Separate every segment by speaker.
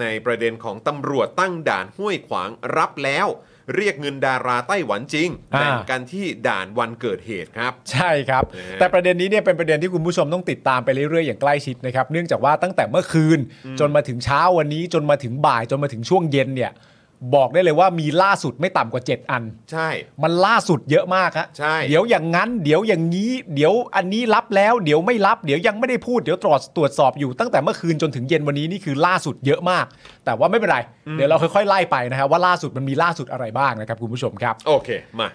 Speaker 1: ในประเด็นของตำรวจตั้งด่านห้วยขวางรับแล้ว เรียกเงินดาราไต้หวันจริง
Speaker 2: อ่า
Speaker 1: แต่งกันที่ด่านวันเกิดเหตุครับ
Speaker 2: ใช่ครับ
Speaker 1: นะฮะ
Speaker 2: แต่ประเด็นนี้เนี่ยเป็นประเด็นที่คุณผู้ชมต้องติดตามไปเรื่อยๆอย่างใกล้ชิดนะครับ เนื่องจากว่าตั้งแต่เมื่อคืน จนมาถึงเช้าวันนี้จนมาถึงบ่ายจนมาถึงช่วงเย็นเนี่ย บอกได้เลยว่ามีล่าสุดไม่ต่ำกว่า 7 อัน
Speaker 1: ใช่
Speaker 2: มันล่าสุดเยอะมากฮะ
Speaker 1: ใช่
Speaker 2: เดี๋ยวอย่างนั้น เดี๋ยวอย่างนี้ เดี๋ยวอันนี้รับแล้ว เดี๋ยวไม่รับ เดี๋ยวยังไม่ได้พูด เดี๋ยวตรวจตรวจสอบอยู่ตั้งแต่เมื่อคืนจนถึงเย็นวันนี้นี่คือล่าสุดเยอะมาก แต่ว่าไม่เป็นไร เดี๋ยวเราค่อยๆไล่ไปนะครับว่าล่าสุดมันมีล่าสุดอะไรบ้างนะครับคุณผู้ชมครับ
Speaker 1: โอเคมา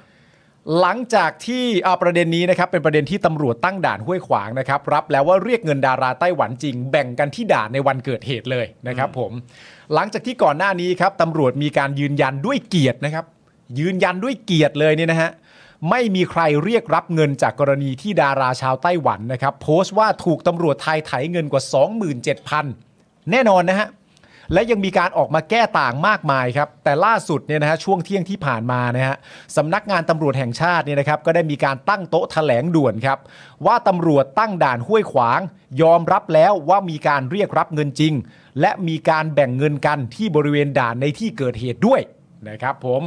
Speaker 2: หลังจากที่อ่าประเด็นนี้นะครับเป็นประเด็นที่ตำรวจตั้งด่านห้วยขวางนะครับรับแล้วว่าเรียกเงินดาราไต้หวันจริง แบ่งกันที่ด่านในวันเกิดเหตุเลยนะครับผมหลังจากที่ก่อนหน้านี้ครับตำรวจมีการยืนยันด้วยเกียรตินะครับ ยืนยันด้วยเกียรติเลยเนี่ยนะฮะไม่มีใครเรียกรับเงินจากกรณีที่ดาราชาวไต้หวันนะครับ โพสต์ว่าถูกตำรวจไทยไถเงินกว่า 27,000 แน่นอนนะฮะ และยังมีการออกมาแก้ต่างมากมายครับ แต่ล่าสุดเนี่ยนะฮะช่วงเที่ยงที่ผ่านมานะฮะสำนักงานตำรวจแห่งชาติเนี่ยนะครับก็ได้มีการตั้งโต๊ะแถลงด่วนครับ ว่าตำรวจตั้งด่านห้วยขวาง ยอมรับแล้วว่ามีการเรียกรับเงินจริง และมีการแบ่งเงินกันที่บริเวณด่านในที่เกิดเหตุด้วยนะครับผม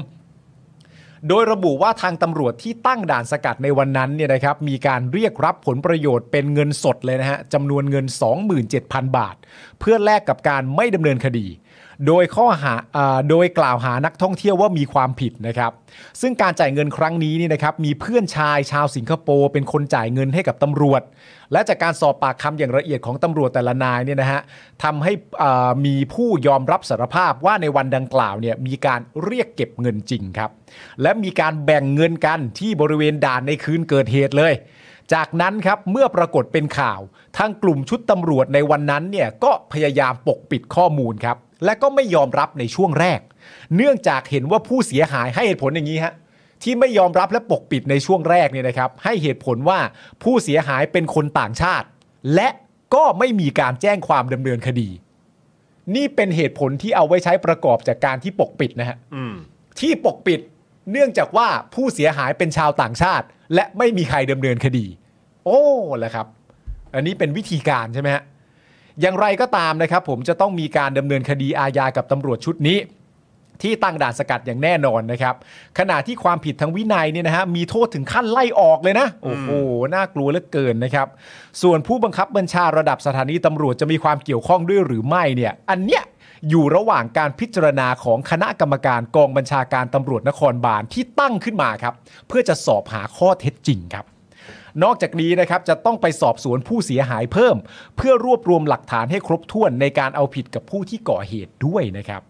Speaker 2: โดยระบุว่าทางตำรวจที่ตั้งด่านสกัดในวันนั้นเนี่ยนะครับมีการเรียกรับผลประโยชน์เป็นเงินสดเลยนะฮะจำนวนเงิน 27,000 บาท เพื่อแลกกับการไม่ดำเนินคดี โดยข้อหาอ่าโดยกล่าวหานักท่องเที่ยวว่ามีความผิดนะครับซึ่งการจ่ายเงินครั้งนี้นี่นะครับมีเพื่อนชายชาวสิงคโปร์เป็นคนจ่ายเงินให้กับตำรวจ และจากการสอบปากคำอย่างละเอียดของตำรวจแต่ละนายเนี่ยนะฮะทำให้อ่ามีผู้ยอมรับสารภาพว่าในวันดังกล่าวเนี่ยมีการเรียกเก็บเงินจริงครับ และมีการแบ่งเงินกันที่บริเวณด่านในคืนเกิดเหตุเลย จากนั้นครับเมื่อปรากฏเป็นข่าวทางกลุ่มชุดตำรวจในวันนั้นเนี่ยก็พยายามปกปิดข้อมูลครับ และก็ไม่ยอมรับในช่วงแรก เนื่องจากเห็นว่าผู้เสียหายให้เหตุผลอย่างนี้ฮะที่ไม่ยอมรับและปกปิดในช่วงแรกเนี่ยนะครับ ให้เหตุผลว่าผู้เสียหายเป็นคนต่างชาติ และก็ไม่มีการแจ้งความดำเนินคดี นี่เป็นเหตุผลที่เอาไว้ใช้ประกอบจากการที่ปกปิดนะฮะ
Speaker 1: อืม
Speaker 2: ที่ปกปิดเนื่องจากว่าผู้เสียหายเป็นชาวต่างชาติ และไม่มีใครดำเนินคดี โอ้แหละครับ อันนี้เป็นวิธีการใช่ไหมฮะอย่างไรก็ตามนะครับผมจะต้องมีการดำเนินคดีอาญากับตำรวจชุดนี้ ที่ตั้งด่านสกัดอย่างแน่นอนนะครับ ขณะที่ความผิดทางวินัยเนี่ยนะฮะมีโทษถึงขั้นไล่ออกเลยนะ โอ้โห น่ากลัวเหลือเกินนะครับ ส่วนผู้บังคับบัญชาระดับสถานีตำรวจจะมีความเกี่ยวข้องด้วยหรือไม่เนี่ย อันเนี้ยอยู่ระหว่างการพิจารณาของคณะกรรมการกองบัญชาการตำรวจนครบาลที่ตั้งขึ้นมาครับ เพื่อจะสอบหาข้อเท็จจริงครับ นอกจากนี้นะครับจะต้องไปสอบสวนผู้เสียหายเพิ่ม เพื่อรวบรวมหลักฐานให้ครบถ้วนในการเอาผิดกับผู้ที่ก่อเหตุด้วยนะครับ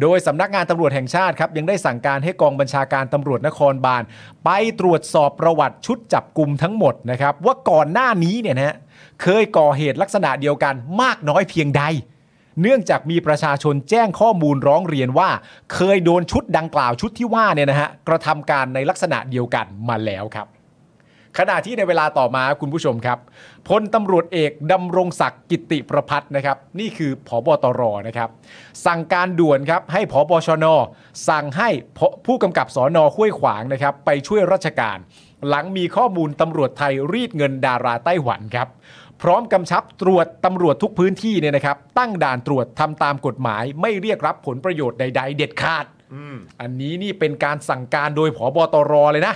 Speaker 2: โดยสำนักงานตำรวจแห่งชาติครับยังได้สั่งการให้กองบัญชาการตำรวจนครบาล ไปตรวจสอบประวัติชุดจับกลุ่มทั้งหมดนะครับ ว่าก่อนหน้านี้เนี่ยนะฮะเคยก่อเหตุลักษณะเดียวกันมากน้อยเพียงใด เนื่องจากมีประชาชนแจ้งข้อมูลร้องเรียนว่า เคยโดนชุดดังกล่าวชุดที่ว่าเนี่ยนะฮะกระทำการในลักษณะเดียวกันมาแล้วครับ ขณะที่ในเวลาต่อมาคุณผู้ชมครับพลตำรวจเอกดำรงศักดิ์กิติประพัฒน์นะครับ นี่คือผอบอตรนะครับ สั่งการด่วนครับให้ผอบอชน สั่งให้ผผู้กำกับสอนอห้วยขวางนะครับ ไปช่วยราชการ หลังมีข้อมูลตำรวจไทยรีดเงินดาราไต้หวันครับ พร้อมกำชับตรวจตำรวจทุกพื้นที่เนี่ยนะครับ ตั้งด่านตรวจทำตามกฎหมาย ไม่เรียกรับผลประโยชน์ใด ๆ เด็ดขาด
Speaker 1: อืม
Speaker 2: อันนี้นี่เป็นการสั่งการโดยผอบอตรเลยนะ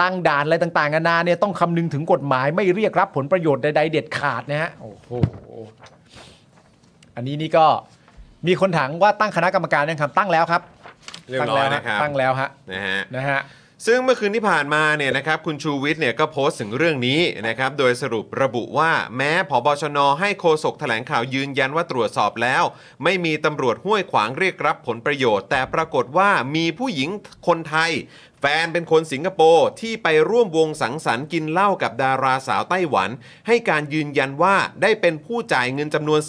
Speaker 2: ตั้งด่านอะไรต่างๆนานาเนี่ยต้องคำนึงถึงกฎหมายไม่เรียกรับผลประโยชน์ใดๆเด็ดขาดนะฮะโอ้โหอันนี้นี่ก็มีคนถามว่าตั้งคณะกรรมการยังครับตั้งแล้วครับ
Speaker 1: เรียบ
Speaker 2: ตั้ง
Speaker 1: ร้อย
Speaker 2: แล้ว
Speaker 1: นะครับ
Speaker 2: ตั้งแล้วฮะ
Speaker 1: นะฮะ
Speaker 2: นะฮะ
Speaker 1: ซึ่งเมื่อคืนที่ผ่านมาเนี่ยนะครับคุณชูวิทย์เนี่ยก็โพสต์ถึงเรื่องนี้นะครับ โดยสรุประบุว่าแม้ผบชน ให้โฆษกแถลงข่าวยืนยันว่าตรวจสอบแล้ว ไม่มีตำรวจห้วยขวางเรียกรับผลประโยชน์ แต่ปรากฏว่ามีผู้หญิงคนไทย แฟนเป็นคนสิงคโปร์ที่ไปร่วมวงสังสรรค์กินเหล้ากับดาราสาวไต้หวัน ให้การยืนยันว่าได้เป็นผู้จ่ายเงินจำนวน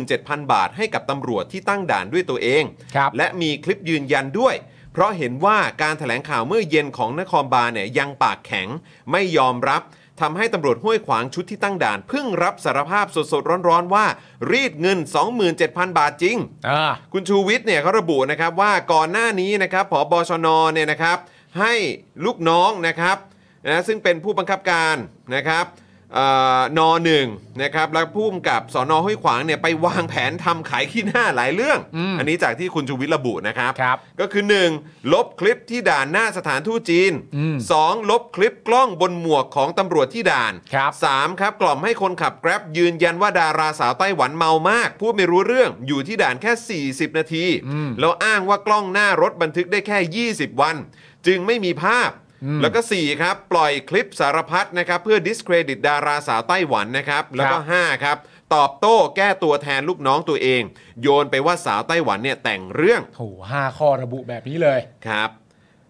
Speaker 1: 27,000 บาท ให้กับตำรวจที่ตั้งด่านด้วยตัวเอง
Speaker 2: ครับ
Speaker 1: และมีคลิปยืนยันด้วย เพราะเห็นว่าการแถลงข่าวเมื่อเย็นของนครบาลเนี่ยยังปากแข็งไม่ยอมรับทำให้ตำรวจห้วยขวางชุดที่ตั้งด่าน เพิ่งรับสารภาพสดๆร้อนๆว่า รีดเงิน 27,000 บาทจริง
Speaker 2: อ่า
Speaker 1: คุณชูวิทย์เนี่ยเขาระบุนะครับว่าก่อนหน้านี้นะครับผบชนเนี่ยนะครับให้ลูกน้องนะครับนะซึ่งเป็นผู้บังคับการนะครับ เอ่อนอหนึ่งนะครับแล้วผู้กำกับสอนอห้วยขวางเนี่ยไปวางแผนทำขายขี้หน้าหลายเรื่อง
Speaker 2: อืม
Speaker 1: อันนี้จากที่คุณชูวิทย์ระบุนะครับ
Speaker 2: ครับ
Speaker 1: ก็คือ 1. ลบคลิปที่ด่านหน้าสถานทูตจีน
Speaker 2: อืม
Speaker 1: 2. ลบคลิปกล้องบนหมวกของตำรวจที่ด่าน
Speaker 2: ครับ
Speaker 1: 3. ครับกล่อมให้คนขับ Grab ยืนยันว่าดาราสาวไต้หวันเมามาก พูดไม่รู้เรื่องอยู่ที่ด่านแค่ 40 นาที
Speaker 2: อืม
Speaker 1: แล้วอ้างว่ากล้องหน้ารถบันทึกได้แค่ 20 วัน จึงไม่มีภาพ
Speaker 2: อืม
Speaker 1: แล้วก็ 4 ครับ ปล่อยคลิปสารพัดนะครับเพื่อ discredit ดาราสาวไต้หวันนะครับ แล้วก็
Speaker 2: ครับ
Speaker 1: 5 ครับ ตอบโต้แก้ตัวแทนลูกน้องตัวเอง โยนไปว่าสาวไต้หวันเนี่ยแต่งเรื่อง
Speaker 2: โหห้าข้อระบุแบบนี้เลย
Speaker 1: ครับ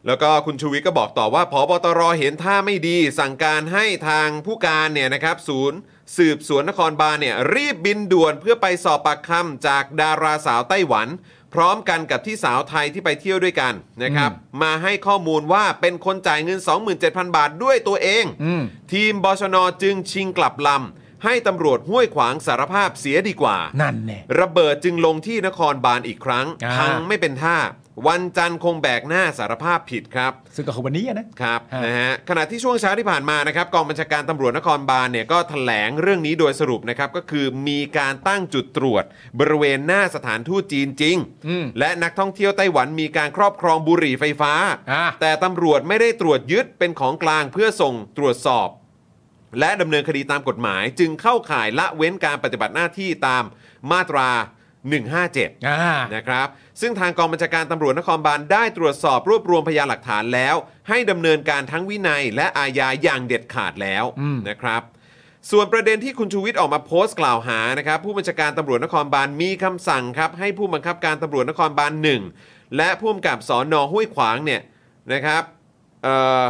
Speaker 1: แล้วก็คุณชูวิทย์ก็บอกต่อว่าพบตรเห็นท่าไม่ดี สั่งการให้ทางผู้การเนี่ยนะครับ ศูนย์สืบสวนนครบาลเนี่ยรีบบินด่วนเพื่อไปสอบปากคำจากดาราสาวไต้หวัน พร้อมกันกับที่สาวไทยที่ไปเที่ยวด้วยกันนะครับ มาให้ข้อมูลว่าเป็นคนจ่ายเงิน 27,000 บาทด้วยตัวเอง
Speaker 2: อืม
Speaker 1: ทีมบชนจึงชิงกลับลำให้ตำรวจห้วยขวางสารภาพเสียดีกว่า
Speaker 2: นั่นแน่
Speaker 1: ระเบิดจึงลงที่นครบาลอีกครั้ง
Speaker 2: อ่า
Speaker 1: พังไม่เป็นท่า วันจันทร์คงแบกหน้าสารภาพผิดครับ
Speaker 2: ซึ่งก็คือวันนี้อะนะ
Speaker 1: ครับ
Speaker 2: ฮะ
Speaker 1: นะฮะขณะที่ช่วงเช้าที่ผ่านมานะครับกองบัญชาการตำรวจนครบาลเนี่ยก็แถลงเรื่องนี้โดยสรุปนะครับก็คือมีการตั้งจุดตรวจ บริเวณหน้าสถานทูตจีนจริง
Speaker 2: อืม
Speaker 1: และนักท่องเที่ยวไต้หวันมีการครอบครองบุหรี่ไฟฟ้า
Speaker 2: อ่า
Speaker 1: แต่ตำรวจไม่ได้ตรวจยึดเป็นของกลางเพื่อส่งตรวจสอบ และดำเนินคดีตามกฎหมาย จึงเข้าข่ายละเว้นการปฏิบัติหน้าที่ตามมาตรา 157
Speaker 2: อ่า
Speaker 1: นะครับซึ่งทางกองบัญชาการตำรวจนครบาลได้ตรวจสอบรวบรวมพยานหลักฐานแล้ว ให้ดำเนินการทั้งวินัยและอาญาอย่างเด็ดขาดแล้ว
Speaker 2: อืม
Speaker 1: นะครับ ส่วนประเด็นที่คุณชูวิทย์ออกมาโพสต์กล่าวหานะครับผู้บัญชาการตำรวจนครบาลมีคำสั่งครับให้ผู้บังคับการตำรวจนครบาลหนึ่งและผู้กำกับสอนอห้วยขวางเนี่ยนะครับเอ่อ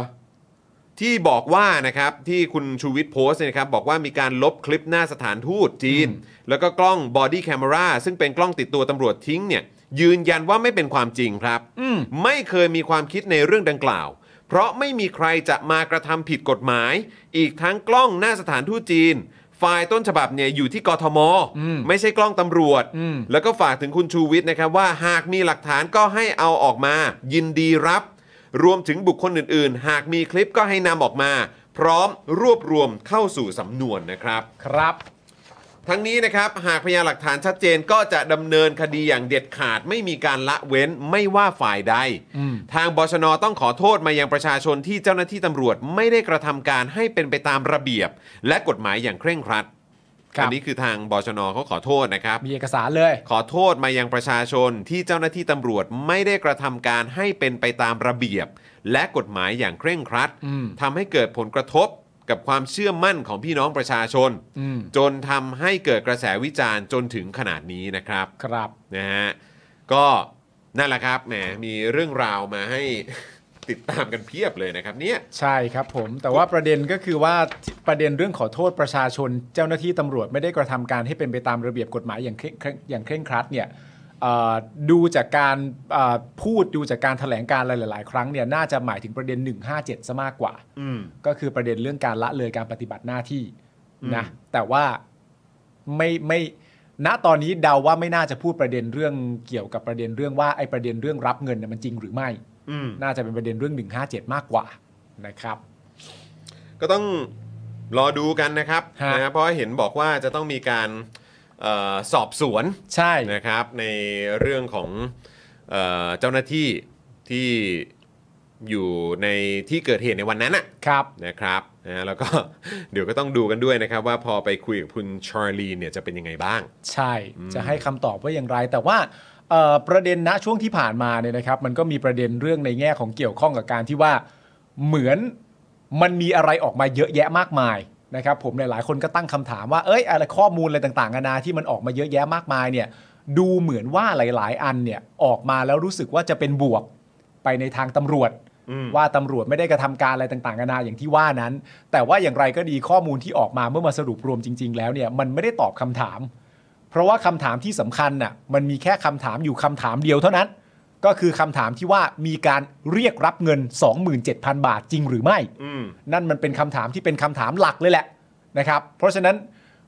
Speaker 1: ที่บอกว่านะครับที่คุณชูวิทย์โพสต์เนี่ยนะครับบอกว่ามีการลบคลิปหน้าสถานทูตจีน แล้วก็กล้องบอดี้แคม r a ซึ่งเป็นกล้องติดตัวตำรวจทิ้งเนี่ยยืนยันว่าไม่เป็นความจริงครับ
Speaker 2: อืม
Speaker 1: ไม่เคยมีความคิดในเรื่องดังกล่าว เพราะไม่มีใครจะมากระทำผิดกฎหมาย อีกทั้งกล้องหน้าสถานทูตจีน ฝ่ายต้นฉบับเนี่ยอยู่ที่กทม
Speaker 2: อืม
Speaker 1: ไม่ใช่กล้องตำรวจ
Speaker 2: อืม
Speaker 1: แล้วก็ฝากถึงคุณชูวิทย์นะครับว่าหากมีหลักฐานก็ให้เอาออกมา ยินดีรับ รวมถึงบุคคลอื่น ๆ หากมีคลิปก็ให้นำออกมา พร้อมรวบรวมเข้าสู่สำนวนนะครับ
Speaker 2: ครับ
Speaker 1: ทั้งนี้นะครับหากพยานหลักฐานชัดเจนก็จะดำเนินคดีอย่างเด็ดขาดไม่มีการละเว้นไม่ว่าฝ่ายใด
Speaker 2: อืม
Speaker 1: ทางบชนต้องขอโทษมายังประชาชนที่เจ้าหน้าที่ตำรวจไม่ได้กระทำการให้เป็นไปตามระเบียบ และกฎหมายอย่างเคร่งครัด
Speaker 2: ครับ
Speaker 1: อันี้คือทางบชนเขาขอโทษนะครับ
Speaker 2: มีเอกสารเลย
Speaker 1: ขอโทษมายังประชาชนที่เจ้าหน้าที่ตำรวจไม่ได้กระทำการให้เป็นไปตามระเบียบ และกฎหมายอย่างเคร่งครัด
Speaker 2: อืม
Speaker 1: ทำให้เกิดผลกระทบกับความเชื่อมั่นของพี่น้องประชาชน
Speaker 2: อืม
Speaker 1: จนทำให้เกิดกระแสวิจารณ์จนถึงขนาดนี้นะครับ
Speaker 2: ครับ
Speaker 1: นะฮะก็นั่นแหละครับแหมมีเรื่องราวมาให้ ติดตามกันเพียบเลยนะครับเนี่ย
Speaker 2: ใช่ครับผม แต่ว่าประเด็นก็คือว่าประเด็นเรื่องขอโทษประชาชน เจ้าหน้าที่ตำรวจไม่ได้กระทำการให้เป็นไปตามระเบียบกฎหมายอย่างเคร่งอย่างเคร่งครัดเนี่ยเอ่อดูจากการเอ่อพูดดูจากการแถลงการอะไรหลาย ๆ ครั้งเนี่ยน่าจะหมายถึงประเด็น 157ซะมากกว่า
Speaker 1: อืม
Speaker 2: ก็คือประเด็นเรื่องการละเลยการปฏิบัติหน้าที่
Speaker 1: อืม
Speaker 2: นะแต่ว่าไม่ไม่ณตอนนี้เดาว่าไม่น่าจะพูดประเด็นเรื่องเกี่ยวกับประเด็นเรื่องว่าไอ้ประเด็นเรื่องรับเงินเนี่ยมันจริงหรือไม่
Speaker 1: อืม
Speaker 2: น่าจะเป็นประเด็นเรื่อง 157 มากกว่านะครับ
Speaker 1: ก็ต้องรอดูกันนะครับ
Speaker 2: ฮะ
Speaker 1: นะฮะเพราะเห็นบอกว่าจะต้องมีการเออสอบสวน
Speaker 2: ใช่
Speaker 1: นะครับในเรื่องของเอ่อเจ้าหน้าที่ที่อยู่ในที่เกิดเหตุในวันนั้นน่ะ
Speaker 2: ครับ
Speaker 1: นะครับนะแล้วก็ เดี๋ยวก็ต้องดูกันด้วยนะครับว่าพอไปคุยกับคุณชาร์ลีเนี่ยจะเป็นยังไงบ้าง
Speaker 2: ใช่จะให้คำตอบว่าอย่างไร แต่ว่าเอ่อประเด็นณช่วงที่ผ่านมาเนี่ยนะครับ มันก็มีประเด็นเรื่องในแง่ของเกี่ยวข้องกับการที่ว่าเหมือนมันมีอะไรออกมาเยอะแยะมากมายนะครับ ผมหลายๆคนก็ตั้งคำถามว่าเอ้ยอะไรข้อมูลอะไรต่างๆนานาที่มันออกมาเยอะแยะมากมายเนี่ย ดูเหมือนว่าหลาย ๆ อันเนี่ยออกมาแล้วรู้สึกว่าจะเป็นบวกไปในทางตำรวจ
Speaker 1: อืม
Speaker 2: ว่าตำรวจไม่ได้กระทำการอะไรต่างๆนานาอย่างที่ว่านั้น แต่ว่าอย่างไรก็ดีข้อมูลที่ออกมาเมื่อมาสรุปรวมจริง ๆ แล้วเนี่ยมันไม่ได้ตอบคำถาม เพราะว่าคำถามที่สำคัญน่ะมันมีแค่คำถามอยู่คำถามเดียวเท่านั้น ก็คือคำถามที่ว่ามีการเรียกรับเงิน 27,000 บาทจริงหรือไม่
Speaker 1: อืม
Speaker 2: นั่นมันเป็นคำถามที่เป็นคำถามหลักเลยแหละนะครับ เพราะฉะนั้น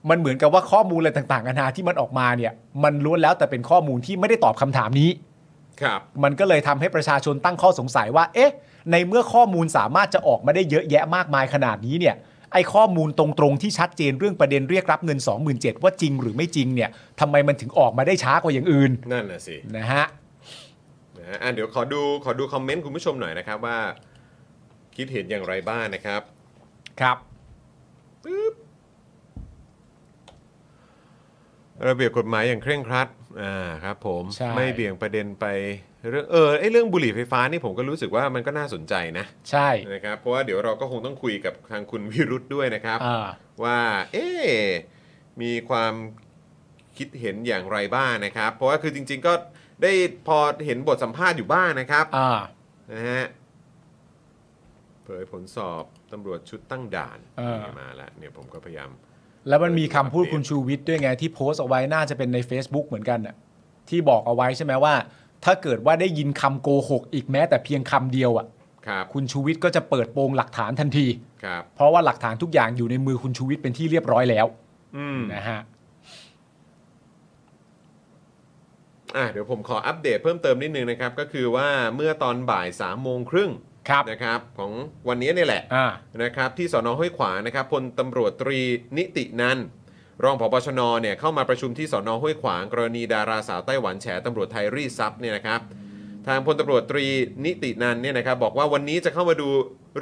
Speaker 2: มันเหมือนกับว่าข้อมูลอะไรต่างๆนานาที่มันออกมาเนี่ยมันล้วนแล้วแต่เป็นข้อมูลที่ไม่ได้ตอบคำถามนี้
Speaker 1: ครับ
Speaker 2: มันก็เลยทำให้ประชาชนตั้งข้อสงสัยว่า เอ๊ะ ในเมื่อข้อมูลสามารถจะออกมาได้เยอะแยะมากมายขนาดนี้เนี่ย ไอ้ข้อมูลตรงๆที่ชัดเจนเรื่องประเด็นเรียกรับเงิน 27,000ว่าจริงหรือไม่จริงเนี่ยทำไมมันถึงออกมาได้ช้ากว่าอย่างอื่น
Speaker 1: นั่นน่ะสิ
Speaker 2: นะฮะ
Speaker 1: นะฮะอ่ะเดี๋ยวขอดูขอดูคอมเมนต์คุณผู้ชมหน่อยนะครับว่า คิดเห็นอย่างไรบ้างนะครับ
Speaker 2: ครับ
Speaker 1: ระเบียบกฎหมายอย่างเคร่งครัด อ่าครับผม
Speaker 2: ใช่
Speaker 1: ไม่เบี่ยงประเด็นไปเรื่องเออไอเรื่องบุหรี่ไฟฟ้านี่ผมก็รู้สึกว่ามันก็น่าสนใจนะ
Speaker 2: ใช่
Speaker 1: นะครับเพราะว่าเดี๋ยวเราก็คงต้องคุยกับทางคุณวิรุธด้วยนะครับ
Speaker 2: อ่า
Speaker 1: ว่าเอ๊ะมีความคิดเห็นอย่างไรบ้างนะครับ เพราะว่าคือจริง ๆ ก็ได้พอเห็นบทสัมภาษณ์อยู่บ้างนะครับ
Speaker 2: อ่า
Speaker 1: นะฮะเผยผลสอบตำรวจชุดตั้งด่าน
Speaker 2: เออ
Speaker 1: นี่มาแล้วเนี่ยผมก็พยายาม
Speaker 2: แล้วมันมีคำพูดคุณชูวิทย์ด้วยไงที่โพสต์เอาไว้น่าจะเป็นใน Facebook เหมือนกันน่ะที่บอกเอาไว้ใช่ไหมว่า ถ้าเกิดว่าได้ยินคำโกหกอีกแม้แต่เพียงคำเดียวอ่ะ
Speaker 1: ครับ
Speaker 2: คุณชูวิทย์ก็จะเปิดโปงหลักฐานทันที
Speaker 1: ครับ
Speaker 2: เพราะว่าหลักฐานทุกอย่างอยู่ในมือคุณชูวิทย์เป็นที่เรียบร้อยแล้ว
Speaker 1: อืม
Speaker 2: นะฮะ
Speaker 1: อ่ะเดี๋ยวผมขออัปเดตเพิ่มเติมนิดนึงนะครับ ก็คือว่าเมื่อตอนบ่าย3ามโมงครึ่ง
Speaker 2: ครับ
Speaker 1: นะครับของวันนี้เนี่ยแหละ
Speaker 2: อ่า
Speaker 1: นะครับที่สอนอห้วยขวางนะครับพลตำรวจตรีนิตินันท์รองผบชนเนี่ยเข้ามาประชุมที่สอนอห้วยขวาง กรณีดาราสาวไต้หวันแฉตำรวจไทยรีดซับเนี่ยนะครับ ทางพลตำรวจตรีนิตินันท์เนี่ยนะครับบอกว่าวันนี้จะเข้ามาดู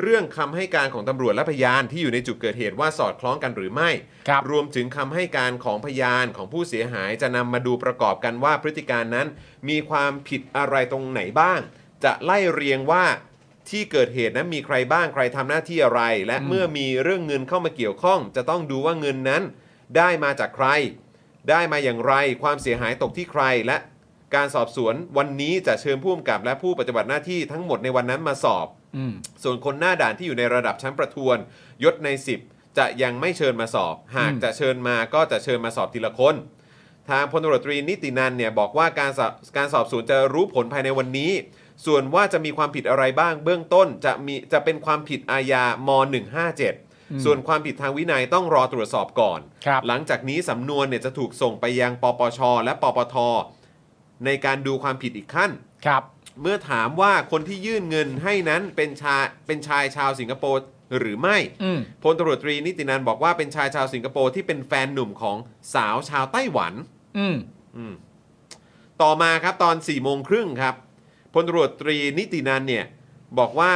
Speaker 1: เรื่องคำให้การของตำรวจและพยานที่อยู่ในจุดเกิดเหตุว่าสอดคล้องกันหรือไม่
Speaker 2: ครับ
Speaker 1: รวมถึงคำให้การของพยานของผู้เสียหายจะนำมาดูประกอบกันว่าพฤติการนั้น มีความผิดอะไรตรงไหนบ้าง จะไล่เรียงว่าที่เกิดเหตุนั้นมีใครบ้างใครทำหน้าที่อะไร และเมื่อมีเรื่องเงินเข้ามาเกี่ยวข้อง จะต้องดูว่าเงินนั้น ได้มาจากใคร ได้มาอย่างไร ความเสียหายตกที่ใคร และการสอบสวนวันนี้จะเชิญผู้กำกับและผู้ปฏิบัติหน้าที่ทั้งหมดในวันนั้นมาสอบ
Speaker 2: อืม
Speaker 1: ส่วนคนหน้าด่านที่อยู่ในระดับชั้นประทวน ยศใน 10 จะยังไม่เชิญมาสอบ หาก
Speaker 2: อืม
Speaker 1: จะเชิญมาก็จะเชิญมาสอบทีละคน ทางพลตำรวจตรีนิตินันเนี่ยบอกว่าการสอบการสอบสวนจะรู้ผลภายในวันนี้ ส่วนว่าจะมีความผิดอะไรบ้างเบื้องต้นจะมีจะเป็นความผิดอาญาม157 ส่วนความผิดทางวินัยต้องรอตรวจสอบก่อน
Speaker 2: ครับ
Speaker 1: หลังจากนี้สำนวนเนี่ยจะถูกส่งไปยังปปช และปปท ในการดูความผิดอีกขั้น
Speaker 2: ครับ
Speaker 1: เมื่อถามว่าคนที่ยื่นเงินให้นั้นเป็นชาเป็นชายชาวสิงคโปร์หรือไม่
Speaker 2: อืม
Speaker 1: พลตำรวจตรีนิตินันบอกว่าเป็นชายชาวสิงคโปร์ที่เป็นแฟนหนุ่มของสาวชาวไต้หวัน
Speaker 2: อืม
Speaker 1: ต่อมาครับตอน4ี่โมงครึ่งครับพลตำรวจตรีนิตินันเนี่ยบอกว่า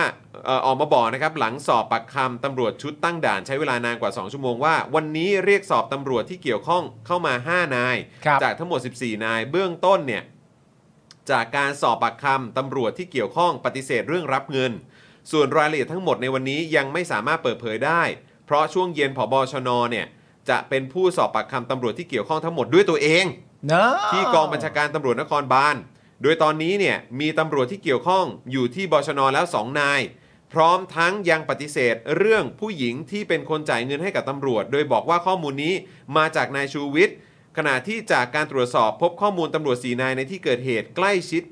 Speaker 1: เอ่อออกมาบอกนะครับหลังสอบปากคำตำรวจชุดตั้งด่านใช้เวลานานกว่า 2 ชั่วโมงว่า วันนี้เรียกสอบตำรวจที่เกี่ยวข้องเข้ามา 5 นาย
Speaker 2: ครับ
Speaker 1: จากทั้งหมด 14 นาย เบื้องต้นเนี่ย จากการสอบปากคำตำรวจที่เกี่ยวข้องปฏิเสธเรื่องรับเงิน ส่วนรายละเอียดทั้งหมดในวันนี้ยังไม่สามารถเปิดเผยได้ เพราะช่วงเย็นผบชนเนี่ยจะเป็นผู้สอบปากคำตำรวจที่เกี่ยวข้องทั้งหมดด้วยตัวเอง
Speaker 2: นะ
Speaker 1: ที่กองบัญชาการตำรวจนครบาล โดยตอนนี้เนี่ยมีตำรวจที่เกี่ยวข้องอยู่ที่บชนแล้ว 2 นาย พร้อมทั้งยังปฏิเสธเรื่องผู้หญิงที่เป็นคนจ่ายเงินให้กับตำรวจ โดยบอกว่าข้อมูลนี้มาจากนายชูวิทย์ขณะที่จากการตรวจสอบพบข้อมูลตำรวจสีนายในที่เกิดเหตุใกล้ชิด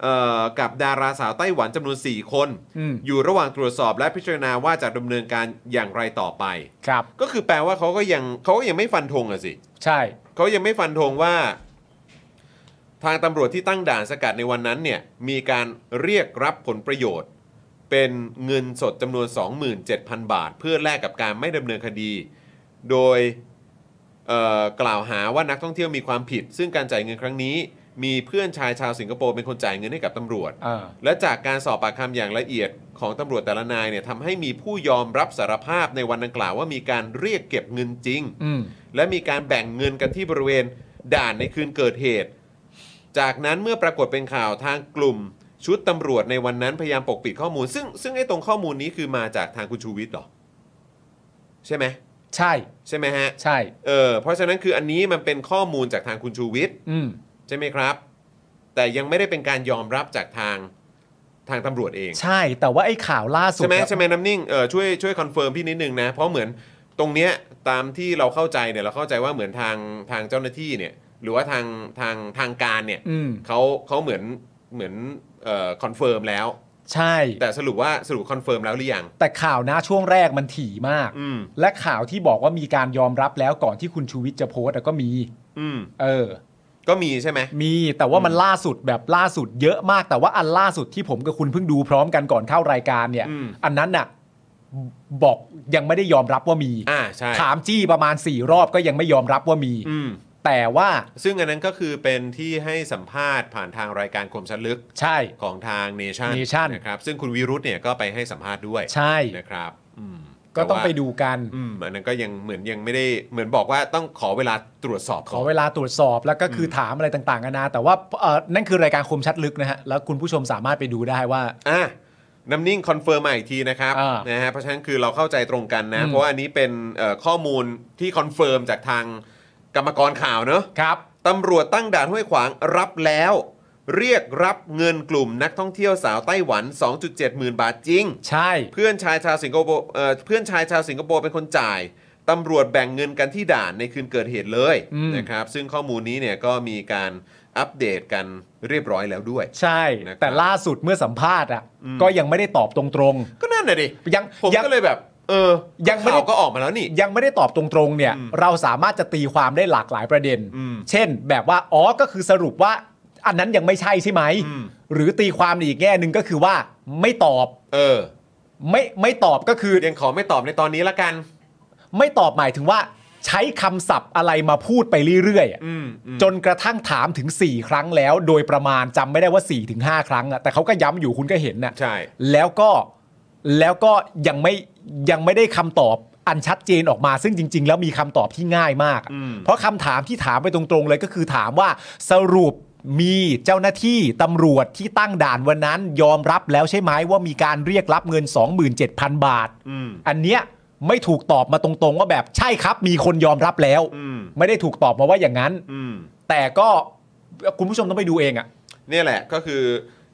Speaker 1: เอ่อกับดาราสาวไต้หวันจำนวน 4 คน
Speaker 2: อืม
Speaker 1: อยู่ระหว่างตรวจสอบและพิจารณาว่าจะดำเนินการอย่างไรต่อไป
Speaker 2: ครับ
Speaker 1: ก็คือแปลว่าเขาก็ยังเขาก็ยังไม่ฟันธงอะสิ
Speaker 2: ใช่
Speaker 1: เขายังไม่ฟันธงว่า ทางตำรวจที่ตั้งด่านสกัดในวันนั้นเนี่ย มีการเรียกรับผลประโยชน์ เป็นเงินสดจำนวน 27,000 บาท เพื่อแลกกับการไม่ดำเนินคดี โดยเอ่อกล่าวหาว่านักท่องเที่ยวมีความผิด ซึ่งการจ่ายเงินครั้งนี้ มีเพื่อนชายชาวสิงคโปร์เป็นคนจ่ายเงินให้กับตำรวจ
Speaker 2: อ่า
Speaker 1: และจากการสอบปากคำอย่างละเอียดของตำรวจแต่ละนายเนี่ยทำให้มีผู้ยอมรับสารภาพในวันดังกล่าวว่ามีการเรียกเก็บเงินจริง
Speaker 2: อืม
Speaker 1: และมีการแบ่งเงินกันที่บริเวณด่านในคืนเกิดเหตุ จากนั้นเมื่อปรากฏเป็นข่าวทางกลุ่ม ชุดตำรวจในวันนั้นพยายามปกปิดข้อมูล ซึ่งซึ่งไอ้ตรงข้อมูลนี้คือมาจากทางคุณชูวิทย์เหรอ ใช่ไหม
Speaker 2: ใช่
Speaker 1: ใช่ไหมฮะ
Speaker 2: ใช่
Speaker 1: เออเพราะฉะนั้นคืออันนี้มันเป็นข้อมูลจากทางคุณชูวิทย์
Speaker 2: อืม
Speaker 1: ใช่ไหมครับ แต่ยังไม่ได้เป็นการยอมรับจากทางทางตำรวจเอง
Speaker 2: ใช่แต่ว่าไอ้ข่าวล่าสุด
Speaker 1: ใช่ไหม
Speaker 2: อะ
Speaker 1: ใช่ไหมน้ำนิ่งเออช่วยช่วยคอนเฟิร์มพี่นิดนึงนะ เพราะเหมือนตรงเนี้ยตามที่เราเข้าใจเนี่ยเราเข้าใจว่าเหมือนทางทางเจ้าหน้าที่เนี่ยหรือว่าทางทางทางการเนี่ย
Speaker 2: อืม
Speaker 1: เขาเขาเหมือนเหมือนเอ่อคอนเฟิร์มแล้ว
Speaker 2: ใช่
Speaker 1: แต่สรุปว่าสรุปคอนเฟิร์มแล้วหรือยัง
Speaker 2: แต่ข่าวนะช่วงแรกมันถี่มาก
Speaker 1: อืม
Speaker 2: และข่าวที่บอกว่ามีการยอมรับแล้วก่อนที่คุณชูวิทย์จะโพสต์อะก็มี
Speaker 1: อืม
Speaker 2: เออ
Speaker 1: ก็มีใช่ไหม
Speaker 2: มีแต่ว่ามันล่าสุดแบบล่าสุดเยอะมาก แต่ว่าอันล่าสุดที่ผมกับคุณเพิ่งดูพร้อมกันก่อนเข้ารายการเนี่ย อันนั้นน่ะ บอกยังไม่ได้ยอมรับว่ามี
Speaker 1: อ่าใช่
Speaker 2: ถามจี้ประมาณ 4 รอบก็ยังไม่ยอมรับว่ามี
Speaker 1: อืม
Speaker 2: แต่ว่า
Speaker 1: ซึ่งอันนั้นก็คือเป็นที่ให้สัมภาษณ์ผ่านทางรายการคมชัดลึก
Speaker 2: ใช่
Speaker 1: ของทางเนชั่น
Speaker 2: Nation
Speaker 1: นะครับซึ่งคุณวิรุธเนี่ยก็ไปให้สัมภาษณ์ด้วย
Speaker 2: ใช่
Speaker 1: นะครับอืม
Speaker 2: ก็ต้องไป
Speaker 1: แว่า
Speaker 2: ดูกัน
Speaker 1: อืมอันนั้นก็ยังเหมือนยังไม่ได้เหมือนบอกว่าต้องขอเวลาตรวจสอบ
Speaker 2: ข
Speaker 1: ก่
Speaker 2: อน เวลาตรวจสอบแล้วก็คืออถามอะไรต่างๆนานาแต่ว่าเอ่อนั่นคือรายการคมชัดลึกนะฮะ แล้วคุณผู้ชมสามารถไปดูได้ว่า
Speaker 1: อ่ะน้ำนิ่งคอนเฟิร์มมาอีกทีนะครับ
Speaker 2: อ่า
Speaker 1: นะฮะเพราะฉะนั้นคือเราเข้าใจตรงกันนะ
Speaker 2: อืม
Speaker 1: เพราะว่าอันนี้เป็นเอ่อข้อมูลที่คอนเฟิร์มจากทางกรรมกรข่าวเนอะ
Speaker 2: ครับ
Speaker 1: ตำรวจตั้งด่านห้วยขวางรับแล้ว เรียกรับเงินกลุ่มนักท่องเที่ยวสาวไต้หวัน 2.7 หมื่นบาทจริง
Speaker 2: ใช่
Speaker 1: เพื่อนชายชาวสิงคโปร์เอ่อเพื่อนชายชาวสิงคโปร์เป็นคนจ่ายตำรวจแบ่งเงินกันที่ด่านในคืนเกิดเหตุเลย
Speaker 2: อืม
Speaker 1: นะครับซึ่งข้อมูลนี้เนี่ยก็มีการอัปเดตกันเรียบร้อยแล้วด้วย
Speaker 2: ใช่
Speaker 1: นะครับ
Speaker 2: แต่ล่าสุดเมื่อสัมภาษณ์อ่ะ
Speaker 1: อืม
Speaker 2: ก็ยังไม่ได้ตอบตรง
Speaker 1: ก็นั่นแหละดิ
Speaker 2: ๆ ยัง
Speaker 1: ผมก็เลยแบบ เออ
Speaker 2: ยังไม่ได้
Speaker 1: ข่าวก็ออกมาแล้วนี่
Speaker 2: ยังไม่ได้ตอบตรงๆ เนี่ย
Speaker 1: อืม
Speaker 2: เราสามารถจะตีความได้หลากหลายประเด็น
Speaker 1: อืม
Speaker 2: เช่น แบบว่า อ๋อ ก็คือสรุปว่า อันนั้นยังไม่ใช่ใช่ไหม
Speaker 1: อืม
Speaker 2: หรือตีความในอีกแง่หนึ่งก็คือว่าไม่ตอบ
Speaker 1: เออ
Speaker 2: ไม่ ไม่ตอบก็คือ
Speaker 1: ยังขอไม่ตอบในตอนนี้ละกัน
Speaker 2: ไม่ตอบหมายถึงว่า ใช้คำศัพท์อะไรมาพูดไปเรื่อยๆอะ
Speaker 1: อืมอืม
Speaker 2: จนกระทั่งถามถึง 4 ครั้งแล้ว โดยประมาณจำไม่ได้ว่า 4-5ถึงครั้งอะแต่เขาก็ย้ำอยู่คุณก็เห็นน่ะ
Speaker 1: ใช่
Speaker 2: แล้วก็แล้วก็ยังไม่ยังไม่ได้คำตอบอันชัดเจนออกมา ซึ่งจริง ๆ แล้วมีคำตอบที่ง่ายมาก
Speaker 1: อืม
Speaker 2: เพราะคำถามที่ถามไปตรงๆเลยก็คือถามว่าสรุปมีเจ้าหน้าที่ตำรวจที่ตั้งด่านวันนั้น ยอมรับแล้วใช่ไหมว่ามีการเรียกรับเงิน 27,000 บาท
Speaker 1: อืม
Speaker 2: อันเนี้ยไม่ถูกตอบมาตรงๆ ว่าแบบใช่ครับ มีคนยอมรับแล้ว
Speaker 1: อืม
Speaker 2: ไม่ได้ถูกตอบมาว่าอย่างนั้น
Speaker 1: อืม
Speaker 2: แต่ก็คุณผู้ชมต้องไปดูเองอะ
Speaker 1: เนี่ยแหละก็คือ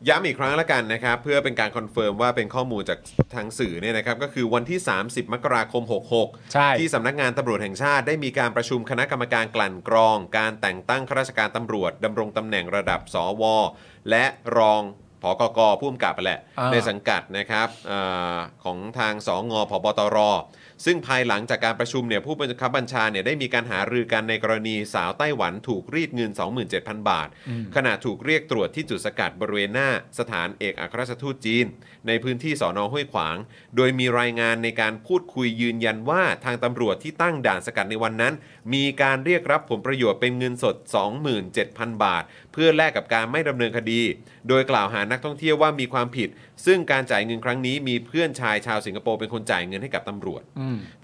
Speaker 1: ย้ำอีกครั้งละกันนะครับ เพื่อเป็นการคอนเฟิร์มว่าเป็นข้อมูลจากทางสื่อเนี่ยนะครับ ก็คือวันที่ 30 มกราคม 66
Speaker 2: ใช่
Speaker 1: ที่สำนักงานตำรวจแห่งชาติได้มีการประชุมคณะกรรมการกลั่นกรอง การแต่งตั้งข้าราชการตำรวจดำรงตำแหน่งระดับสว และรองผกกผู้กำกับไปแหละ
Speaker 2: อ่า
Speaker 1: ในสังกัดนะครับเออของทางสองอพบตร ซึ่งภายหลังจากการประชุมเนี่ยผู้บังคับบัญชาเนี่ยได้มีการหารือกันในกรณีสาวไต้หวันถูกรีดเงิน 27,000 บาท ขณะถูกเรียกตรวจที่จุดสกัดบริเวณหน้าสถานเอกอัครราชทูตจีน ในพื้นที่สอนอห้วยขวาง โดยมีรายงานในการพูดคุยยืนยันว่าทางตำรวจที่ตั้งด่านสกัดในวันนั้น มีการเรียกรับผลประโยชน์เป็นเงินสด 27,000 บาท เพื่อแลกกับการไม่ดำเนินคดี โดยกล่าวหานักท่องเที่ยวว่ามีความผิด ซึ่งการจ่ายเงินครั้งนี้มีเพื่อนชายชาวสิงคโปร์เป็นคนจ่ายเงินให้กับตำรวจ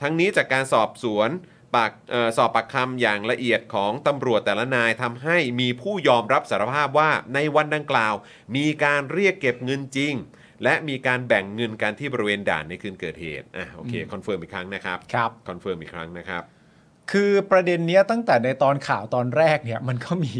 Speaker 1: ทั้งนี้จากการสอบสวนปากเอ่อสอบปากคำอย่างละเอียดของตำรวจแต่ละนายทำให้มีผู้ยอมรับสารภาพว่าในวันดังกล่าว มีการเรียกเก็บเงินจริง และมีการแบ่งเงินกันที่บริเวณด่านในคืนเกิดเหตุอ่ะโอเคคอนเฟิร์มอีกครั้งนะครับ
Speaker 2: ครับ
Speaker 1: คอนเฟิร์มอีกครั้งนะครับ
Speaker 2: คือประเด็นเนี้ยตั้งแต่ในตอนข่าวตอนแรกเนี่ย มันก็มี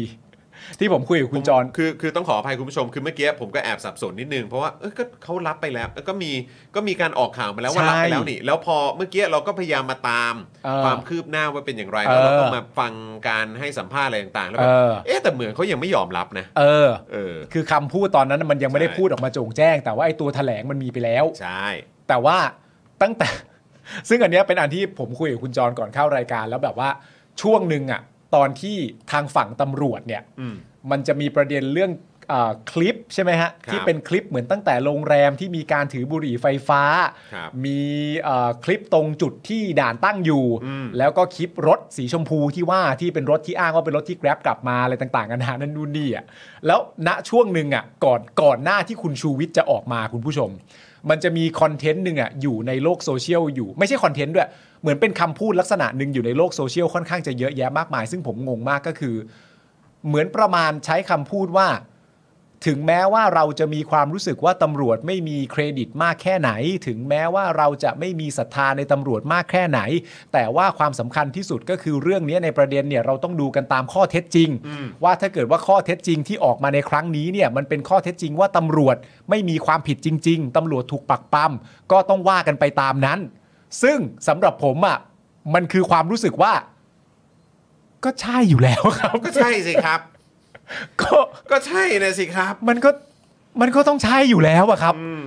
Speaker 2: ที่ผมคุยกับคุณจร
Speaker 1: คือคือต้องขออภัยคุณผู้ชมคือเมื่อกี้ผมก็แอบสับสนนิดนึง เพราะว่าเอยก็เขารับไปแล้วเอ้ยก็มีก็มีการออกข่าวมาแล้วว่า
Speaker 2: ใช่
Speaker 1: รับไปแล้วนี่แล้วพอเมื่อกี้เราก็พยายามมาตาม
Speaker 2: เออ
Speaker 1: ความคืบหน้าว่าเป็นอย่างไรแล้วเราก็
Speaker 2: เออ
Speaker 1: มาฟังการให้สัมภาษณ์อะไรต่างๆแล้วแบบ
Speaker 2: เออ
Speaker 1: เอ๊ะแต่เหมือนเขายังไม่ยอมรับนะ
Speaker 2: เออ
Speaker 1: เออ
Speaker 2: คือคำพูดตอนนั้นมันยังไม่ได้
Speaker 1: ใช่
Speaker 2: พูดออกมาโจงแจ้ง แต่ว่าไอ้ตัวแถลงมันมีไปแล้ว
Speaker 1: ใช่
Speaker 2: แต่ว่าตั้งแต่ ซึ่งอันเนี้ยเป็นอันที่ผมคุยกับคุณจรก่อนเข้ารายการ แล้วแบบว่าช่วงหนึ่งอะตอนที่ทางฝั่งตำรวจเนี่ย
Speaker 1: อืม
Speaker 2: มันจะมีประเด็นเรื่องเออคลิปใช่ไหมฮะ
Speaker 1: ครับ
Speaker 2: ที่เป็นคลิปเหมือนตั้งแต่โรงแรมที่มีการถือบุหรี่ไฟฟ้า
Speaker 1: ครับ
Speaker 2: มีเอ่อคลิปตรงจุดที่ด่านตั้งอยู่
Speaker 1: อืม
Speaker 2: แล้วก็คลิปรถสีชมพูที่ว่าที่เป็นรถที่อ้างว่าเป็นรถที่แกร็บกลับมาอะไรต่างๆกันานานั่นนู่นนี่อ่ะแล้วณช่วงหนึ่งอ่ะก่อนก่อนหน้าที่คุณชูวิทย์จะออกมาคุณผู้ชม มันจะมีคอนเทนต์หนึ่งอ่ะอยู่ในโลกโซเชียลอยู่ไม่ใช่คอนเทนต์ด้วย เหมือนเป็นคำพูดลักษณะหนึ่งอยู่ในโลกโซเชียลค่อนข้างจะเยอะแยะมากมาย ซึ่งผมงงมากก็คือ เหมือนประมาณใช้คำพูดว่า ถึงแม้ว่าเราจะมีความรู้สึกว่าตำรวจไม่มีเครดิตมากแค่ไหน ถึงแม้ว่าเราจะไม่มีศรัทธาในตำรวจมากแค่ไหน แต่ว่าความสำคัญที่สุดก็คือเรื่องนี้ในประเด็นเนี่ยเราต้องดูกันตามข้อเท็จจริง ว่าถ้าเกิดว่าข้อเท็จจริงที่ออกมาในครั้งนี้เนี่ยมันเป็นข้อเท็จจริงว่าตำรวจไม่มีความผิดจริง ๆตำรวจถูกปักปั๊มก็ต้องว่ากันไปตามนั้น ซึ่งสำหรับผมอ่ะมันคือความรู้สึกว่า ก็ใช่อยู่แล้วครับ
Speaker 1: ก็ใช่สิครับ
Speaker 2: ก็
Speaker 1: ก็ใช่นะสิครับ
Speaker 2: มันก็มันก็ต้องใช่อยู่แล้วอะครับ
Speaker 1: อืม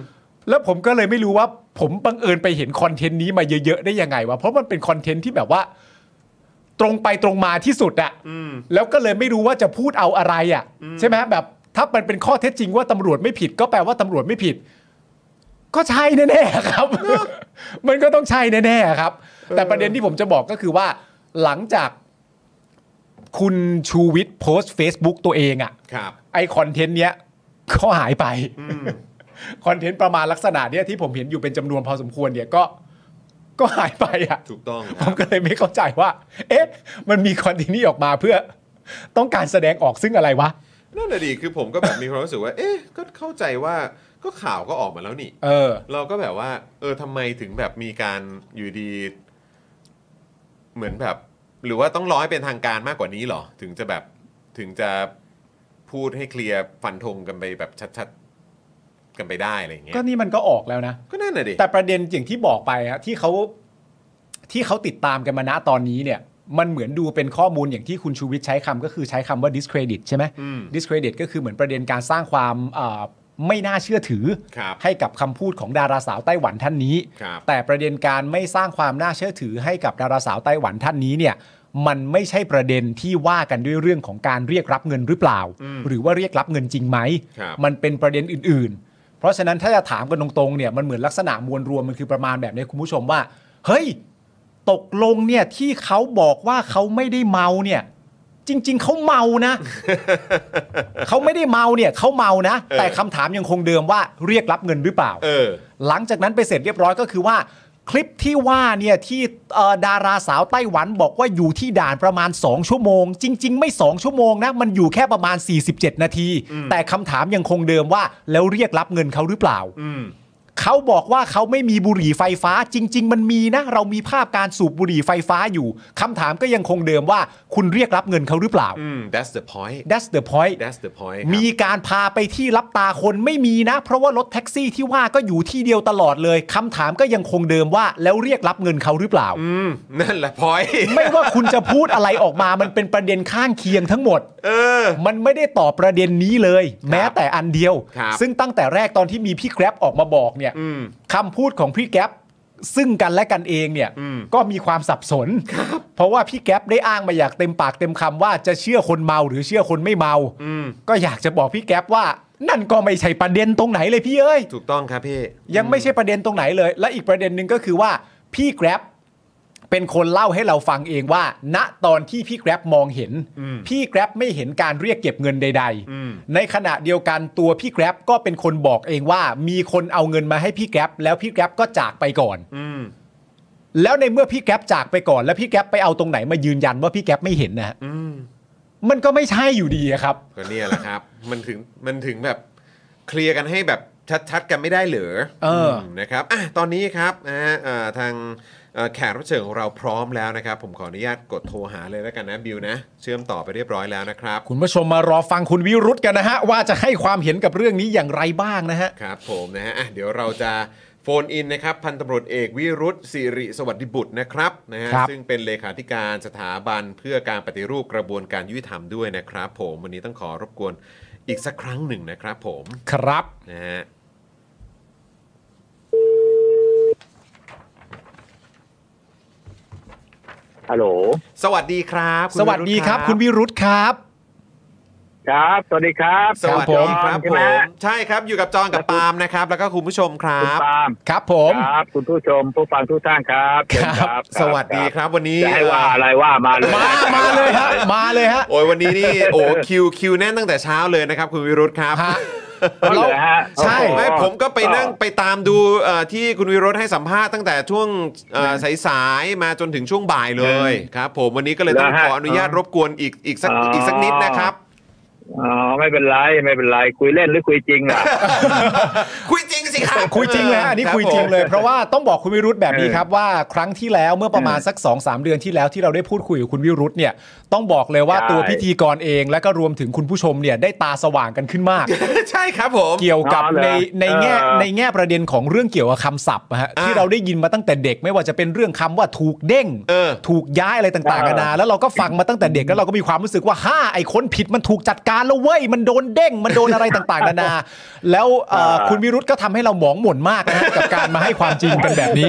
Speaker 2: แล้วผมก็เลยไม่รู้ว่าผมบังเอิญไปเห็นคอนเทนต์นี้มาเยอะๆได้ยังไงวะเพราะมันเป็นคอนเทนต์ที่แบบว่า ตรงไปตรงมาที่สุดอะ
Speaker 1: อืม
Speaker 2: แล้วก็เลยไม่รู้ว่าจะพูดเอาอะไรอะใช่ไหมแบบถ้ามันเป็นข้อเท็จจริงว่าตำรวจไม่ผิด ก็แปลว่าตำรวจไม่ผิด ก็ใช่แน่ๆ ครับ มันก็ต้องใช่แน่ๆครับ แต่ประเด็นที่ผมจะบอกก็คือว่า หลังจากคุณชูวิทย์โพสต์ Facebook ตัวเองอะ
Speaker 1: ครับ
Speaker 2: ไอคอนเทนต์เนี้ยก็หายไป
Speaker 1: อืม
Speaker 2: คอนเทนต์ประมาณลักษณะเนี้ยที่ผมเห็นอยู่เป็นจำนวนพอสมควรเนี่ยก็ก็หายไปอะ
Speaker 1: ถูกต้องค
Speaker 2: ผ
Speaker 1: รั
Speaker 2: ม
Speaker 1: บ
Speaker 2: ก็เลยไม่เข้าใจว่า เอ๊ะ มันมีคอนเทนต์นี้ออกมาเพื่อ ต้องการแสดงออกซึ่งอะไรวะ
Speaker 1: นั่นแหะดิคือผมก็แบบมีความรู้สึกว่า เอ๊ะ ก็เข้าใจว่าก็ข่าวก็ออกมาแล้วนี่
Speaker 2: เออ
Speaker 1: เราก็แบบว่า เออทำไมถึงแบบมีการอยู่ดี เหมือนแบบ หรือว่าต้องรอให้เป็นทางการมากกว่านี้เหรอ ถึงจะแบบถึงจะพูดให้เคลียร์ฟันธงกันไปแบบชัดๆ กันไปได้อะไรอย่างเงี้ย
Speaker 2: ก็นี่มันก็ออกแล้วนะ
Speaker 1: ก็นั่นแหะดิ
Speaker 2: แต่ประเด็นอย่างที่บอกไปฮะที่เขาที่เขาติดตามกันมาณตอนนี้เนี่ย มันเหมือนดูเป็นข้อมูลอย่างที่คุณชูวิทย์ใช้คำก็คือใช้คำว่า discredit ใช่ไหม
Speaker 1: อืม
Speaker 2: discredit ก็คือเหมือนประเด็นการสร้างความเอ่อไม่น่าเชื่อถือ
Speaker 1: ครับ
Speaker 2: ให้กับคำพูดของดาราสาวไต้หวันท่านนี้
Speaker 1: ครับ
Speaker 2: แต่ประเด็นการไม่สร้างความน่าเชื่อถือให้กับดาราสาวไต้หวันท่านนี้เนี่ย มันไม่ใช่ประเด็นที่ว่ากันด้วยเรื่องของการเรียกรับเงินหรือเปล่า
Speaker 1: อืม
Speaker 2: หรือว่าเรียกรับเงินจริงไหม
Speaker 1: ครับ
Speaker 2: มันเป็นประเด็นอื่น ๆ เพราะฉะนั้นถ้าจะถามกันตรงๆเนี่ยมันเหมือนลักษณะมวลรวมมันคือประมาณแบบนี้คุณผู้ชมว่า เฮ้ย ตกลงเนี่ยที่เขาบอกว่าเขาไม่ได้เมาเนี่ย จริง ๆเขาเมา นะ เขาไม่ได้เมาเนี่ยเขาเมานะ
Speaker 1: เออ
Speaker 2: แต่คำถามยังคงเดิมว่าเรียกรับเงินหรือเปล่า
Speaker 1: เออ
Speaker 2: หลังจากนั้นไปเสร็จเรียบร้อยก็คือว่า คลิปที่ว่าเนี่ยที่เอ่อดาราสาวไต้หวันบอกว่าอยู่ที่ด่านประมาณ 2 ชั่วโมง จริง ๆ ไม่ 2 ชั่วโมงนะ มันอยู่แค่ประมาณ 47 นาที แต่คำถามยังคงเดิมว่า แล้วเรียกรับเงินเขาหรือเปล่า
Speaker 1: อืม
Speaker 2: เขาบอกว่าเขาไม่มีบุหรี่ไฟฟ้า จริง ๆ มันมีนะ เรามีภาพการสูบบุหรี่ไฟฟ้าอยู่คำถามก็ยังคงเดิมว่า คุณเรียกรับเงินเขาหรือเปล่า
Speaker 1: อืม that's the point
Speaker 2: That's the point
Speaker 1: that's the point
Speaker 2: มีการพาไปที่รับตาคนไม่มีนะ เพราะว่ารถแท็กซี่ที่ว่าก็อยู่ที่เดียวตลอดเลยคำถามก็ยังคงเดิมว่าแล้วเรียกรับเงินเขาหรือเปล่า
Speaker 1: อืม นั่นแหละ point
Speaker 2: ไม่ว่าคุณจะพูดอะไรออกมามันเป็นประเด็นข้างเคียงทั้งหมด
Speaker 1: เออ
Speaker 2: มันไม่ได้ตอบประเด็นนี้เลย แม้แต่อันเดียว
Speaker 1: ครับ
Speaker 2: ซึ่งตั้งแต่แรกตอนที่มีพี่แกร็บออกมาบอกเนี่ย
Speaker 1: อืม
Speaker 2: คำพูดของพี่แกร็บซึ่งกันและกันเองเนี่ย
Speaker 1: อืม
Speaker 2: ก็มีความสับสน เพราะว่าพี่แกร็บได้อ้างมาอยากเต็มปากเต็มคำว่าจะเชื่อคนเมาหรือเชื่อคนไม่เมา
Speaker 1: อืม
Speaker 2: ก็อยากจะบอกพี่แก๊ปว่า นั่นก็ไม่ใช่ประเด็นตรงไหนเลยพี่เอ้ย
Speaker 1: ถูกต้องครับพี่
Speaker 2: ยังไม่ใช่ประเด็นตรงไหนเลย และอีกประเด็นหนึ่งก็คือว่าพี่แกร็บเป็นคนเล่าให้เราฟังเองว่า ณตอนที่พี่แกร็บมองเห็น
Speaker 1: อืม
Speaker 2: พี่แกร็บไม่เห็นการเรียกเก็บเงินใด
Speaker 1: อืม
Speaker 2: ๆ ในขณะเดียวกันตัวพี่แกร็บก็เป็นคนบอกเองว่า มีคนเอาเงินมาให้พี่แกร็บแล้วพี่แกร็บก็จากไปก่อน
Speaker 1: อืม
Speaker 2: แล้วในเมื่อพี่แกร็บจากไปก่อน แล้วพี่แกร็บไปเอาตรงไหนมายืนยันว่าพี่แกร็บไม่เห็นนะฮะ
Speaker 1: อืม
Speaker 2: มันก็ไม่ใช่อยู่ดีอะครับ
Speaker 1: ก็เนี่ยแหละครับ มันถึงมันถึงแบบเคลียร์กันให้แบบชัดๆกันไม่ได้เหรอ
Speaker 2: เอออื
Speaker 1: มนะครับอ่ะตอนนี้ครับนะฮะเอ่อทางเอ่อแขกรับเชิญของเราพร้อมแล้วนะครับ ผมขออนุญาตกดโทรหาเลยแล้วกันนะบิวนะ เชื่อมต่อไปเรียบร้อยแล้วนะครับ
Speaker 2: คุณผู้ชมมารอฟังคุณวิรุธกันนะฮะ ว่าจะให้ความเห็นกับเรื่องนี้อย่างไรบ้างนะฮะ
Speaker 1: ครับผมนะฮะอ่ะเดี๋ยวเราจะโฟนอินนะครับ พันตำรวจเอกวิรุธสิริสวัสดิบุตรนะครับนะฮะ
Speaker 2: ครับ
Speaker 1: ซึ่งเป็นเลขาธิการสถาบันเพื่อการปฏิรูปกระบวนการยุติธรรมด้วยนะครับ ผมวันนี้ต้องขอรบกวนอีกสักครั้งหนึ่งนะครับ ผม
Speaker 2: ครับ
Speaker 1: นะฮะ
Speaker 3: ฮัลโหล
Speaker 1: สวัสดีครับณ
Speaker 2: สวัสดีครับ
Speaker 1: วิ
Speaker 2: คุณ
Speaker 1: วิ
Speaker 2: วิรุธครับ
Speaker 3: ครับ สวัสดีครับ
Speaker 1: สวัสดีครับผ
Speaker 3: ใช่ไหม
Speaker 1: มใช่ครับอยู่กับจอนกับปาล์มนะครับ แล้วก็คุณผู้ชมครั
Speaker 3: คุณ
Speaker 1: บ
Speaker 3: ปาล์ม
Speaker 2: ครับผม
Speaker 3: ครับ คุณผู้ชมผู้ฟังทุกท่านครับเชิญครับ
Speaker 1: สวัสดีครับวันนี้
Speaker 3: จะให้ว่าอะไรว่ามาเลย
Speaker 2: มามาเลยฮะมาเลยฮะ
Speaker 1: โอ้ยวันนี้นี่ โอ้คิวคิวแน่นตั้งแต่เช้าเลยนะครับ คุณวิรุธครับ
Speaker 2: ฮะ
Speaker 3: เอาเลยฮะ
Speaker 2: ใช่
Speaker 3: โอ้โห
Speaker 1: ไม่ผมก็ไปนั่งไปตามดูเอ่อที่คุณวิรุธให้สัมภาษณ์ตั้งแต่ช่วงเอ่อสายๆมาจนถึงช่วงบ่ายเลยครับผมวันนี้ก็เลยต้องขออนุญาตรบกวนอีกอีกสักอีกสักนิดนะครับ
Speaker 3: อ๋อไม่เป็นไรไม่เป็นไรคุยเล่นหรือคุยจริงล่ะ
Speaker 1: คุยจริงสิครับ
Speaker 2: คุยจริงเลยฮะอันนี้คุยจริงเลย เพราะว่าต้องบอกคุณวิรุธแบบนี้ครับว่าครั้งที่แล้วเมื่อประมาณสัก2อสเดือนที่แล้วที่เราได้พูดคุยกับคุณวิรุธเนี่ยต้องบอกเลยว่า
Speaker 3: ใช่
Speaker 2: ตัวพิธีกรเองและก็รวมถึงคุณผู้ชมเนี่ยได้ตาสว่างกันขึ้นมาก
Speaker 1: ใช่ครับผม
Speaker 2: เกี่ยวกับ
Speaker 3: อ๋อเหรอ
Speaker 2: ในในแง่
Speaker 3: เออ
Speaker 2: ในแง่ประเด็นของเรื่องเกี่ยวกับคำศัพท์อะฮะ
Speaker 1: อ่า
Speaker 2: ที่เราได้ยินมาตั้งแต่เด็กไม่ว่าจะเป็นเรื่องคำว่าถูกเด้ง
Speaker 1: เออ
Speaker 2: ถูกย้ายอะไรต่างๆกันานาแล้วเราก็ฟังมาตั้งแต่เด็กแล้วเราก็มีความรู้สึกว่าฮ่าไอ้คนผิดมันถูกจัดการแล้วเว้ยมันโดนเด้งมันโดนอะไรต่างๆนา นาแล้วเอ่อคุณวิรุธก็ทำให้เราหมองหม่นมากนะฮะกับการมาให้ความจริงกันแบบ นี้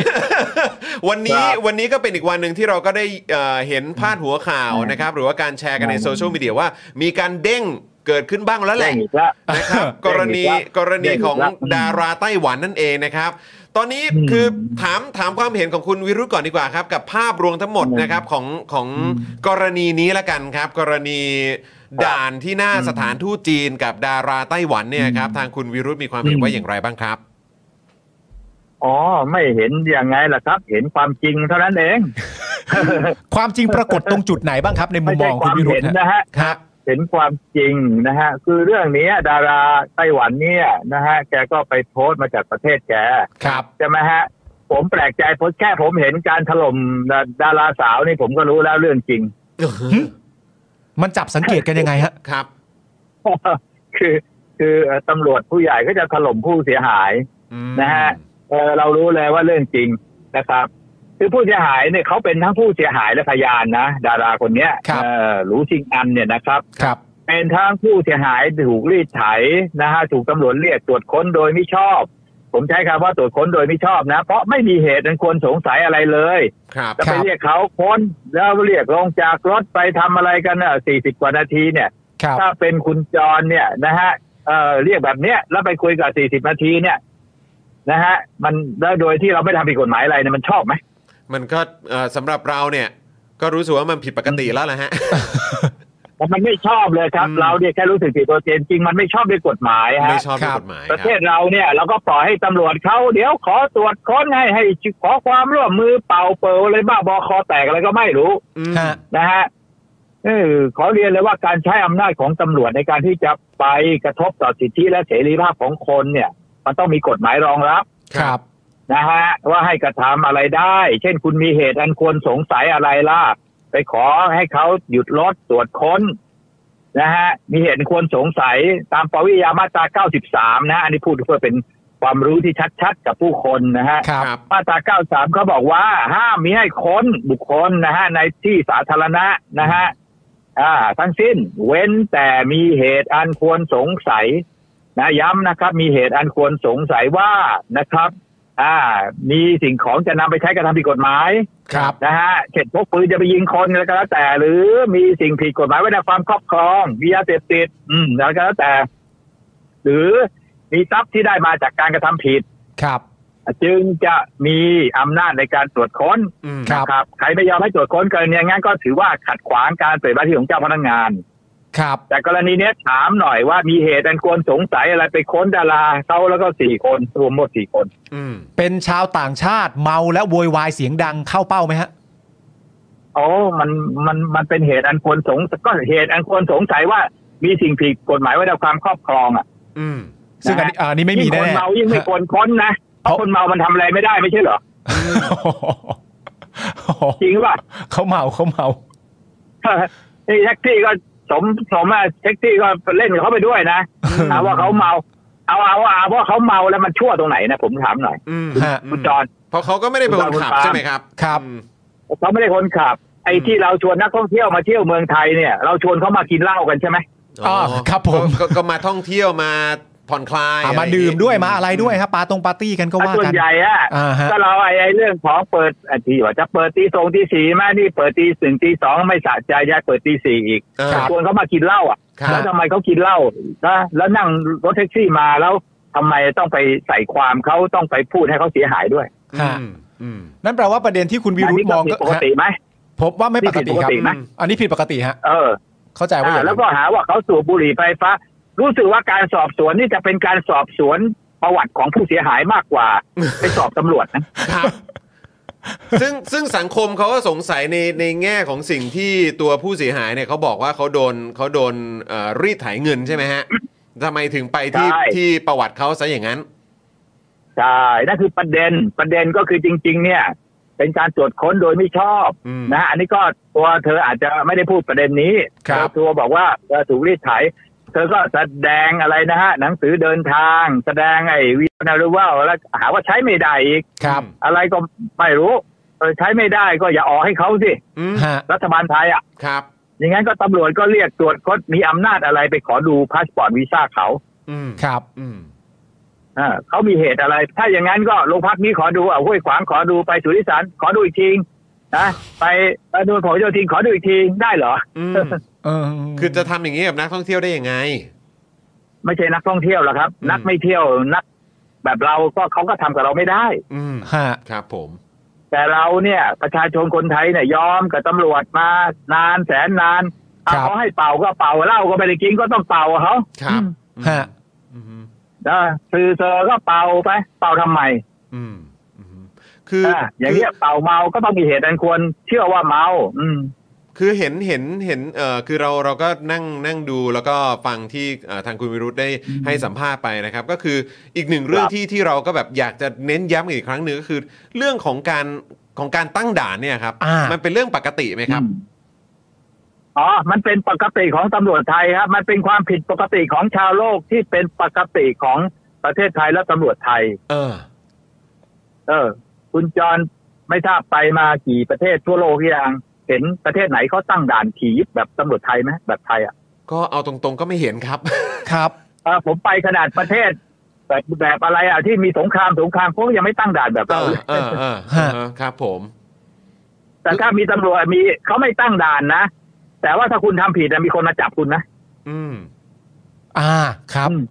Speaker 1: วันนี้
Speaker 3: ครับ
Speaker 1: วันนี้ก็เป็นอีกวันหนึ่งที่เราก็ได้เอ่อเห็นพาดหัวข่าวนะครับ หรือว่าการแชร์กันในโซเชียลมีเดียว่า มีการเด้ง เกิดขึ้นบ้างแล้วแห
Speaker 3: แจ้
Speaker 1: ละ
Speaker 3: งอีกละ
Speaker 1: นะครับก
Speaker 3: แจ้งอีก
Speaker 1: รณี
Speaker 3: แล้ว
Speaker 1: กรณี
Speaker 3: แจ้งอีก
Speaker 1: ของ
Speaker 3: แล้ว
Speaker 1: ดาราไต้หวันนั่นเองนะครับ ตอนนี้
Speaker 3: อืม
Speaker 1: คือถามถามความเห็นของคุณวิรุธก่อนดีกว่าครับ กับภาพรวมทั้งหมด
Speaker 3: อืม
Speaker 1: นะครับของของกรณีนี้ละกันครับ กรณีด่านที่หน้าสถานทูตจีนกับดาราไต้หวันเนี่ยครับทางคุณวิรุธมีความเห็น
Speaker 3: อืม
Speaker 1: ว่าอย่างไรบ้างครับ
Speaker 3: อ๋อ ไม่เห็นยังไงล่ะครับ เห็นความจริงเท่านั้นเอง
Speaker 2: ความจริงปรากฏตรงจุดไหนบ้างครับ ในมุมม
Speaker 3: ไม่ใช่
Speaker 2: องของคุณ
Speaker 3: ความ
Speaker 2: วิรุ
Speaker 3: เห็น
Speaker 2: ธฮะ
Speaker 3: นะฮะ
Speaker 2: ครับ
Speaker 3: เห็นความจริงนะฮะ คือเรื่องนี้ดาราไต้หวันเนี่ยนะฮะ แกก็ไปโพสต์มาจากประเทศแก
Speaker 2: ครับ
Speaker 3: ใช่ไหมฮะ ผมแปลกใจเพราะแค่ผมเห็นการถล่มดาดาราสาวนี่ผมก็รู้แล้วเรื่องจริง
Speaker 2: มันจับสังเกตกันยังไงฮะ
Speaker 1: ครับ
Speaker 3: คือคือเอ่อตำรวจผู้ใหญ่ก็จะถล่มผู้เสียหาย
Speaker 1: อืม
Speaker 3: นะฮะ เออเรารู้เลยว่าเรื่องจริงนะครับ คือผู้เสียหายเนี่ยเขาเป็นทั้งผู้เสียหายและพยานนะ ดาราคนเนี้ย
Speaker 2: ครับ
Speaker 3: เออหรูชิงอันเนี่ยนะครับ
Speaker 2: ครับ
Speaker 3: เป็นทั้งผู้เสียหายถูกรีดไถนะฮะถูกตำรวจเรียกตรวจค้นโดยไม่ชอบ ผมใช้คำว่าตรวจค้นโดยไม่ชอบนะ เพราะไม่มีเหตุอันควรสงสัยอะไรเลย
Speaker 1: ครับ
Speaker 3: จะ
Speaker 2: ครั
Speaker 3: ไป
Speaker 2: บ
Speaker 3: เรียกเขาค้นแล้วเรียกลงจากรถไปทำอะไรกันอ่ะสี่สิบกว่านาทีเนี่ย
Speaker 2: ครับ
Speaker 3: ถ้าเป็นคุณจรเนี่ยนะฮะเอ่อเรียกแบบเนี้ยแล้วไปคุยกับ 40 นาทีเนี่ยนะฮะ มันแล้วโดยที่เราไม่ทำผิดกฎหมายอะไรเนี่ยมันชอบไหม
Speaker 1: มันก็เอ่อสำหรับเราเนี่ยก็รู้สึกว่ามันผิดปกติแล้วแหละฮะ
Speaker 3: มันไม่ชอบเลยครับ
Speaker 1: อืม
Speaker 3: เราเนี่ยแค่รู้สึกผิดตัวเจนจริงมันไม่ชอบด้วยกฎหมาย
Speaker 1: ไม่
Speaker 3: ฮะ
Speaker 1: ชอบด้วย
Speaker 2: ครับ
Speaker 1: กฎหมาย
Speaker 3: ประ
Speaker 1: ค
Speaker 3: เท
Speaker 1: รับ
Speaker 3: ศเราเนี่ย เราก็ปล่อยให้ตำรวจเขาเดี๋ยวขอตรวจค้นให้ให้ขอความร่วมมือเป่าเปิลอะไรบ้าบอคอแตกอะไรก็ไม่รู้
Speaker 1: อืม
Speaker 2: ฮะ
Speaker 3: นะฮะเออขอเรียนเลยว่าการใช้อำนาจของตำรวจในการที่จะไปกระทบต่อสิทธิและเสรีภาพของคนเนี่ย มันต้องมีกฎหมายรองรับ
Speaker 2: ครับ
Speaker 3: นะฮะ ว่าให้กระทำอะไรได้ เช่นคุณมีเหตุอันควรสงสัยอะไรล่ะ ไปขอให้เขาหยุดรถตรวจค้นนะฮะ มีเหตุอันควรสงสัยตามปวิยามาตรา 93 นะ อันนี้พูดเพื่อเป็นความรู้ที่ชัดๆ กับผู้คนนะฮะ
Speaker 2: ครับ
Speaker 1: ครับ
Speaker 3: มาตรา 93 เขาบอกว่า ห้ามมิให้ค้นบุคคลนะฮะ ในที่สาธารณะนะฮะ อ่า ทั้งสิ้น เว้นแต่มีเหตุอันควรสงสัย นะย้ำนะครับ มีเหตุอันควรสงสัยว่านะครับ อ่า มีสิ่งของจะนำไปใช้กระทำผิดกฎหมาย
Speaker 2: ครับ
Speaker 3: นะฮะเช่นพกปืนจะไปยิงคนอะไรก็แล้วแต่ หรือมีสิ่งผิดกฎหมายไว้ในความครอบครองมียาเสพติด อืมอะไรก็แล้วแต่ หรือมีทรัพย์ที่ได้มาจากการกระทำผิด
Speaker 2: ครับ
Speaker 3: จึงจะมีอำนาจในการตรวจค้น
Speaker 1: อืม
Speaker 2: ครับ
Speaker 3: นะครับ ใครไม่ยอมให้ตรวจค้นเกินเนี่ยงั้นก็ถือว่าขัดขวางการปฏิบัติหน้าที่ของเจ้าพนักงาน
Speaker 2: ครับ
Speaker 3: แต่กรณีเนี้ยถามหน่อยว่ามีเหตุอันควรสงสัยอะไรไปค้นดาราเขาแล้วก็สี่คนรวมหมดสี่คน
Speaker 1: อืม
Speaker 2: เป็นชาวต่างชาติเมาและโวยวายเสียงดังเข้าเป้าไหมฮะ
Speaker 3: โอ้มันมันมันเป็นเหตุอันควรสงสัยก็เหตุอันควรสงสัยว่ามีสิ่งผิดกฎหมายไว้ในความครอบครองอ่ะ
Speaker 1: อืม
Speaker 2: ซึ่งอันนี้อันนี้ไม่มี
Speaker 3: ยิ่งคน
Speaker 2: แน่ๆ
Speaker 3: เมายิ่งไม่ควรค้นนะเพราะคนเมามันทำอะไรไม่ได้ไม่ใช่เหรอจริงป่ะ
Speaker 2: เขาเมาเขาเมา
Speaker 3: นี่แท็กซี่ก็สมสมอ่ะแท็กซี่ก็เล่นกับเขาไปด้วยนะถามว่าเขาเมา เอาเอาเอาว่าเขาเมาแล้วมันชั่วตรงไหนนะผมถามหน่อย
Speaker 1: อืม
Speaker 2: ฮะ
Speaker 1: อืม
Speaker 3: คุณจอน
Speaker 1: เพราะเขาก็ไม่ได้เป็นคนขับ
Speaker 3: คุณจอน
Speaker 1: ใช่ไหมครับ
Speaker 2: ครับ
Speaker 1: อืม
Speaker 3: เขาไม่ได้คนขับ ไอ้
Speaker 1: อืม
Speaker 3: ที่เราชวนนักท่องเที่ยวมาเที่ยวเมืองไทยเนี่ย เราชวนเขามากินเหล้ากันใช่ไหม
Speaker 2: อ่าครับผม
Speaker 1: ก็ก็ก็มาท่องเที่ยวมาผ่อนคลาย
Speaker 2: อ่ะมา
Speaker 1: อะไรอย่งงี้
Speaker 2: ดื่มด้วยมาอะไรด้วยฮะปาตรงปาร์ตี้กันก็ว่า
Speaker 3: ส่วน
Speaker 2: กัน
Speaker 3: ใหญ่อะ
Speaker 2: อ่าฮะ
Speaker 3: ก็เราไอ้ไอ้เรื่องของเปิดอ่ะที่ว่าจะเปิดตีสองตีสี่มานี่เปิดตีหนึ่งตีสองไม่สะใจยายเปิดตีสี่อีก
Speaker 1: เออ
Speaker 2: ครับ
Speaker 3: ชวนเขามากินเหล้าอ่ะ
Speaker 1: ครับ
Speaker 3: แล้วทำไมเขากินเหล้านะแล้วนั่งรถแท็กซี่มาแล้วทำไมต้องไปใส่ความเขาต้องไปพูดให้เขาเสียหายด้วย
Speaker 1: อื
Speaker 2: ฮะ
Speaker 1: มอืม
Speaker 2: นั่นแปลว่าประเด็นที่คุณวิรุธมอง
Speaker 3: นนี้
Speaker 2: ก็
Speaker 3: ผิดปกติไหม
Speaker 2: ผมว่าไม่ปกติครับ
Speaker 3: นี่ผิดปกตินะ
Speaker 2: อันนี้ผิดปกติฮะ
Speaker 3: เออ
Speaker 2: เข้าใจว่าอ
Speaker 3: อ่า
Speaker 2: ย่าง
Speaker 3: แล้วก็
Speaker 2: นั้น
Speaker 3: หาว่าเขาสูบบุหรี่ไฟฟ้า รู้สึกว่าการสอบสวนนี่จะเป็นการสอบสวนประวัติของผู้เสียหายมาก กว่า ไปสอบตำรวจนะ
Speaker 1: ครับ ซึ่งซึ่งสังคมเขาก็สงสัยในในแง่ของสิ่งที่ตัวผู้เสียหายเนี่ยเขาบอกว่าเขาโดนเขาโดนเอ่อรีดไถเงินใช่ไหมฮะทำไมถึงไปที่
Speaker 3: ใช่
Speaker 1: ที่ประวัติเขาซะอย่างนั้น
Speaker 3: ใช่นั่นคือประเด็นประเด็นก็คือจริง ๆ เนี่ย เป็นการตรวจค้นโดยไม่ชอบ
Speaker 1: อืม
Speaker 3: นะอันนี้ก็ตัวเธออาจจะไม่ได้พูดประเด็นนี้
Speaker 2: ครับ
Speaker 3: เธอตัวบอกว่าเธอถูกรีดไถ เธอก็แสดงอะไรนะฮะหนังสือเดินทาง แสดงไอ้วีนารูว่าแล้วหาว่าใช้ไม่ได้อีก
Speaker 2: ครับ
Speaker 3: อะไรก็ไม่รู้เออใช้ไม่ได้ก็อย่าออกให้เขาสิ
Speaker 1: อืม
Speaker 2: ฮะ
Speaker 3: รัฐบาลไทยอ่ะ
Speaker 1: ครับ
Speaker 3: อย่างนั้นก็ตำรวจก็เรียกตรวจค้นมีอำนาจอะไรไปขอดูพาสปอร์ตวีซ่าเขา
Speaker 1: อืม
Speaker 2: ครับ
Speaker 1: อืม
Speaker 3: อ่าเขามีเหตุอะไร ถ้าอย่างนั้นก็โรงพักนี้ขอดูอ่ะห้วยขวางขอดูไปสุริสารขอดูอีกทีนะไปไปดูผอโยธินขอดูอีกทีได้เหรอ
Speaker 1: อืม
Speaker 2: เออ
Speaker 1: คือจะทำอย่างนี้กับนักท่องเที่ยวได้ยังไง
Speaker 3: ไม่ใช่นักท่องเที่ยวหรอกครับ
Speaker 1: อืม
Speaker 3: นักไม่เที่ยวนัก แบบเราก็เขาก็ทำกับเราไม่ได้
Speaker 1: อืม
Speaker 2: ฮะ
Speaker 1: ครับผม
Speaker 3: แต่เราเนี่ยประชาชนคนไทยเนี่ยยอมกับตำรวจมานานแสนนานเอาเขาให้เป่าก็เป่าเหล้าก็ไม่ได้กินก็ต้องเป่าเขา
Speaker 1: ครับ
Speaker 2: ฮะ
Speaker 1: อืม
Speaker 3: นะสื่อเซอร์ก็เป่าไป เป่าทำไม
Speaker 1: อืมอืมคือ
Speaker 3: อ่ะอย่างเงี้ยเป่าเมาก็ต้องมีเหตุอันควรเชื่อว่าเมา อืม
Speaker 1: คือเห็นเห็นเห็นเอ่อคือเราเราก็นั่งนั่งดูแล้วก็ฟังที่เอ่อทางคุณวิรุธได้ให้สัมภาษณ์ไปนะครับ ก็คืออีกหนึ่งเรื่อง
Speaker 3: ครับ
Speaker 1: ที่ที่เราก็แบบอยากจะเน้นย้ำอีกครั้งหนึ่งก็คือ เรื่องของการของการตั้งด่านเนี่ยครับ
Speaker 2: อ่า
Speaker 1: มันเป็นเรื่องปกติไหมครับ
Speaker 3: อืมอ๋อ มันเป็นปกติของตำรวจไทยครับ มันเป็นความผิดปกติของชาวโลกที่เป็นปกติของประเทศไทยและตำรวจไทย
Speaker 1: เออ
Speaker 3: เออ คุณจรไม่ทราบไปมากี่ประเทศทั่วโลกหรือยังเห็นประเทศไหนเขาตั้งด่านถีบแบบตำรวจไทยไหมแบบไทยอ่ะ
Speaker 1: ก็เอาตรงๆก็ไม่เห็นครับ
Speaker 2: ครับ
Speaker 3: เออผมไปขนาดประเทศ แบบแบบอะไรอ่ะที่มีสงครามสงครามเขาก็ยังไม่ตั้งด่านแบบ
Speaker 1: เอ
Speaker 3: เรา
Speaker 1: อ
Speaker 3: เลย
Speaker 1: เออเออ
Speaker 2: ฮะ
Speaker 1: เออครับผม
Speaker 3: แต่ถ้ามีตำรวจมีเขาไม่ตั้งด่านนะแต่ว่าถ้าคุณทำผิดอะมีคนมาจับคุณนะ
Speaker 1: อืม
Speaker 2: อ่าครับ
Speaker 3: อืม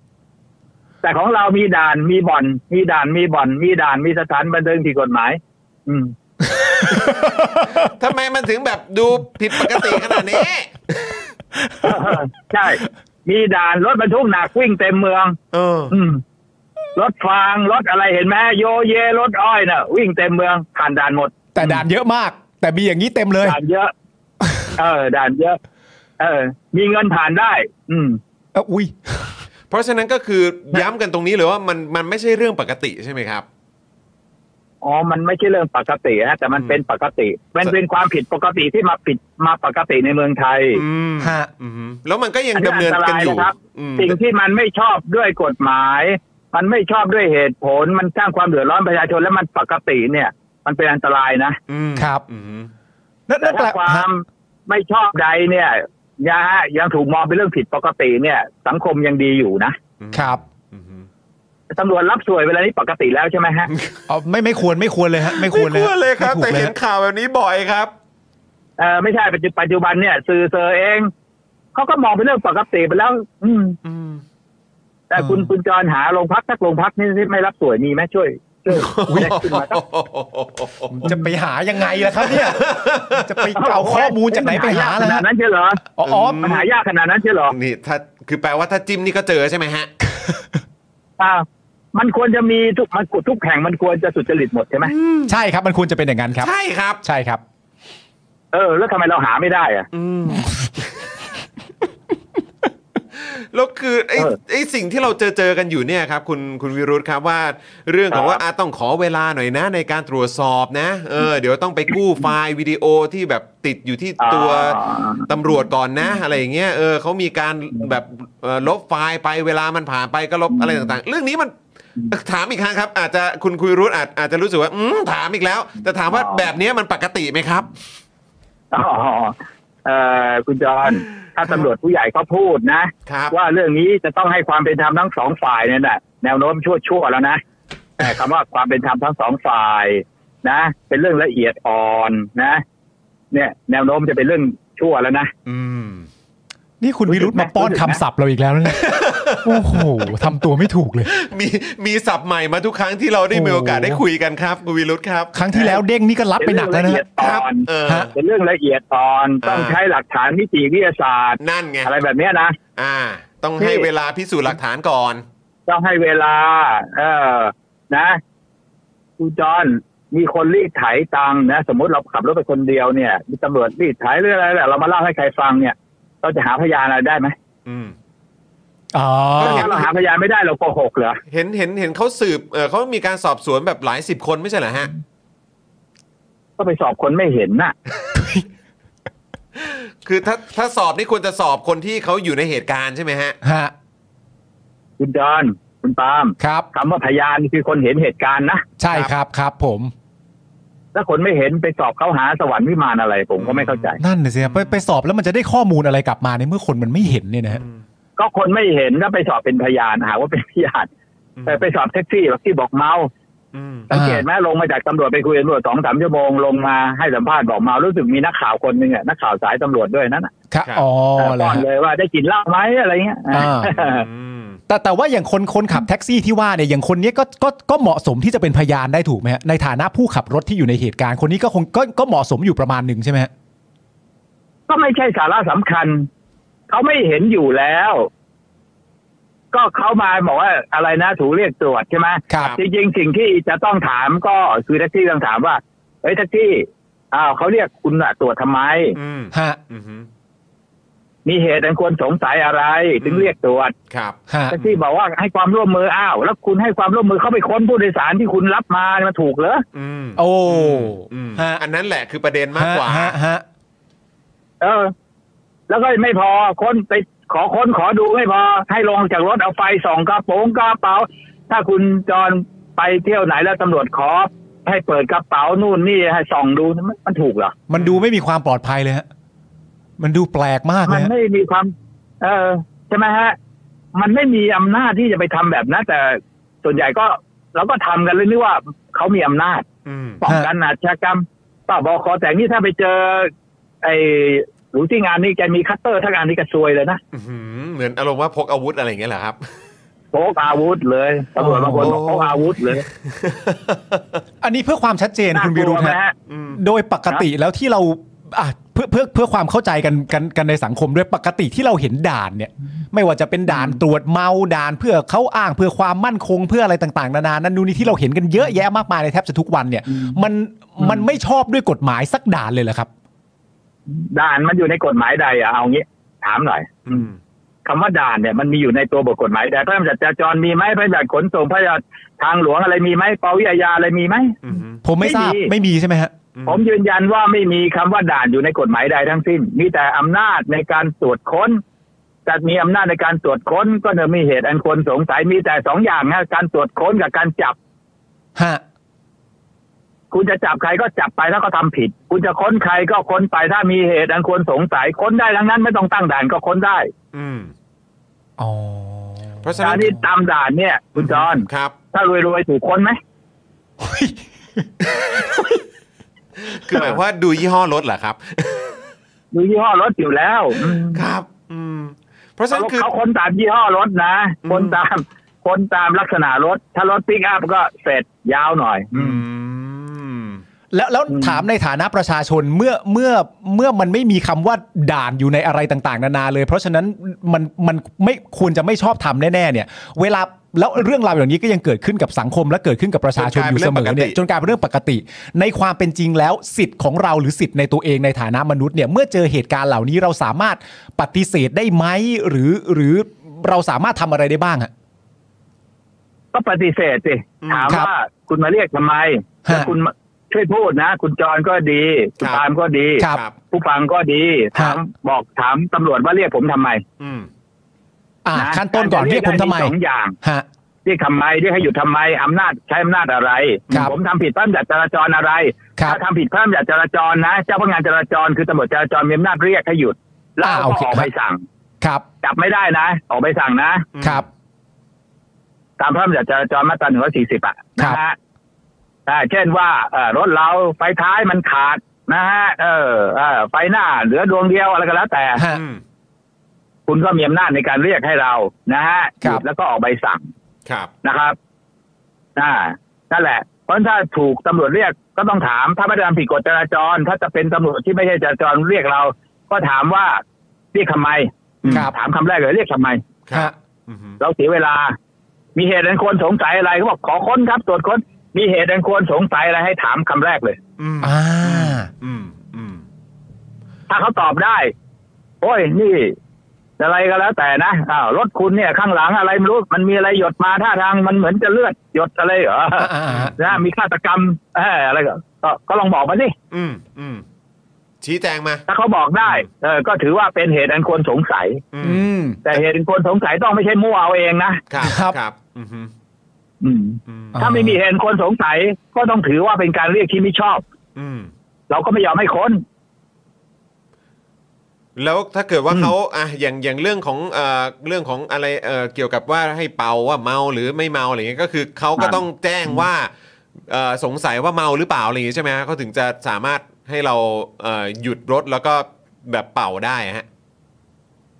Speaker 3: แต่ของเรามีด่านมีบ่อน มีด่านมีบ่อน มีด่านมีสถานบันเทิงผิดกฎหมาย อืม
Speaker 1: ทำไมมันถึงแบบดูผิดปกติขนาดนี้
Speaker 3: ใช่ มีด่านรถบรรทุกหนักวิ่งเต็มเมือง
Speaker 1: เออ
Speaker 3: อืม รถฟางรถอะไรเห็นไหมโยเยรถอ้อยน่ะ วิ่งเต็มเมืองผ่านด่านหมด
Speaker 2: แต่ด่านเยอะมาก แต่มีอย่างนี้เต็มเลย
Speaker 3: ด่านเยอะ เออ ด่านเยอะ เออ มีเงินผ่านได้ อืม
Speaker 2: เอ้าอุ้ย
Speaker 1: เพราะฉะนั้นก็คือย้ำกันตรงนี้เลยว่ามันมันไม่ใช่เรื่องปกติใช่ไหมครับ
Speaker 3: อ๋อ มันไม่ใช่เรื่องปกติฮะ แต่มันเป็นปกติ มันเป็นความผิดปกติที่มาผิดมาปกติในเมืองไทย
Speaker 1: อืม
Speaker 2: ฮะ
Speaker 1: อืมแล้วมันก็ยัง
Speaker 3: อัน
Speaker 1: ดำ
Speaker 3: นี้อั
Speaker 1: เนิน
Speaker 3: นต
Speaker 1: กัน
Speaker 3: ราย
Speaker 1: อยู่
Speaker 3: นะครับ
Speaker 1: อืม
Speaker 3: สิ่งที่มันไม่ชอบด้วยกฎหมาย มันไม่ชอบด้วยเหตุผล มันสร้างความเดือดร้อนประชาชนและมันปกติเนี่ย มันเป็นอันตรายนะ
Speaker 1: อืม
Speaker 2: ครับ
Speaker 1: อืม
Speaker 2: นั่น
Speaker 3: แต่
Speaker 2: นั่นแป
Speaker 3: ถ้า
Speaker 2: ล
Speaker 3: ควา
Speaker 2: ฮะ
Speaker 3: มไม่ชอบใดเนี่ยนะฮะยังถูกมองเป็นเรื่องผิดปกติเนี่ย สังคมยังดีอยู่นะครับ
Speaker 1: อืม
Speaker 3: ตำรวจรับสวยเวลานี้ปกติแล้วใช่ไหมฮะ
Speaker 2: เอาไม่ไม่ควรไม่ควรเลยฮะไม่
Speaker 1: ไม่
Speaker 2: ควรเลย
Speaker 1: ควรเลยครับ
Speaker 2: ไม่
Speaker 1: แต่
Speaker 2: ถูก
Speaker 1: เห็น
Speaker 2: ลยฮะ
Speaker 1: ข่าวแบบนี้บ่อยครับ
Speaker 3: เออไม่ใช่ปัจจุปัจจุบันเนี่ย สื่อเซอร์เองเขาก็มองเป็นเรื่องปกติไปแล้ว อืม
Speaker 1: อืม
Speaker 3: แต่คุณคุณจรหาโรงพักสักโรงพักนี่ที่ไม่รับสวยมีไหมช่วยช่วยแยกขึ้นมาสัก
Speaker 2: จะไปหายังไงล่ะครับเนี่ย จะไปเอาข้อมูลจากไหนไปหา
Speaker 3: ข
Speaker 2: ล่ะ
Speaker 3: นา
Speaker 2: ฮะ
Speaker 3: ดนั้นใช่เหรอ
Speaker 2: อ๋ออ๋อ
Speaker 3: มันหายากขนาดนั้นใช่เหรอ
Speaker 1: นี่ถ้าคือแปลว่าถ้าจิ้มนี่ก็เจอใช่ไหมฮะ
Speaker 3: อ่าวมันควรจะมีทุกมันทุกแห่งมันควรจะสุจริตหมดใช่ไหม
Speaker 2: ใช่ครับมันควรจะเป็นอย่างนั้นครับ
Speaker 1: ใช่ครับ
Speaker 2: ใช่ครับ
Speaker 3: เออแล้วทำไมเราหาไม่ได้อะ
Speaker 1: อืม แล้วคือไอ้
Speaker 3: เออ
Speaker 1: ไอ้สิ่งที่เราเจอเจอกันอยู่เนี่ยครับ คุณคุณวิรุธครับว่าเรื่องของ
Speaker 3: ครับ
Speaker 1: ว่าอาต้องขอเวลาหน่อยนะ ในการตรวจสอบนะ เออ เดี๋ยวต้องไปกู้ไฟล์วิดีโอที่แบบติดอยู่ที่ตัว
Speaker 3: อ่า
Speaker 1: ตำรวจก่อนนะ อะไรอย่างเงี้ยเออเขามีการแบบเอ่อลบไฟล์ไปเวลามันผ่านไปก็ลบอะไรต่าง ๆ เรื่องนี้มันถามอีกครั้งครับ อาจจะคุณคุยรุธอาจอาจจะรู้สึกว่าอืมถามอีกแล้ว แต่ถามว่าแบบเนี้ยมันปกติไหมครับ
Speaker 3: อ๋อเออคุณจรถ้าตำรวจผู้ใหญ่เขาพูดนะ
Speaker 1: ครับ
Speaker 3: ว่าเรื่องนี้จะต้องให้ความเป็นธรรมทั้งสองฝ่ายเนี่ยนะแนวโน้มชั่วชั่วๆแล้วนะแต่คำว่าความเป็นธรรมทั้งสองฝ่าย นะ เป็นเรื่องละเอียดอ่อนนะ เนี่ย แนวโน้มจะเป็นเรื่องชั่วแล้วนะ
Speaker 1: อืม
Speaker 2: นี่คุณวิรุธมาป้อนคำศัพท์เราอีกแล้วนะเนี่ยโอ้โหทำตัวไม่ถูกเลย
Speaker 1: มีมีศัพท์ใหม่มาทุกครั้งที่เราได้มีโอกาสได้คุยกันครับคุณวิรุธครับ
Speaker 2: ครั้งที่แล้วเด้งนี่ก็รับไปหนักแล้วนะฮะ
Speaker 1: ครั
Speaker 3: อ่อน
Speaker 1: เออ
Speaker 2: ฮะ
Speaker 3: เป็นเรื่องละเอียดอ่อน
Speaker 1: อ่า
Speaker 3: ต้องใช้หลักฐานนิติวิทยาศาสตร์
Speaker 1: นั่นไง
Speaker 3: อะไรแบบเนี้ยนะ
Speaker 1: อ่า ต้องให้
Speaker 3: นี่
Speaker 1: เวลาพิสูจน์หลักฐานก่อน
Speaker 3: ต้องให้เวลา เออนะครูจอนมีคนรีดไถตังค์นะ สมมติเราขับรถไปคนเดียวเนี่ยมีตำรวจรีดไถหรืออะไรแหละเรามาเล่าให้ใครฟังเนี่ย เราจะหาพยานอะไรได้ไหม
Speaker 1: อืม
Speaker 2: อ๋อ
Speaker 1: ก็เห็น
Speaker 3: ถ้าเราหาพยานไม่ได้เราโกหกเหรอ
Speaker 1: เห็นเห็นเห็นเขาสืบเออเขามีการสอบสวนแบบหลายสิบคนไม่ใช่เหรอฮะ
Speaker 3: ก็ไปสอบคนไม่เห็นน่ะ
Speaker 1: คือถ้าถ้าสอบนี่ควรจะสอบคนที่เขาอยู่ในเหตุการณ์ใช่ไหมฮะ
Speaker 2: ฮะ
Speaker 3: คุณจอนคุณปาล์ม
Speaker 2: ครับ
Speaker 3: คำว่าพยานคือคนเห็นเหตุการณ์นะ
Speaker 2: ใช่ครับครับผม
Speaker 3: ถ้าคนไม่เห็นไปสอบเขาหาสวรรค์วิมานอะไร ผมก็ไม่เข้าใจ
Speaker 2: นั่นน่ะสิครับไปไปสอบแล้วมันจะได้ข้อมูลอะไรกลับมาในเมื่อคนมันไม่เห็นเนี่ยนะฮะ
Speaker 3: ก็คนไม่เห็นถ้าไปสอบเป็นพยานหาว่าเป็นพยาน แต่ไปสอบแท็กซี่แบบที่บอกเมา
Speaker 1: อืม
Speaker 3: สังเกตไหมลงมาจากตำรวจไปคุยกับตำรวจสองสามชั่วโมงลงมาให้สัมภาษณ์บอกเมารู้สึกมีนักข่าวคนหนึ่งอ่ะนักข่าวสายตำรวจด้วยนั่นน่ะ
Speaker 2: ครับอ๋อแล้
Speaker 3: ป้
Speaker 2: ว
Speaker 3: อนเลยว่าได้กินเหล้าไหมอะไรเงี้ย
Speaker 2: อ่า
Speaker 1: อืม
Speaker 2: แต่แต่ว่าอย่างคนคนขับแท็กซี่ที่ว่าเนี่ยอย่างคนเนี้ยก็ก็ก็เหมาะสมที่จะเป็นพยานได้ถูกไหมฮะในฐานะผู้ขับรถที่อยู่ในเหตุการณ์คนนี้ก็คงก็ก็เหมาะสมอยู่ประมาณหนึ่งใช่ไหมฮะ
Speaker 3: ก็ไม่ใช่สาระสำคัญ เขาไม่เห็นอยู่แล้ว ก็เขามาบอกว่าอะไรนะถูกเรียกตรวจใช่ไหม
Speaker 2: ครับ
Speaker 3: จริงๆสิ่งที่จะต้องถามก็คือแท็กซี่ต้องถามว่าเฮ้ยแท็กซี่อ้าวเขาเรียกคุณน่ะตรวจทำไม
Speaker 1: อืม
Speaker 2: ฮะ
Speaker 1: อืม
Speaker 3: มีเหตุอันควรสงสัยอะไร ถึงเรียกตรวจ
Speaker 1: ครับ
Speaker 2: ฮะ
Speaker 3: แท็กซี่บอกว่าให้ความร่วมมืออ้าวแล้วคุณให้ความร่วมมือเขาไปค้นผู้โดยสารที่คุณรับมามาถูกเหรอ
Speaker 1: อืม
Speaker 2: โอ้
Speaker 1: อืม
Speaker 2: ฮะ
Speaker 1: อันนั้นแหละคือประเด็นมากกว่า
Speaker 2: ฮะฮะ
Speaker 3: เออ แล้วก็ไม่พอค้นไปขอค้นขอดูไม่พอ ให้ลงจากรถเอาไฟส่องกระโปรงกระเป๋า ถ้าคุณจรไปเที่ยวไหนแล้วตำรวจขอ ให้เปิดกระเป๋านู่นนี่ให้ส่องดูมันมันถูกเหรอ
Speaker 2: มันดูไม่มีความปลอดภัยเลยฮะมันดูแปลกมากเล
Speaker 3: มัน
Speaker 2: ยฮะ
Speaker 3: ไม่มีความ เออใช่ไหมฮะ มันไม่มีอำนาจที่จะไปทำแบบนั้นแต่ส่วนใหญ่ก็เราก็ทำกันเลยนึกว่าเขามีอำนาจ
Speaker 1: อืม
Speaker 3: ป้องกันอาชญากรรมป้าบอคอแต่นี่ถ้าไปเจอ ไอ้หรูที่งานนี่แกมีคัตเตอร์ทั้งงานนี่แกซวยเลยนะ
Speaker 1: อื้อหือเหมือนอารมณ์ว่าพกอาวุธอะไรอย่างเงี้ยเหรอครับ
Speaker 3: พกอาวุธเลยตำรวจบางคนบอกพกอาวุธเลย
Speaker 2: อันนี้เพื่อความชัดเจน
Speaker 3: น่า
Speaker 2: คุณ
Speaker 3: ก
Speaker 2: วี
Speaker 3: ลั
Speaker 2: รุ
Speaker 3: ว
Speaker 2: ธ
Speaker 3: ไหม
Speaker 2: ฮะ
Speaker 3: ฮะ
Speaker 1: อืม
Speaker 2: โดยปกติแล้วที่เราอ่ะเพื่อเพื่อเพื่อความเข้าใจกันกันกันในสังคมด้วยปกติที่เราเห็นด่านเนี่ย ไม่ว่าจะเป็นด่านตรวจเมาด่านเพื่อเขาอ้างเพื่อความมั่นคงเพื่ออะไรต่างๆนานานั่นนู่นนี่ที่เราเห็นกันเยอะแยะมากมายในแทบจะทุกวันเนี่ย มันมันไม่ชอบด้วยกฎหมายสักด่านเลยเหรอครับ
Speaker 3: ด่านมันอยู่ในกฎหมายใดอะเอางี้ ถามหน่อย
Speaker 1: อืม
Speaker 3: คำว่าด่านเนี่ยมันมีอยู่ในตัวบทกฎหมายแต่พระราชบัญญัติจราจรมีไหมพระราชบัญญัติขนส่งพระราชบัญญัติทางหลวงอะไรมีไหมปวิอาญาอะไรมีไหม
Speaker 1: อืม
Speaker 2: ผมไม่ทราบ
Speaker 3: ไม่มี
Speaker 2: ไม่มีใช่ไหมฮะ
Speaker 3: ผมยืนยันว่าไม่มีคำว่าด่านอยู่ในกฎหมายใดทั้งสิ้น มีแต่อำนาจในการตรวจค้นจะมีอำนาจในการตรวจค้น ก็เนื่อมีเหตุอันควรสงสัยมีแต่สองอย่างนะการตรวจค้นกับการจับ
Speaker 2: ฮะ
Speaker 3: คุณจะจับใครก็จับไปถ้าเขาทำผิด คุณจะค้นใครก็ค้นไปถ้ามีเหตุอันควรสงสัยค้นได้ทั้งนั้นไม่ต้องตั้งด่านก็ค้นได้
Speaker 1: อืม
Speaker 2: อ๋อ
Speaker 1: เพราะฉะ
Speaker 3: กา
Speaker 1: นั้
Speaker 3: ร
Speaker 1: น
Speaker 3: ที่ตามด่านเนี่ย คุณจอน
Speaker 1: ครับ
Speaker 3: ถ้ารวยๆถูกค้นไหม
Speaker 1: คือหมายว่าดูยี่ห้อรถเหรอครับ
Speaker 3: ดูยี่ห้อรถอยู่แล้ว
Speaker 1: ครับ อืม เพราะฉะ
Speaker 3: เขา
Speaker 1: นั้นคือ
Speaker 3: เขาคนตามยี่ห้อรถนะ
Speaker 1: อืม
Speaker 3: คนตามคนตามลักษณะรถ ถ้ารถปิกอัพก็เสร็จยาวหน่อย
Speaker 1: อืม
Speaker 2: แล้วแล้ว
Speaker 3: อืม
Speaker 2: ถามในฐานะประชาชนเมื่อเมื่อเมื่อมันไม่มีคำว่าด่านอยู่ในอะไรต่างๆ นานาเลย เพราะฉะนั้นมันมันไม่ควรจะไม่ชอบทำแน่ๆเนี่ย เวลาแล้วเรื่องราวอย่างนี้ก็ยังเกิดขึ้นกับสังคม และเกิดขึ้นกับประชาชนอยู่เสมอเนี่ย จนกลายเป็นเรื่องปกติ ในความเป็นจริงแล้วสิทธิ์ของเราหรือสิทธิ์ในตัวเองในฐานะมนุษย์เนี่ยเมื่อเจอเหตุการณ์เหล่านี้เราสามารถปฏิเสธได้ไหมหรือหรือเราสามารถทำอะไรได้บ้างอะ
Speaker 3: ก็ปฏิเสธสิ
Speaker 1: อืม
Speaker 3: ถาม
Speaker 2: ครับ
Speaker 3: ว่าคุณมาเรียกทำไม
Speaker 2: ฮะ
Speaker 3: แล้วคุณมาช่วยพูดนะ คุณจรก็ดี คุณ
Speaker 1: ครับ
Speaker 3: ปาล์มก็ดี
Speaker 2: ครับ
Speaker 1: ครับ
Speaker 3: ผู้ฟังก็ดี
Speaker 2: ครั
Speaker 3: ถา
Speaker 2: บ
Speaker 3: มบอกถามตำรวจว่าเรียกผมทำไม
Speaker 1: อืม
Speaker 2: อ่า
Speaker 3: ะ
Speaker 2: ขั้นต้นก่อนเรียกผมทำไม
Speaker 3: สองอย่าง
Speaker 2: ฮะ
Speaker 3: เรียกทำไมเรียกให้หยุดทำไมอำนาจใช้อำนาจอะไร
Speaker 2: ครับ
Speaker 3: ผมทำผิดพระบัญญัติจราจรอะไร
Speaker 2: ครับ
Speaker 3: ถ้าทำผิดพระบัญญัติจราจรนะ เจ้าพนักงานจราจรคือตำรวจจราจรมีอำนาจเรียกให้หยุด แล้วเราก็ออกใบสั่ง
Speaker 2: ครับ
Speaker 3: จับไม่ได้นะ ออกใบสั่งนะ
Speaker 2: ครับ
Speaker 3: ตามพระบัญญัติจราจรมาตราหนึ่งร้อยสี่สิบอะ
Speaker 2: ครั
Speaker 3: นะ
Speaker 2: บ
Speaker 3: ฮะอ่าเช่นว่าเอ่อรถเราไฟท้ายมันขาดนะฮะเออเออไฟหน้าเหลือดวงเดียวอะไรก็แล้วแต่
Speaker 2: ฮะ
Speaker 1: อืม
Speaker 3: คุณก็มีอำนาจในการเรียกให้เรานะฮะห
Speaker 2: ค
Speaker 3: ยุ
Speaker 2: รั
Speaker 3: ด
Speaker 2: บ
Speaker 3: แล้วก็ออกใบสั่ง
Speaker 1: ครับ
Speaker 3: นะครับอ่านั่นแหละ เพราะฉะนั้นถ้าถูกตำรวจเรียกก็ต้องถาม ถ้าไม่ได้ทำผิดกฎจราจร ถ้าจะเป็นตำรวจที่ไม่ใช่จราจรเรียกเรา ก็ถามว่าเรียกทำไม
Speaker 2: ครับ
Speaker 3: ถามคำแรกเลยเรียกทำไม
Speaker 1: ครั
Speaker 2: ฮะ
Speaker 1: บ อืม
Speaker 3: เราเสียเวลา มีเหตุอันควรสงสัยอะไรเขาบอกขอค้นครับตรวจค้น มีเหตุอันควรสงสัยอะไรให้ถามคำแรกเลย
Speaker 1: อืม
Speaker 2: อ่า
Speaker 1: อืมอืม
Speaker 3: ถ้าเขาตอบได้ โอ้ยนี่ อะไรก็แล้วแต่นะอ้าวรถคุณเนี่ยข้างหลังอะไรไม่รู้มันมีอะไรหยดมาท่าทางมันเหมือนจะเลือดหยดอะไรเหรอ
Speaker 2: อ่าอ่าอ่า
Speaker 3: นะมีฆาตกรรมเอออะไรก็ก็ก็ลองบอกมาสิ
Speaker 1: อืมอืมชี้แจงมา
Speaker 3: ถ้าเขาบอกได้เออก็ถือว่าเป็นเหตุอันควรสงสัย
Speaker 1: อื
Speaker 2: อื
Speaker 1: ม
Speaker 2: ม
Speaker 3: แต่เหตุอันควรสงสัยต้องไม่ใช่มั่วเอาเองนะครับ
Speaker 2: ครับ
Speaker 1: ครับ อืม
Speaker 3: อืม
Speaker 1: อืม
Speaker 3: ถ้าไม่มีเหตุอันควรสงสัยก็ต้องถือว่าเป็นการเรียกที่ไม่ชอบ
Speaker 1: อืม
Speaker 3: เราก็ไม่ยอมให้ค้น
Speaker 1: แล้วถ้าเกิดว่าเขาอ่ะอย่างอย่างเรื่องของเอ่อเรื่องของอะไรเอ่อเกี่ยวกับว่าให้เป่าว่าเมาหรือไม่เมาอะไรเงี้ยก็คือเขาก็
Speaker 3: อ่า
Speaker 1: ต้องแจ้งว่า เอ่อสงสัยว่าเมาหรือเปล่าอะไรอย่างงี้ใช่ไหมฮะเขาถึงจะสามารถให้เราเอ่อหยุดรถแล้วก็แบบเป่าได้ฮะ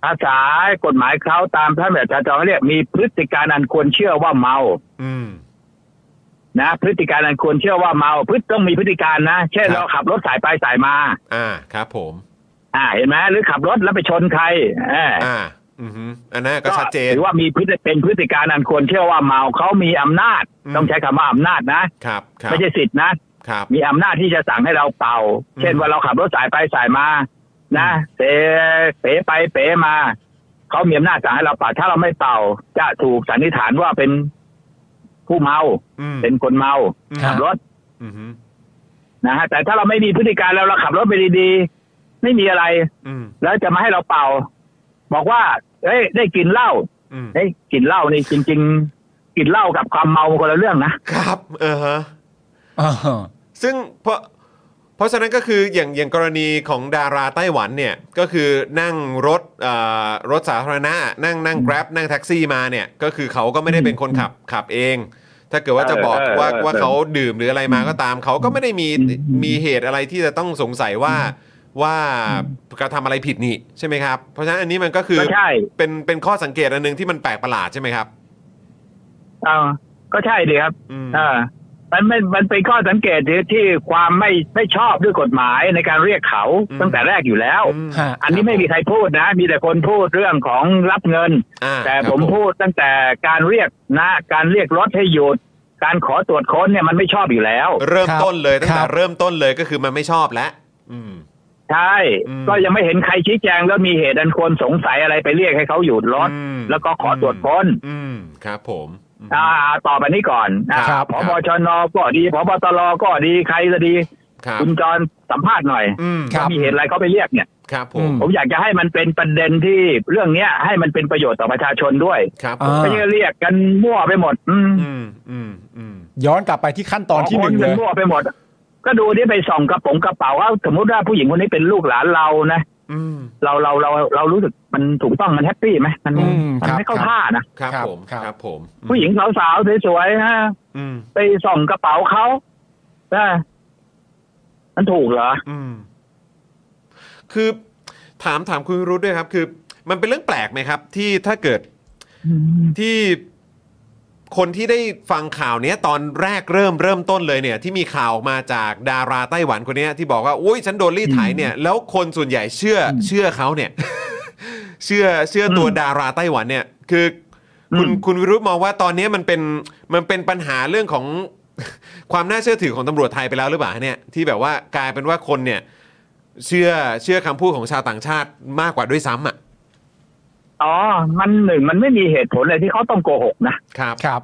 Speaker 3: อาสากฎหมายเขาตามพระบัญญัติจราจรเขาเรียกมีพฤติการอันควรเชื่อว่าเมา
Speaker 1: อืม
Speaker 3: นะ พฤติการอันควรเชื่อว่าเมาพฤติต้องมีพฤติการนะ เช่น
Speaker 1: ครับ
Speaker 3: เราขับรถสายไปสายมา
Speaker 1: อ่าครับผม
Speaker 3: อ่า เห็นไหมหรือขับรถแล้วไปชนใครเออ
Speaker 1: อ่า อือฮึอันนั้นก็ชัดเจน
Speaker 3: ถือว่ามีพฤติเป็นพฤติการอันควรเชื่อว่าเมาเขามีอำนาจ
Speaker 1: อืม
Speaker 3: ต้องใช้คำว่าอำนาจนะ
Speaker 1: ครับครับ
Speaker 3: ไม่ใช่สิทธินะ
Speaker 1: ครับ
Speaker 3: มีอำนาจที่จะสั่งให้เราเป่า
Speaker 1: อืม
Speaker 3: เช่นว่าเราขับรถสายไปสายมา นะ เสเสไปเสมา เขามีอำนาจสั่งให้เราเป่า ถ้าเราไม่เป่า จะถูกสันนิษฐานว่าเป็นผู้เมา
Speaker 1: อืม
Speaker 3: เป็นคนเมา
Speaker 1: อืม
Speaker 2: ค
Speaker 3: ขับรถ
Speaker 1: อือฮึ
Speaker 3: นะฮะ แต่ถ้าเราไม่มีพฤติการแล้วเราขับรถไปดีๆ ไม่มีอะไร
Speaker 1: อืม
Speaker 3: แล้วจะมาให้เราเป่า บอกว่า เอ้ย ได้กินเหล้า
Speaker 1: อืม
Speaker 3: เอ้ยกินเหล้านี่จริง ๆ กินเหล้ากับความเมาคนละเรื่องนะ
Speaker 1: ครับเออฮะ
Speaker 2: อ่าฮะ
Speaker 1: ซึ่งเพราะเพราะฉะนั้นก็คืออย่างอย่างกรณีของดาราไต้หวันเนี่ยก็คือนั่งรถเอ่อรถสาธารณะนั่งนั่ง grab นั่งแท็กซี่มาเนี่ยก็คือเขาก็ไม่ได้เป็นคนขับขับเอง ถ้าเกิดว่าจะบอก
Speaker 3: เออเออ
Speaker 1: ว่า
Speaker 3: เออ
Speaker 1: ว่าเขาดื่มหรืออะไรมาก็ตาม เขาก็ไม่ได้มี
Speaker 3: อืม
Speaker 1: มีเหตุอะไรที่จะต้องสงสัยว่าว่ากระทำอะไรผิดนี่ใช่ไหมครับ เพราะฉะนั้นอันนี้มันก็คือ
Speaker 3: ก็ใช่
Speaker 1: เป็นเป็นข้อสังเกตอันหนึงที่มันแปลกประหลาดใช่ไหมครับ
Speaker 3: เอ่าก็ใช่ดีครับ
Speaker 1: อืม
Speaker 3: เอ่ามันไม่มันเป็นข้อสังเกตที่ที่ความไม่ไม่ชอบด้วยกฎหมายในการเรียกเขา
Speaker 1: อืม
Speaker 3: ตั้งแต่แรกอยู่แล้ว
Speaker 1: ม
Speaker 2: ฮะ
Speaker 3: อันนี้ไม่มีใครพูดนะ มีแต่คนพูดเรื่องของรับเงิน
Speaker 1: อ่า
Speaker 3: แต่
Speaker 1: ครับ
Speaker 3: ผมพูดตั้งแต่การเรียกนะ การเรียกรถให้หยุด การขอตรวจค้นเนี่ยมันไม่ชอบอยู่แล้ว
Speaker 1: เริ่ม
Speaker 2: ครับ
Speaker 1: ต้นเลยตั้ง
Speaker 2: ค
Speaker 1: แต่
Speaker 2: รับ
Speaker 1: เริ่มต้นเลยก็คือมันไม่ชอบแล้วอืม
Speaker 3: ใช่
Speaker 1: อืม
Speaker 3: ก็ยังไม่เห็นใครชี้แจงแล้วมีเหตุอันควรสงสัยอะไรไปเรียกให้เขาหยุดรถ
Speaker 1: อืม
Speaker 3: แล้วก็ขอตรวจค้น
Speaker 1: อืมครับผมอืม
Speaker 3: อ่าต่อไปนี้ก่อนนะครับ พบชนก็ดีพบตรก็ดีใครจะดี
Speaker 1: ครับ
Speaker 3: คุณจรสัมภาษณ์หน่อย
Speaker 1: อืม
Speaker 2: ครั บ
Speaker 3: มีเหตุอะไรเขาไปเรียกเนี่ย
Speaker 1: ครับผ
Speaker 2: อื
Speaker 1: ม
Speaker 2: ม
Speaker 3: ผมอยากจะให้มันเป็นประเด็นที่เรื่องเนี้ย ให้มันเป็นประโยชน์ต่อประชาชนด้วย
Speaker 1: ครับผม
Speaker 2: อ่า
Speaker 3: ไม่ใช่เรียกกันมั่วไปหมด อืม
Speaker 1: อืมอืมอืม
Speaker 2: ย้อนกลับไปที่ขั้นตอนที่หนึ่ง
Speaker 3: ขค
Speaker 2: เลย
Speaker 3: มั่วไปหมด ก็ดูที่ไปส่องกระป๋องกระเป๋าว่าสมมติว่าผู้หญิงคนนี้เป็นลูกหลานเรานะ
Speaker 1: อืม
Speaker 3: เราเราเราเรารู้สึกมันถูกต้องมันแฮปปี้ไหมมัน
Speaker 2: อืม
Speaker 3: มันไม่
Speaker 2: ครับ
Speaker 3: เข้าท่านะครับ
Speaker 2: ครับ
Speaker 1: ผม
Speaker 2: ครับ
Speaker 1: ครับผม
Speaker 3: ผู้หญิงสาวๆสวยๆฮะ
Speaker 1: อืม
Speaker 3: ไปส่องกระเป๋าเขานะมันถูกเหรอ
Speaker 1: อืมคือถามถามคุณรุ้ด้วยครับ คือ มันเป็นเรื่องแปลกไหมครับ ที่ถ้าเกิดที่คนที่ได้ฟังข่าวเนี้ย ตอนแรกเริ่มเริ่มต้นเลยเนี่ย ที่มีข่าวออกมาจากดาราไต้หวันคนเนี้ย ที่บอกว่าอุ้ยฉันโดนรีดไถเนี่ย แล้วคนส่วนใหญ่เชื่อเชื่อเขาเนี่ย เชื่อเชื่อตัว
Speaker 3: อืม
Speaker 1: ดาราไต้หวันเนี่ย คืออคุณ
Speaker 3: ม
Speaker 1: คุณวิรุธมองว่าตอนนี้มันเป็นมันเป็นปัญหาเรื่องของ ความน่าเชื่อถือของตำรวจไทยไปแล้วหรือเปล่าเนี่ยที่แบบว่ากลายเป็นว่าคนเนี่ย เชื่อเชื่อคำพูดของชาวต่างชาติมากกว่าด้วยซ้ำอ่ะ
Speaker 3: อ๋อ มันหนึ่งมันไม่มีเหตุผลเลยที่เขาต้องโกหกนะ
Speaker 1: ครับ
Speaker 2: ครับ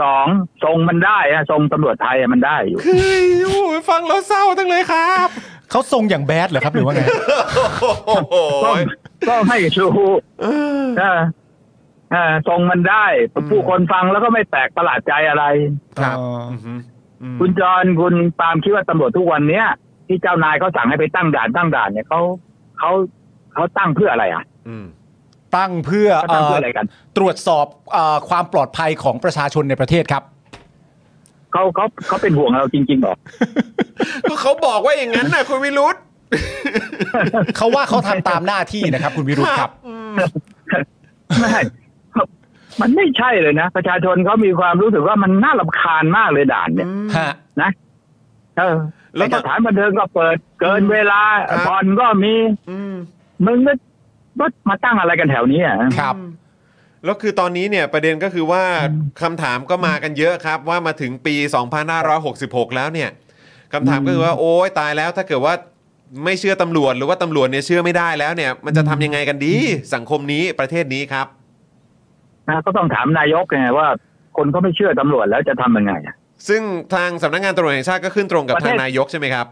Speaker 3: สองทรงมันได้อะทรงตำรวจไทยอะมันได้อยู่
Speaker 1: เฮ้ยโอ้ยฟังแล้วเศร้าจังเลยครับ
Speaker 2: เขาทรงอย่างแบดเหรอครับหรือว่าไง
Speaker 1: โอ้โห
Speaker 3: ก็ก็ไม่รู้
Speaker 1: เออ
Speaker 3: เออเออทรงมันได้ ผู้คนฟังแล้วก็ไม่แปลกประหลาดใจอะไร
Speaker 1: ครับ
Speaker 2: อ๋ออื
Speaker 1: มฮึอืม
Speaker 3: คุณจรคุณปาล์มคิดว่าตำรวจทุกวันเนี้ยที่เจ้านายเขาสั่งให้ไปตั้งด่านตั้งด่านเนี่ยเขาเขาเขาตั้งเพื่ออะไรอ่ะ
Speaker 1: อืม
Speaker 2: ตั้งเพื่อ
Speaker 3: เขา
Speaker 2: เอ่
Speaker 3: ตั้งเพื่
Speaker 2: อ
Speaker 3: ออะไรกัน
Speaker 2: ตรวจสอบเอ่อความปลอดภัยของประชาชนในประเทศครับ
Speaker 3: เขาเขาเขาเป็นห่วงเราจริงๆหรอ
Speaker 1: ก็เขาบอกว่าอย่างนั้นน่ะคุณวิรุธ
Speaker 2: เขาว่าเขาทำตามหน้าที่นะครับ คุณวิรุธครับ
Speaker 1: อืม
Speaker 3: ไม่ มันไม่ใช่เลยนะ ประชาชนเขามีความรู้สึกว่ามันน่าลำคาญมากเลยด่านเนี่ย
Speaker 1: อืม
Speaker 2: ฮะ
Speaker 3: นะ เออ
Speaker 1: แล้
Speaker 3: แล้ว ว
Speaker 1: ต
Speaker 3: ส
Speaker 1: อน
Speaker 3: ถานบันเทิงก็เปิดเกินเวลา
Speaker 1: ครับ
Speaker 3: บอลก็มี
Speaker 1: อืม
Speaker 3: มึงก็ก็มาตั้งอะไรกันแถวนี้อ่ะ
Speaker 2: ครับ
Speaker 1: แล้วคือตอนนี้เนี่ยประเด็นก็คือว่าคำถามก็มากันเยอะครับ ว่ามาถึงปี 2566 แล้วเนี่ยคำถามก็คือว่าโอ๊ยตายแล้วถ้าเกิดว่าไม่เชื่อตำรวจหรือว่าตำรวจเนี่ยเชื่อไม่ได้แล้วเนี่ย มันจะทำยังไงกันดี สังคมนี้ประเทศนี้ครับ
Speaker 3: นะก็ต้องถามนายกไงว่า คนเขาไม่เชื่อตำรวจแล้วจะทำยังไงอะ
Speaker 1: ซึ่งทางสำนักงานตำรวจแห่งชาติก็ขึ้นตรงกับทางนายกใช่ไหมครับ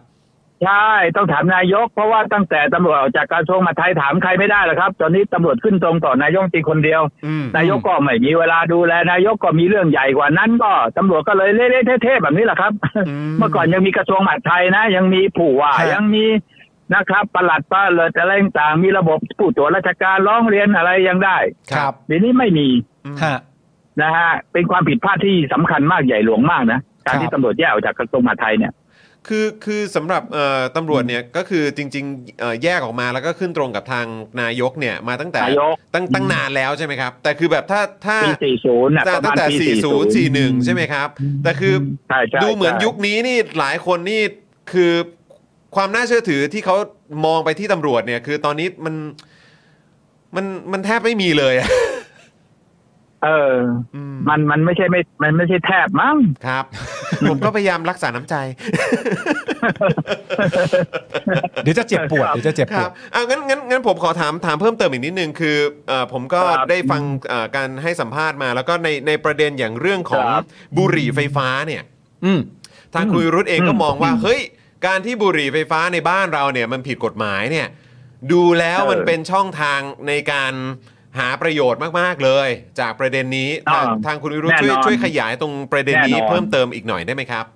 Speaker 3: ใช่ต้องถามนายก เพราะว่าตั้งแต่ตำรวจออกจากกระทรวงมหาดไทยถามใครไม่ได้หรอกครับ ตอนนี้ตำรวจขึ้นตรงต่อนายกตีคนเดียว
Speaker 1: อืม
Speaker 3: นายกก็ไม่มีเวลาดูแลนายกก็มีเรื่องใหญ่กว่านั้น ก็ตำรวจก็เลยเละๆเทะๆแบบนี้แหละครับ
Speaker 1: ม
Speaker 3: เมื่อก่อนยังมีกระทรวงมหาดไทยนะ ยังมีผู้ว่า
Speaker 1: ครับ
Speaker 3: ยังมีนะครับประหลัดประเลิดอะไรต่างๆมีระบบผู้ตรวจราชการร้องเรียนอะไรยังได้
Speaker 2: ครับ
Speaker 3: เดี๋ยวนี้ไม่มี
Speaker 1: อืม
Speaker 2: ฮะ
Speaker 3: นะฮะเป็นความผิดพลาดที่สำคัญมากใหญ่หลวงมากนะ การ
Speaker 2: ค
Speaker 3: ที่
Speaker 2: รับ
Speaker 3: ตำรวจแยกออกจากกระทรวงมหาดไทยเนี่ย
Speaker 1: คือคือสำหรับเอ่อตำรวจเนี่ยก็คือจริงๆเอ่อแยกออกมาแล้วก็ขึ้นตรงกับทางนายกเนี่ยมาตั้งแต่
Speaker 3: นายก
Speaker 1: ตั้งตั้งนานแล้วใช่ไหมครับแต่คือแบบถ้าถ้า
Speaker 3: ปี40น่ะประ
Speaker 1: ตั้
Speaker 3: มาง ณ
Speaker 1: แต่
Speaker 3: ปี
Speaker 1: 4 0 4 1 ใช่ไหมครับ แต่คือ
Speaker 3: ใช่ใช่
Speaker 1: ดูเหมือน
Speaker 3: ใช่
Speaker 1: ยุคนี้นี่หลายคนนี่คือความน่าเชื่อถือที่เขามองไปที่ตำรวจเนี่ยคือตอนนี้มันมันมันแทบไม่มีเลยอะ
Speaker 3: เออ
Speaker 1: อืม
Speaker 3: มันมันไม่ใช่ไม่ มันไม่ใช่แทบมั้ง
Speaker 1: ครับ ผมก็พยายามรักษาน้ำใจ
Speaker 2: เดี๋ยวจะเจ็บปวดเดี๋ยวจะเจ็บ
Speaker 1: ค
Speaker 2: ป
Speaker 1: รั
Speaker 2: ว
Speaker 1: บ
Speaker 2: ด
Speaker 1: อ่างั้นงั้นงั้นผมขอถามถามเพิ่มเติมอีกนิดนึงคือเอ่อผมก็
Speaker 3: ครับ
Speaker 1: ได้ฟังเอ่อการให้สัมภาษณ์มา แล้วก็ในในประเด็นอย่างเรื่องของ
Speaker 3: ครับ
Speaker 1: บุหรี่ไฟฟ้าเนี่ย
Speaker 2: อืม
Speaker 1: ทางคุณวิรุธเองก็
Speaker 3: อืม
Speaker 1: มองว่าเฮ้ยการที่บุหรี่ไฟฟ้าในบ้านเราเนี่ยมันผิดกฎหมายเนี่ยดูแล้ว
Speaker 3: เออ
Speaker 1: มันเป็นช่องทางในการหาประโยชน์มากๆเลย จากประเด็นนี้ทาง
Speaker 3: อ่า
Speaker 1: ทางคุณวิรุธ
Speaker 3: แน่น
Speaker 1: ช่ว
Speaker 3: อน
Speaker 1: ยช่วยขยายตรงประเด็นนี้
Speaker 3: แน่นอน
Speaker 1: เพิ่มเติมอีกหน่อยได้ไหมครับ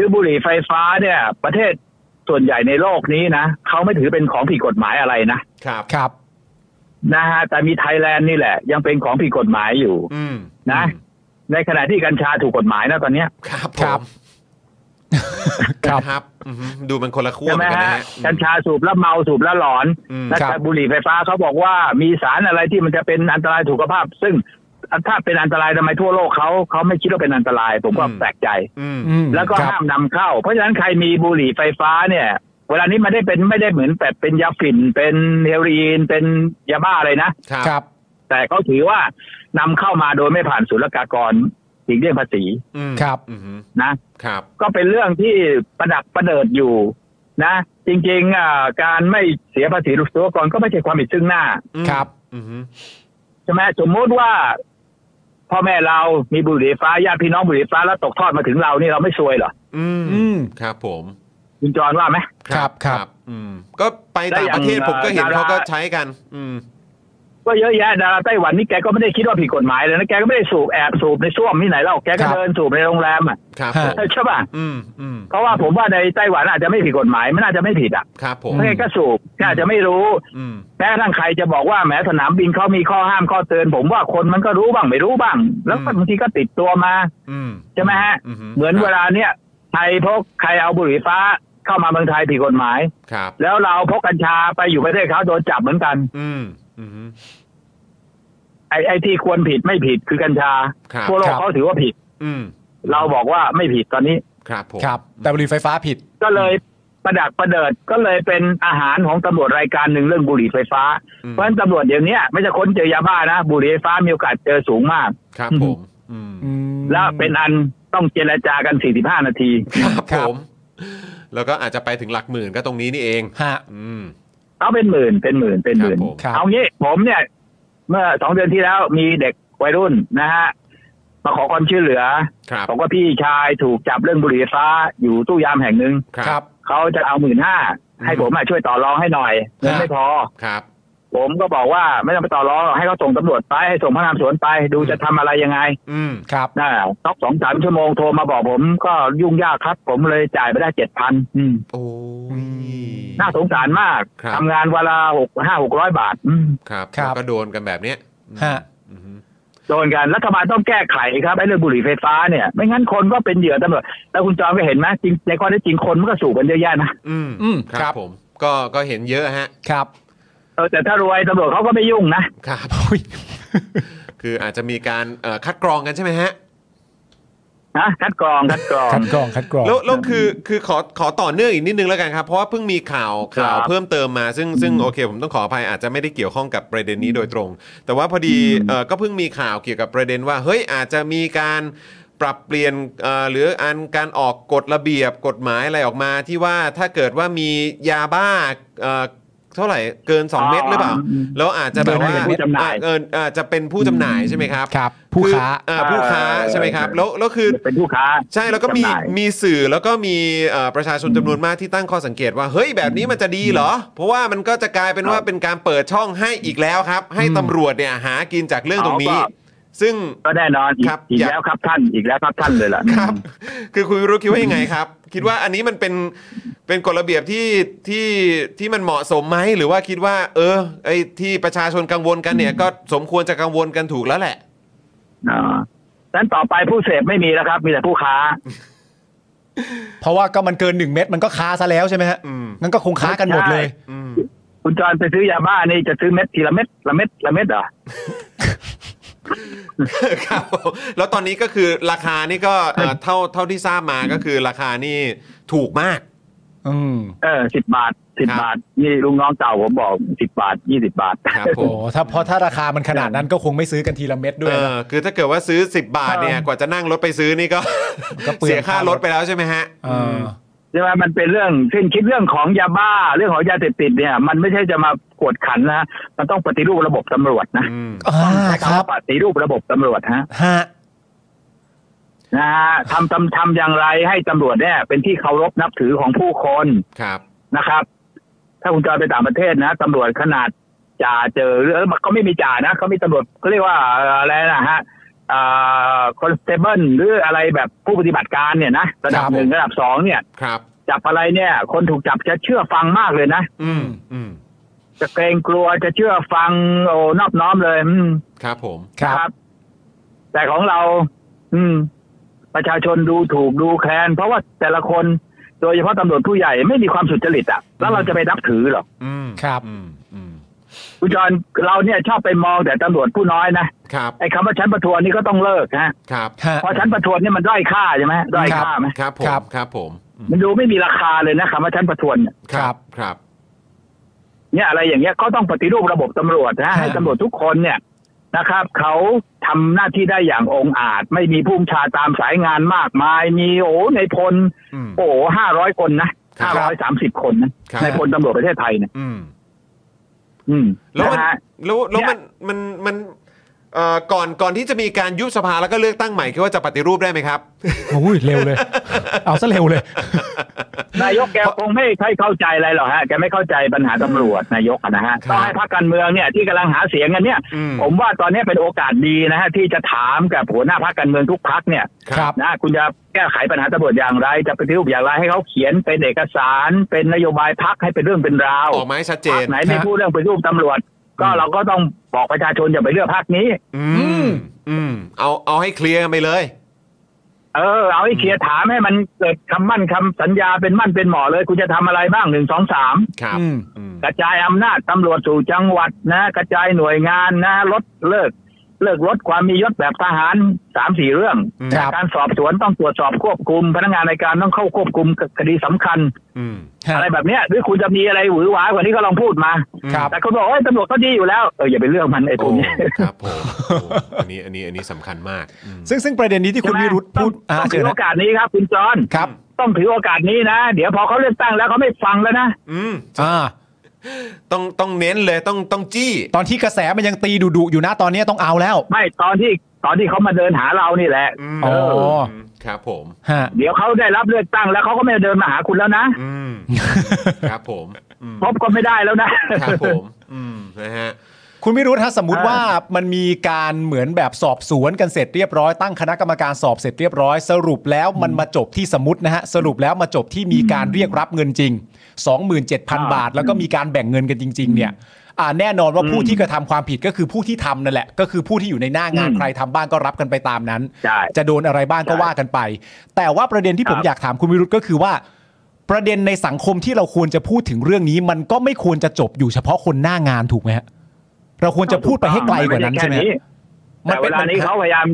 Speaker 3: คือบุหรี่ไฟฟ้าเนี่ย ประเทศส่วนใหญ่ในโลกนี้นะเขาไม่ถือเป็นของผิดกฎหมายอะไรนะครับ
Speaker 2: ครับ
Speaker 3: นะฮะแต่มีไทยแลนด์นี่แหละ ยังเป็นของผิดกฎหมายอยู่
Speaker 1: อืม
Speaker 3: นะ ในขณะที่กัญชาถูกกฎหมายนะตอนเนี้ย
Speaker 1: ครับผ
Speaker 2: ครับ
Speaker 1: ม
Speaker 2: ครับ
Speaker 1: ครับอือฮึดูมันคนละขั้ว
Speaker 3: ใช่
Speaker 1: เห
Speaker 3: ไห
Speaker 1: มือนกัน
Speaker 3: มฮะ
Speaker 1: นะฮะ
Speaker 3: กัญชาสูบแล้วเมาสูบแล้วหลอน
Speaker 1: อืม
Speaker 3: และ
Speaker 2: ครับ
Speaker 3: บุหรี่ไฟฟ้าเขาบอกว่ามีสารอะไรที่มันจะเป็นอันตรายสุขภาพ ซึ่งถ้าเป็นอันตรายทำไมทั่วโลกเขาเขาไม่คิดว่าเป็นอันตราย ผมก็
Speaker 1: อืม
Speaker 3: แปลกใจ
Speaker 1: อืม
Speaker 2: อืม
Speaker 3: แล้วก็
Speaker 2: ครับ
Speaker 3: ห้ามนำเข้า เพราะฉะนั้นใครมีบุหรี่ไฟฟ้าเนี่ย เวลานี้มันได้เป็นไม่ได้เหมือนแบบเป็นยาฝิ่น เป็นเฮโรอีน เป็นยาบ้าอะไรนะ
Speaker 1: ครับ
Speaker 2: ครับ
Speaker 3: แต่เขาถือว่านำเข้ามาโดยไม่ผ่านศุลกากรหลีกเลี่ยงภาษี
Speaker 1: อืม
Speaker 2: ครับ
Speaker 1: อือฮึ
Speaker 3: นะ
Speaker 1: ครับ
Speaker 3: ก็เป็นเรื่องที่ประดักประเดิดอยู่นะ จริงๆอ่าการไม่เสียภาษีศุลกากรก็ไม่ใช่ความผิดซึ่งหน้า
Speaker 1: อืม
Speaker 2: ครับ
Speaker 1: อือฮึ
Speaker 3: ใช่ไหมสมมติว่าพ่อแม่เรามีบุหรี่ไฟฟ้าญาติพี่น้องบุหรี่ไฟฟ้าแล้วตกทอดมาถึงเรานี่เราไม่ซวยเหรอ
Speaker 1: อืม
Speaker 2: อืม
Speaker 1: ครับผม
Speaker 3: คุณจรว่าไหม
Speaker 2: ครับครับ
Speaker 1: อืมก็ไปต่างประเทศผ
Speaker 3: และอย่าง
Speaker 1: มก็เห็น
Speaker 3: ดารา
Speaker 1: เขาก็ใช้กัน อืม
Speaker 3: ก็เยอะแยะดาราไต้หวันนี่แกก็ไม่ได้คิดว่าผิดกฎหมายเลยนะแกก็ไม่ได้สูบแอบสูบในส้วมที่ไหนเล่าแก
Speaker 2: ครั
Speaker 3: ก็
Speaker 2: บ
Speaker 3: เดินสูบในโรงแรมอ่ะ
Speaker 1: ครับผม
Speaker 3: ใช่ป่ะ
Speaker 1: อืมอืม
Speaker 3: เพราะว่าผมว่าในไต้หวันอาจจะไม่ผิดกฎหมายไม่น่าจะไม่ผิดอ่ะ
Speaker 1: ครับผม
Speaker 3: เพราะแกก็สูบแกอาจจะไม่รู้
Speaker 1: อืม
Speaker 3: แม้กระทั่งใครจะบอกว่าแหมสนามบินเขามีข้อห้ามข้อเตือน ผมว่าคนมันก็รู้บ้างไม่รู้บ้าง แล้วก็บางทีก็ติดตัวมา
Speaker 1: อืม
Speaker 3: ใช่ไหมฮะ
Speaker 1: อืฮึ
Speaker 3: เหมือนเวลาเนี้ยใครพกใครเอาบุหรี่ไฟฟ้าเข้ามาเมืองไทยผิดกฎหมาย
Speaker 1: ครับ
Speaker 3: แล้วเราพกกัญชาไปอยู่ประเทศเขาโดนจับเหมือนกัน
Speaker 1: อืมอือฮึ
Speaker 3: ไอ้ไอ้ที่ควรผิดไม่ผิดคือกัญชา
Speaker 1: ครับ
Speaker 3: ทั่วโล
Speaker 2: ค
Speaker 3: ก
Speaker 2: รับ
Speaker 3: เขาถือว่าผิด
Speaker 1: อืม
Speaker 3: เราบอกว่าไม่ผิดตอนนี้
Speaker 1: ครับผม
Speaker 2: ครับ แต่บุหรี่ไฟฟ้าผิด
Speaker 3: ก็เลยประดักประเดิดก็เลยเป็นอาหารของตำรวจรายการหนึ่งเรื่องบุหรี่ไฟฟ้า
Speaker 1: อืม
Speaker 3: เพราะฉะนั้นตำรวจเดี๋ยวนี้ไม่จะค้นเจอยาบ้านะ บุหรี่ไฟฟ้ามีโอกาสเจอสูงมาก
Speaker 1: ครับผม อืม
Speaker 2: อืม
Speaker 3: และเป็นอันต้องเจรจากัน 45 นาที
Speaker 1: ครับ
Speaker 2: ค
Speaker 1: ผ
Speaker 2: รับ
Speaker 1: ม แล้วก็อาจจะไปถึงหลักหมื่นก็ตรงนี้นี่เอง
Speaker 2: ฮะ
Speaker 1: อืม
Speaker 3: เอาเป็นหมื่นเป็นหมื่นเป็นหมื่น
Speaker 1: ครับผม
Speaker 2: ครับ
Speaker 3: เอางี้ผมเนี่ย เมื่อสองเดือนที่แล้วมีเด็กวัยรุ่นนะฮะมาขอความช่วยเหลือ
Speaker 1: ครับ
Speaker 3: บอกว่าพี่ชายถูกจับเรื่องบุหรี่ไฟฟ้าอยู่ตู้ยามแห่งหนึ่ง
Speaker 2: ครับ
Speaker 3: เขาจะเอาหมื่นห้าให้ผมมาช่วยต่อรองให้หน่อยเงินไม่พอ
Speaker 1: ครับ
Speaker 3: ผมก็บอกว่าไม่ต้องไปต่อรองให้เขาส่งตำรวจไปให้ส่งพนักงานสวนไปดูจะทำอะไรยังไง
Speaker 1: อืม
Speaker 2: ครับ
Speaker 3: น่าสักสองสามชั่วโมงโทรมาบอกผมก็ยุ่งยากครับ ผมเลยจ่ายไปได้เจ็ดพัน
Speaker 1: โอ้ย
Speaker 3: น่าสงสารมาก
Speaker 1: ครับ
Speaker 3: ทำงานเวลาหกห้าหกร้อยบาท อืม
Speaker 1: ครับ
Speaker 2: ครับ
Speaker 1: แล้วก็โดนกันแบบเนี้ย
Speaker 2: ฮะ
Speaker 1: อือฮึ
Speaker 3: โดนกันรัฐบาลต้องแก้ไขครับไอ้เรื่องบุหรี่ไฟฟ้าเนี่ย ไม่งั้นคนก็เป็นเหยื่อตำรวจแล้วคุณจอมก็เห็นไหมจริงในข้อเท็จจริงคนมันก็สูบกันเยอะแยะนะ
Speaker 1: อืม
Speaker 2: อืม
Speaker 1: ครั
Speaker 2: ครับ บ
Speaker 1: ผมก็ก็เห็นเยอะฮะ
Speaker 2: ครับ
Speaker 3: เออแต่ถ้ารวยตำรวจเขาก็ไม่ยุ่งนะครับ
Speaker 2: โอ้ย
Speaker 1: คืออาจจะมีการเอ่อคัดกรองกันใช่ไหมฮะ
Speaker 3: นะคัดกรองคัดกรอง
Speaker 2: คัดกรองคัดกรอง
Speaker 1: แล้วแล้วคือคือขอขอต่อเนื่องอีกนิดนึงแล้วกันครับ เพราะว่าเพิ่งมีข่าว
Speaker 3: ครับ
Speaker 1: ข่าวเพิ่มเติมมาซึ่งซึ่งโอเค ผมต้องขออภัยอาจจะไม่ได้เกี่ยวข้องกับประเด็นนี้โดยตรง แต่ว่าพอดีเอ่อก็เพิ่งมีข่าวเกี่ยวกับประเด็นว่าเฮ้ยอาจจะมีการปรับเปลี่ยนเอ่อหรืออันการออกกฎระเบียบกฎหมายอะไรออกมาที่ว่าถ้าเกิดว่ามียาบ้าเอ่อเท่าไหร่เกิน 2 เม็ดหรือเปล่า
Speaker 3: อ๋อ
Speaker 1: แล้วอาจจะแบบว่า
Speaker 3: เกินให้เป็นผู้จำหน่าย
Speaker 1: เอ่ออาจจะเป็นผู้จำหน่ายใช่ไหมครับ
Speaker 2: ครับ ผู้ค้า
Speaker 1: ออ่ผู้ค้า
Speaker 3: เออ
Speaker 1: ใช่ไหมครับ แล้วแล้วคือ
Speaker 3: เป็นผู้ค้า
Speaker 1: ใช่แล้วก็มี
Speaker 3: จำหน่าย
Speaker 1: มีสื่อแล้วก็มีเอ่อประชาชนจำนวนมากที่ตั้งข้อสังเกตว่าเฮ้ยแบบนี้มันจะดีเหรอ เพราะว่ามันก็จะกลายเป็นว่าเป็นการเปิดช่องให้อีกแล้วครับ ให้ตำรวจเนี่ยหากินจากเรื่องตรงนี้
Speaker 3: เอาก็
Speaker 1: ซึ่ง
Speaker 3: ก็แน่นอนอีก
Speaker 1: ครับ
Speaker 3: อีก
Speaker 1: อยาก
Speaker 3: แล้วครับท่านอีกแล้วครับท่านเลยล่ะ
Speaker 1: ครับ คือคุณวิรู้คิดว่ายังไงครับ คิดว่าอันนี้มันเป็นเป็นกฎระเบียบที่ที่ที่มันเหมาะสมไหมหรือว่าคิดว่า เออไอ้ ที่ประชาชนกังวลกันเนี่ยก็สมควรจะกังวลกันถูกแล้วแหละ
Speaker 3: อ่า นั้นต่อไปผู้เสพไม่มีแล้วครับ มีแต่ผู้ ค้า
Speaker 2: เพราะว่าก็มันเกินหนึ่งเม็ดมันก็ค้าซะแล้วใช่ไหมฮะ
Speaker 1: อืม
Speaker 2: งั้นก็คงค้ากันหมดเลย
Speaker 1: อืม
Speaker 3: คุณจอนไปซื้อยาบ้านี่จะซื้อเม็ดทีละเม็ดละเม็ดละเม็ดเหรอ
Speaker 1: ครับผมแล้วตอนนี้ก็คือราคานี่ก็เอ่อเท่าเท่าที่ทราบมาก็คือราคานี่ถูกมาก
Speaker 2: อืม
Speaker 3: เออสิบบาทสิบบาท นี่ลุงน้องเก่าผมบอกสิบบาทยี่สิบาท
Speaker 1: ครับผ
Speaker 2: โอ้
Speaker 1: ม
Speaker 2: ถ้าเพราะถ้าราคามันขนาดนั้นก็คงไม่ซื้อกันทีละเม็ดด้วย
Speaker 1: เอ
Speaker 2: นะ
Speaker 1: อคือถ้าเกิดว่าซื้อ 10 บาทเนี่ยกว่าจะนั่งรถไปซื้อนี่ก็
Speaker 2: ก็เปลือง
Speaker 1: เสียค่ารถไปแล้วใช่ไหมฮะ
Speaker 2: เออ
Speaker 3: ใช่ไหมมันเป็นเรื่องสิ้นคิดเรื่องของยาบ้า เรื่องของยาเสพติดเนี่ย มันไม่ใช่จะมากวดขันนะมันต้องปฏิรูประบบตำรวจนะ
Speaker 1: อืม
Speaker 2: อ่าค
Speaker 3: ต้
Speaker 2: รั
Speaker 3: อบ งปฏิรูประบบตำรวจฮะ
Speaker 2: ฮะ
Speaker 3: นะฮะทำทำทำอย่างไรให้ตำรวจเนี่ย เป็นที่เคารพนับถือของผู้คน
Speaker 1: ครับ
Speaker 3: นะครับ ถ้าคุณจอยไปต่างประเทศนะตำรวจขนาดจ่าเจอเรื่องมันก็ไม่มีจ่านะเขามีตำรวจเขาเรียกว่าเอ่ออะไรนะฮะคอนสเตเบิลหรืออะไรแบบผู้ปฏิบัติการเนี่ยนะระดับ
Speaker 1: ครับผม
Speaker 3: หนึ่งระดับสองเนี่ย
Speaker 1: ครับ
Speaker 3: จับอะไรเนี่ย คนถูกจับจะเชื่อฟังมากเลยนะ
Speaker 1: อืมอืม
Speaker 3: จะเกรงกลัวจะเชื่อฟังโอ้นอบน้อมเลยอืม
Speaker 1: ครับผม
Speaker 2: ครับ
Speaker 3: แต่ของเรา อืม ประชาชนดูถูกดูแคลนเพราะว่าแต่ละคนโดยเฉพาะตำรวจผู้ใหญ่ไม่มีความสุจริตอะแล้วเราจะไปนับถือหรอก
Speaker 1: อืม
Speaker 2: ครับ
Speaker 1: อืมอืม
Speaker 3: คุณจรเราเนี่ยชอบไปมองแต่ตำรวจผู้น้อยนะครับ ไอ้คำว่าชั้นประทวนนี่ก็ต้องเลิกนะครับ
Speaker 2: ฮะ
Speaker 3: เพราะชั้นประทวนนี่มันด้อยค่าใช่ไหมด้อยค่าไหม
Speaker 1: ครับผม
Speaker 2: ครับ
Speaker 1: ครับผมอืม
Speaker 3: มันดูไม่มีราคาเลยนะคำว่าชั้นประทวนเนี่ย
Speaker 1: ครับครับ
Speaker 3: เนี่ยอะไรอย่างเงี้ยก็ต้องปฏิรูประบบตำรวจนะให้
Speaker 2: ครับ
Speaker 3: ตำรวจทุกคนเนี่ยนะครับ เขาทำหน้าที่ได้อย่างองอาจ ไม่มีผู้บัญชาตามสายงานมากมาย มีโอ้ในพล
Speaker 1: อืม
Speaker 3: โอ้ห้าร้อยคนนะ
Speaker 1: ครั
Speaker 3: ห้าร้อยสามสิบคนนะครับ ในพลตำรวจประเทศไทยเนี่ย
Speaker 1: อืม
Speaker 3: อืม
Speaker 1: แล้วมัน
Speaker 3: นะฮะ
Speaker 1: แล้วแล้ว
Speaker 3: เนี่ย
Speaker 1: มันมันมันเอ่อก่อนก่อนที่จะมีการยุบสภาแล้วก็เลือกตั้งใหม่คิดว่าจะปฏิรูปได้ไหมครับ
Speaker 2: โอ้ยเร็วเลย เอาซะเร็วเลย
Speaker 3: นายกแกคงไม่ค่อยเข้าใจอะไรหรอกฮะแกไม่เข้าใจปัญหาตำรวจนายกอะนะฮะ
Speaker 1: ครับ
Speaker 3: ต้องให้พรรคการเมืองเนี่ยที่กำลังหาเสียงกันเนี่ย
Speaker 1: อืม
Speaker 3: ผมว่าตอนนี้เป็นโอกาสดีนะฮะที่จะถามกับหัวหน้าพรรคการเมืองทุกพรรคเนี่ย
Speaker 2: ครับ
Speaker 3: นะคุณจะแก้ไขปัญหาตำรวจอย่างไร จะปฏิรูปอย่างไรให้เขาเขียนเป็นเอกสาร เป็นนโยบายพักให้เป็นเรื่องเป็นราว
Speaker 1: ออกมาให้ชัดเจ
Speaker 3: พรร
Speaker 1: น
Speaker 3: คไหนไม่
Speaker 2: ครับ
Speaker 3: พูดเรื่องปฏิรูปตำรวจ ก็
Speaker 1: อืม
Speaker 3: เราก็ต้องบอกประชาชนอย่าไปเลือกพักนี้
Speaker 1: อืมอืมเอาเอาให้เคลียร์กันไปเลย
Speaker 3: เออ เอาให้เคลียร์ถามให้มันเกิดคำมั่นคำสัญญาเป็นมั่นเป็นหมอเลย คุณจะทำอะไรบ้างหนึ่งสองสาม
Speaker 1: ครับ
Speaker 2: อืม
Speaker 1: อืม
Speaker 3: กระจายอำนาจตำรวจสู่จังหวัดนะ กระจายหน่วยงานนะลดเลิก เลิกลดความมียศแบบทหารสามสี่เรื่อง
Speaker 2: ครับ
Speaker 3: การสอบสวนต้องตรวจสอบควบคุม พนักงานในการต้องเข้าควบคุมคดีสำคัญ
Speaker 1: อืม
Speaker 2: ฮะ
Speaker 3: อะไรแบบเนี้ยหรือคุณจะมีอะไรหวือหวากว่านี้ก็ลองพูดมา
Speaker 2: ครับ
Speaker 3: แต่คุณบอกว่าเอ้ยตำรวจก็ดีอยู่แล้ว เอออย่าไปเรื่องมันไอ้พ
Speaker 1: โอ้
Speaker 3: วกนี้
Speaker 1: ครับผมโอ้อันนี้อันนี้อันนี้สำคัญมากอืม
Speaker 2: ซึ่งซึ่งประเด็นนี้ที่คุณ
Speaker 3: ใช่ไหม
Speaker 2: วิรุธพูด
Speaker 3: ต้
Speaker 2: อ่า
Speaker 3: องต้อง
Speaker 2: เชิ
Speaker 3: ถื
Speaker 2: ญ
Speaker 3: อโอ
Speaker 2: นะ
Speaker 3: กาสนี้ครับ คุณจอน
Speaker 2: ครับ
Speaker 3: ต้องถือโอกาสนี้นะ เดี๋ยวพอเขาเลือกตั้งแล้วเขาไม่ฟังแล้วนะ
Speaker 1: อืม
Speaker 2: อ่า
Speaker 1: ต้องต้องเน้นเลยต้องต้องจี้
Speaker 2: ตอนที่กระแสมันยังตีดุดุๆอยู่นะตอนนี้ต้องเอาแล้ว
Speaker 3: ไม่ตอนที่ตอนที่เขามาเดินหาเรานี่แหละ
Speaker 1: อืม
Speaker 2: อ๋อ
Speaker 1: มครับผม
Speaker 2: ฮะ
Speaker 3: เดี๋ยวเขาได้รับเลือกตั้งแล้วเขาก็ไม่เดินมาหาคุณแล้วนะ
Speaker 1: อืมครับผมอืม
Speaker 3: พบก็ไม่ได้แล้วนะ
Speaker 1: ครับผมอืมนะฮะ
Speaker 2: คุณวิรุธฮะสมมติ
Speaker 3: อ่า
Speaker 2: ว่ามันมีการเหมือนแบบสอบสวนกันเสร็จเรียบร้อยตั้งคณะกรรมการสอบเสร็จเรียบร้อย สรุปแล้วมันมาจบที่สมมตินะฮะสรุปแล้วมาจบที่มีการเรียกรับเงินจริง 27,000 บาท แล้วก็มีการแบ่งเงินกันจริง ๆ เนี่ยอ่าแน่นอนว่าผู้ที่กระทำความผิดก็คือผู้ที่ทำนั่นแหละ ก็คือผู้ที่อยู่ในหน้างานใครทำบ้างก็รับกันไปตามนั้น
Speaker 3: ใช่
Speaker 2: จะโดนอะไรบ้างก็
Speaker 3: ใช่
Speaker 2: ว่ากันไป แต่ว่าประเด็นที่ผม
Speaker 3: ครับ
Speaker 2: อยากถามคุณวิรุธก็คือว่า ประเด็นในสังคมที่เราควรจะพูดถึงเรื่องนี้ มันก็ไม่ควรจะจบอยู่เฉพาะคนหน้างานถูกไหมฮะเราควรจะพูดไปให้ไกลกว่านั้นใช่ไหมฮะ มั
Speaker 3: แต่
Speaker 2: นเป็
Speaker 3: เวน ลานี้
Speaker 2: ปัญหา
Speaker 3: เขาพยายาม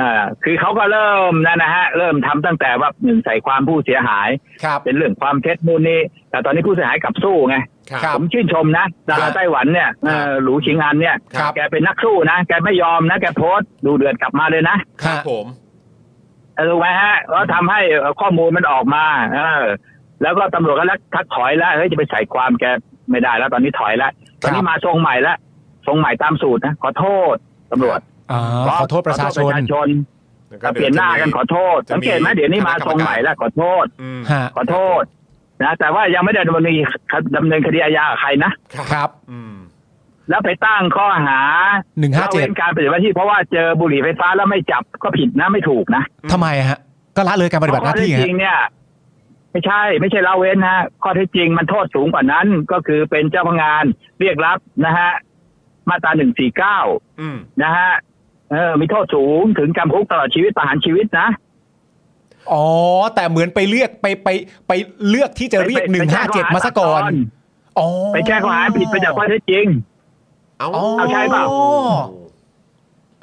Speaker 3: อ่าคือเขาก็เริ่มนะนะฮะ เริ่มทำตั้งแต่ว่าหนึ่งใส่ความผู้เสียหาย
Speaker 2: ครับ
Speaker 3: เป็นเรื่องความเท็จนู่นนี่แต่ตอนนี้ผู้เสียหายกลับสู้ไง
Speaker 1: ครับ
Speaker 2: ครับ
Speaker 3: ผมชื่นชมนะดา
Speaker 1: ครั
Speaker 3: รา
Speaker 1: บ
Speaker 3: ไต้หวันเนี่ยเอ่อหลูชิงอันเนี่ย
Speaker 1: ครับ
Speaker 3: แกเป็นนักสู้นะ แกไม่ยอมนะ แกโพสต์ดูเดือดกลับมาเลยนะ
Speaker 1: ครับผม
Speaker 3: เออไว้ฮะแล้วทำให้เอ่อข้อมูลมันออกมา เออ แล้วก็ตำรวจก็ลักทักถอยแล้วเฮ้ยจะไปใส่ความแกไม่ได้แล้ว ตอนนี้ถอยแล้วตอนนี้มาทรงใหม่แล้วทรงใหม่ตามสูตรนะขอโทษตำรวจ
Speaker 2: อ่าขอโทษประชาชน
Speaker 3: ชน
Speaker 1: แว
Speaker 3: ก็
Speaker 1: ดี๋
Speaker 3: เปลี่ยนหน้ากันขอ
Speaker 1: จะมี
Speaker 3: โทษ
Speaker 1: จะมี
Speaker 3: สังเกตไหมเดี๋ยวนี้มาทรง
Speaker 1: คณะกรรมการ
Speaker 3: ใหม่แล้วขอโทษ
Speaker 1: อืม
Speaker 2: ฮะ
Speaker 3: ขอโทษ นะแต่ว่ายังไม่ได้ดำเนินดำเนินคดีอาญากับใครนะ
Speaker 2: ค
Speaker 1: ครับ
Speaker 2: รับ
Speaker 1: อืม
Speaker 3: แล้วไปตั้งข้อหา
Speaker 2: 157
Speaker 3: ละเว้นการปฏิบัติหน้าที่เพราะว่าเจอบุหรี่ไฟฟ้าแล้วไม่จับก็ผิดนะไม่ถูกนะ
Speaker 2: ทำไมฮะ ก็ละเลยการปฏิบัติหน้าที่
Speaker 3: ข้อเท็จจ
Speaker 2: ฮะ
Speaker 3: ริงเนี่ย ไม่ใช่ ไม่ใช่ละเว้นนะข้อเท็จจริงมันโทษสูงกว่านั้น ก็คือเป็นเจ้าพนักงานเรียกรับนะฮะ มาตราหนึ่งสี่เก้า
Speaker 1: อืม
Speaker 3: นะฮะ เออมีโทษสูงถึงจำคุกตลอดชีวิตประหารชีวิตนะ
Speaker 2: อ๋อ แต่เหมือนไปเลือกไปไปไปเลือกที่จะเรียก
Speaker 3: ไป
Speaker 2: ห
Speaker 3: ไป
Speaker 2: นึ่งห้าเจ็ด
Speaker 3: ไปแจ้
Speaker 2: มา
Speaker 3: งข้อหา
Speaker 2: ซะก่อน
Speaker 3: ก่อน
Speaker 2: อ๋อ
Speaker 3: ไปแจ้งข้อหาผิดไปจากข้อเท็จจริง
Speaker 1: เอา
Speaker 2: อ๋อ
Speaker 3: เอาใช่เปล่า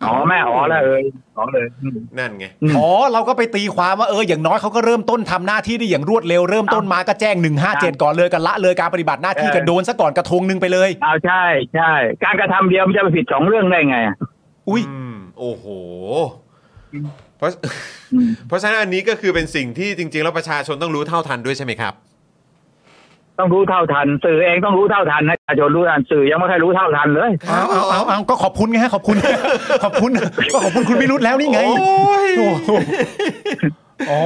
Speaker 3: อ๋อแม่อ๋อแล้วเอยอ๋อเลยอืม
Speaker 1: นั่นไง
Speaker 2: อ๋อเราก็ไปตีความว่าเอออย่างน้อยเขาก็เริ่มต้นทำหน้าที่ได้อย่างรวดเร็วเริ่มต้นมาก็แจ้งหนึ่งห้าเจ็ดก่อนเลยกันละเลยการปฏิบัติหน้าที่
Speaker 3: เออ
Speaker 2: กันโดนซะก่อนกระทงหนึ่งไปเลย
Speaker 3: เอาใช่ใช่การกระทำเดียวมันจะไปผิดสองเรื่องได้ไงอะ
Speaker 2: อุ้ย
Speaker 1: มโอ้โห เพราะ
Speaker 3: อืม
Speaker 1: เพราะฉะนั้นอันนี้ก็คือเป็นสิ่งที่จริง ๆ แล้วประชาชนต้องรู้เท่าทันด้วยใช่ไหมครับ
Speaker 3: ต้องรู้เท่าทัน สื่อเองต้องรู้เท่าทันนะประชาชนรู้ทันสื่อยังไม่ค่อยรู้เท่าทันเลย
Speaker 2: เอาเอาเอาเอาก็ขอบคุณไงฮะขอบคุณ ขอบคุณก็ขอบคุณคุณวิรุธแล้วนี่ไง
Speaker 1: โอ้ย
Speaker 2: โอ้โหอ๋อ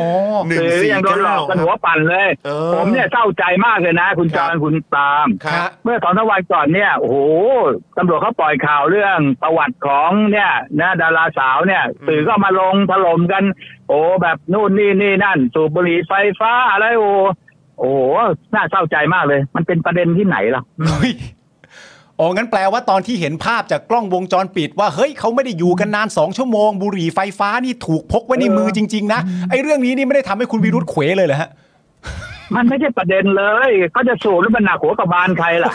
Speaker 1: หนึ่ง
Speaker 3: สื่อ
Speaker 1: สี่
Speaker 3: ยังโดนหล
Speaker 1: เก้า
Speaker 3: อกกันหัวปั่นเลย
Speaker 1: เออ
Speaker 3: ผมเนี่ยเศร้าใจมากเลยนะ คุณจอ
Speaker 1: ครั
Speaker 3: น
Speaker 1: บ
Speaker 3: คุณปาล์ม
Speaker 1: ครับ
Speaker 3: เมื่อสองสามวันก่อนเนี่ยโอ้โหตำรวจเขาปล่อยข่าวเรื่องประวัติของเนี่ยนะดาราสาวเนี่ย
Speaker 1: อืม
Speaker 3: สื่อก็มาลงถล่มกัน โอ้แบบนู่นนี่นี่นั่น สูบบุหรี่ไฟฟ้าอะไรโอ้โอ้โหน่าเศร้าใจมากเลย มันเป็นประเด็นที่ไหนล่ะ
Speaker 2: เฮ้ยอ๋องั้นแปลว่าตอนที่เห็นภาพจากกล้องวงจรปิดว่าเฮ้ยเขาไม่ได้อยู่กันนาน 2 ชั่วโมง บุหรี่ไฟฟ้านี่ถูกพกไว้ในมือจริง ๆ นะ ไอ้เรื่องนี้นี่ไม่ได้ทำให้คุณวิรุธเขวเลยเหรอฮะ
Speaker 3: มันไม่ใช่ประเด็นเลยเขาจะสูบแล้วมันหนักหัวกระบาลใคร ล่ะ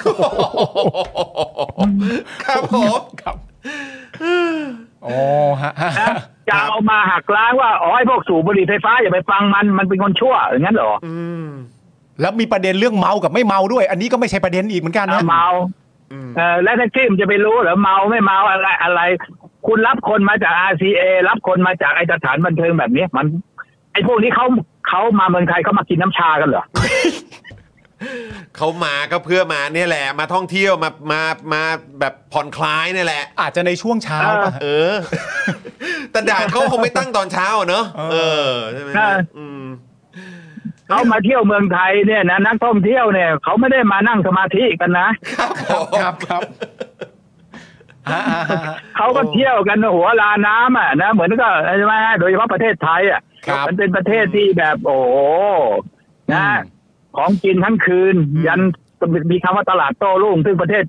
Speaker 1: ครับผม
Speaker 2: ครับอ๋อฮะ
Speaker 3: จะเอามาหักล้างว่าอ๋อไอ้พวกสูบบุหรี่ไฟฟ้าอย่าไปฟังมันมันเป็นคนชั่วอย่างนั้นเหรอ
Speaker 1: อืม
Speaker 2: แล้วมีประเด็นเรื่องเมากับไม่เมาด้วย อันนี้ก็ไม่ใช่ประเด็นอีกเหมือนกันนะ
Speaker 3: เมา
Speaker 1: อืม
Speaker 3: เออแล้วแท็กซี่มันจะไปรู้เหรือเมาไม่เมาอะไรอะไร คุณรับคนมาจาก RCA รับคนมาจากไอสถานบันเทิงแบบนี้มัน ไอพวกนี้เขาเขามาเมืองไทยเขามากินน้ำชากันเหรอ
Speaker 1: เขามาก็เพื่อมาเนี่ยแหละ มาท่องเที่ยวมามามาแบบผ่อนคลายเนี่ยแหละ
Speaker 2: อาจจะในช่วงเช้าป่ะฮะ
Speaker 1: เออ แต่ด่านเขาคงไม่ตั้งตอนเช้าอะเนอะ
Speaker 2: เออ
Speaker 1: เออใช่ไหม
Speaker 3: ใช่
Speaker 1: อืม
Speaker 3: เขามาเที่ยวเมืองไทยเนี่ยนะนักท่องเที่ยวเนี่ยเขาไม่ได้มานั่งสมาธิกันนะครับ
Speaker 1: ผม
Speaker 2: ครับครับอ่าอ่าอ่า
Speaker 3: เขาก็เที่ยวกันหัวลาน้ำอ่ะนะเหมือนก็ใช่ไหมฮะโดยเฉพาะประเทศไทยอ่ะ
Speaker 2: ครับ
Speaker 3: มันเป็นประเทศที่แบบโอ้โหนะ
Speaker 2: อืม
Speaker 3: ของกินทั้งคืน ยันมีคำว่าตลาดโต้รุ่งซึ่งประเทศ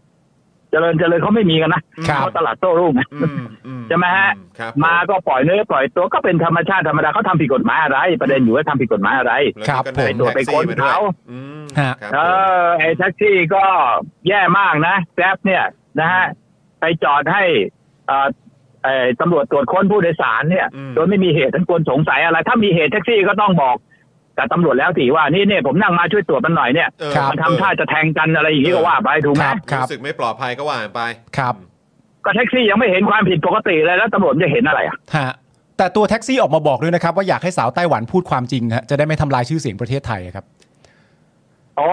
Speaker 3: เจริญเจริญเขาไม่มีกันนะ
Speaker 2: ครับ
Speaker 3: เขาตลาดโต้รุ่งนะ
Speaker 1: อืมอื
Speaker 3: ใช่ไหมฮะ
Speaker 1: ครับ
Speaker 3: มาก็ปล่อยเนื้อปล่อยตัวก็เป็นธรรมชาติธรรมดาเขาทำผิดกฎหมายอะไร ประเด็นอยู่ว่าทำผิดกฎหมายอะไร
Speaker 1: แล้ว
Speaker 2: ครับ
Speaker 1: ก็
Speaker 2: ผม
Speaker 1: นั่ง
Speaker 3: ไปตรวจไป
Speaker 1: แท็กซี่มด้ย
Speaker 3: ค้นเขา
Speaker 1: อืม
Speaker 2: ฮะ
Speaker 1: ครับ
Speaker 3: เออไอ้แท็กซี่ก็แย่มากนะแกร็บเนี่ยนะฮะไปจอดให้เอ่อเอ่อตำรวจตรวจค้นผู้โดยสารเนี่ย โดยไม่มีเหตุทั้งควรสงสัยอะไร ถ้ามีเหตุแท็กซี่ก็ต้องบอกกับตำรวจแล้วสิว่านี่เนี่ยผมนั่งมาช่วยตรวจมันหน่อยเนี่ย
Speaker 1: เออ
Speaker 2: ครับ
Speaker 3: มันทำท่าจะแทงกันอะไรอย่างนี้ก็ว่าไปถูกไหม
Speaker 2: ครับครับ
Speaker 1: รู้สึกไม่ปลอดภัยก็ว่ากันไป
Speaker 2: ครับ
Speaker 3: ก็แท็กซี่ยังไม่เห็นความผิดปกติเลยแล้วตำรวจจะเห็นอะไรอ่ะ
Speaker 2: ฮะแต่ตัวแท็กซี่ออกมาบอกด้วยนะครับ ว่าอยากให้สาวไต้หวันพูดความจริงฮะจะได้ไม่ทำลายชื่อเสียงประเทศไทยครับ
Speaker 3: อ๋อ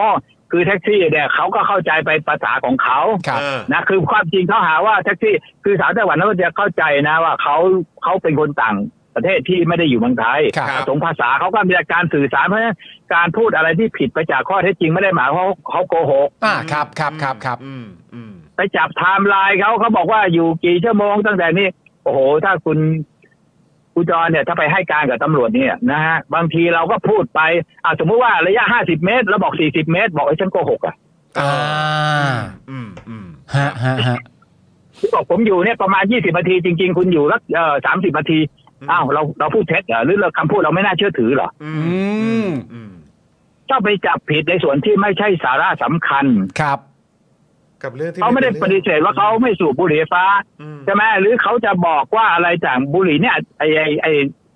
Speaker 3: คือแท็กซี่เนี่ยเขาก็เข้าใจไปภาษาของเขา
Speaker 2: ครับ
Speaker 1: เออ
Speaker 3: นะ คือความจริงเขาหาว่าแท็กซี่ คือสาวไต้หวันเขาจะเข้าใจนะว่าเขาเขาเป็นคนต่างประเทศที่ไม่ได้อยู่เมืองไทย
Speaker 2: ครับ
Speaker 3: สงภาษาเขาก็มีการสื่อสารเพราะฉะนั้นการพูดอะไรที่ผิดไปจากข้อเท็จจริงไม่ได้หมายเขามว่าเขาโกหก
Speaker 2: อ่าครับครับครับครับ
Speaker 1: อืมอืม
Speaker 3: ไปจับไทม์ไลน์เขาเขาบอกว่าอยู่กี่ชั่วโมงตั้งแต่นี้ โอ้โห ถ้าคุณคุณจรเนี่ย ถ้าไปให้การกับตำรวจเนี่ยนะฮะบางทีเราก็พูดไปอ่ะสมมติว่าระยะห้าสิบเมตร แล้วบอกสี่สิบเมตร บอกไอ้ยฉันโกหกอ่ะ
Speaker 2: อ่า
Speaker 1: อืมอืม
Speaker 2: ฮะฮะฮะ
Speaker 3: ที่บอกผมอยู่เนี่ยประมาณ 20 นาที จริง ๆ คุณอยู่สักเอ่อ30 นาที อ้าวเราเราพูดเท็จเหรอหรือเราคำพูดเราไม่น่าเชื่อถือเหรอ
Speaker 1: อื
Speaker 2: อื
Speaker 1: ม
Speaker 2: ม
Speaker 1: อืม
Speaker 3: ถ้าไปจับผิดในส่วนที่ไม่ใช่สาระสำคัญ
Speaker 2: ครับ
Speaker 1: กับเรื่องที่
Speaker 3: เขาไม่ได้ปฏิเสธว่าเขาไม่สูบบุหรี่ไฟฟ้า
Speaker 1: อืม
Speaker 3: ใช่ไหมหรือเขาจะบอกว่าอะไรจากบุหรี่เนี่ยไอไอไอ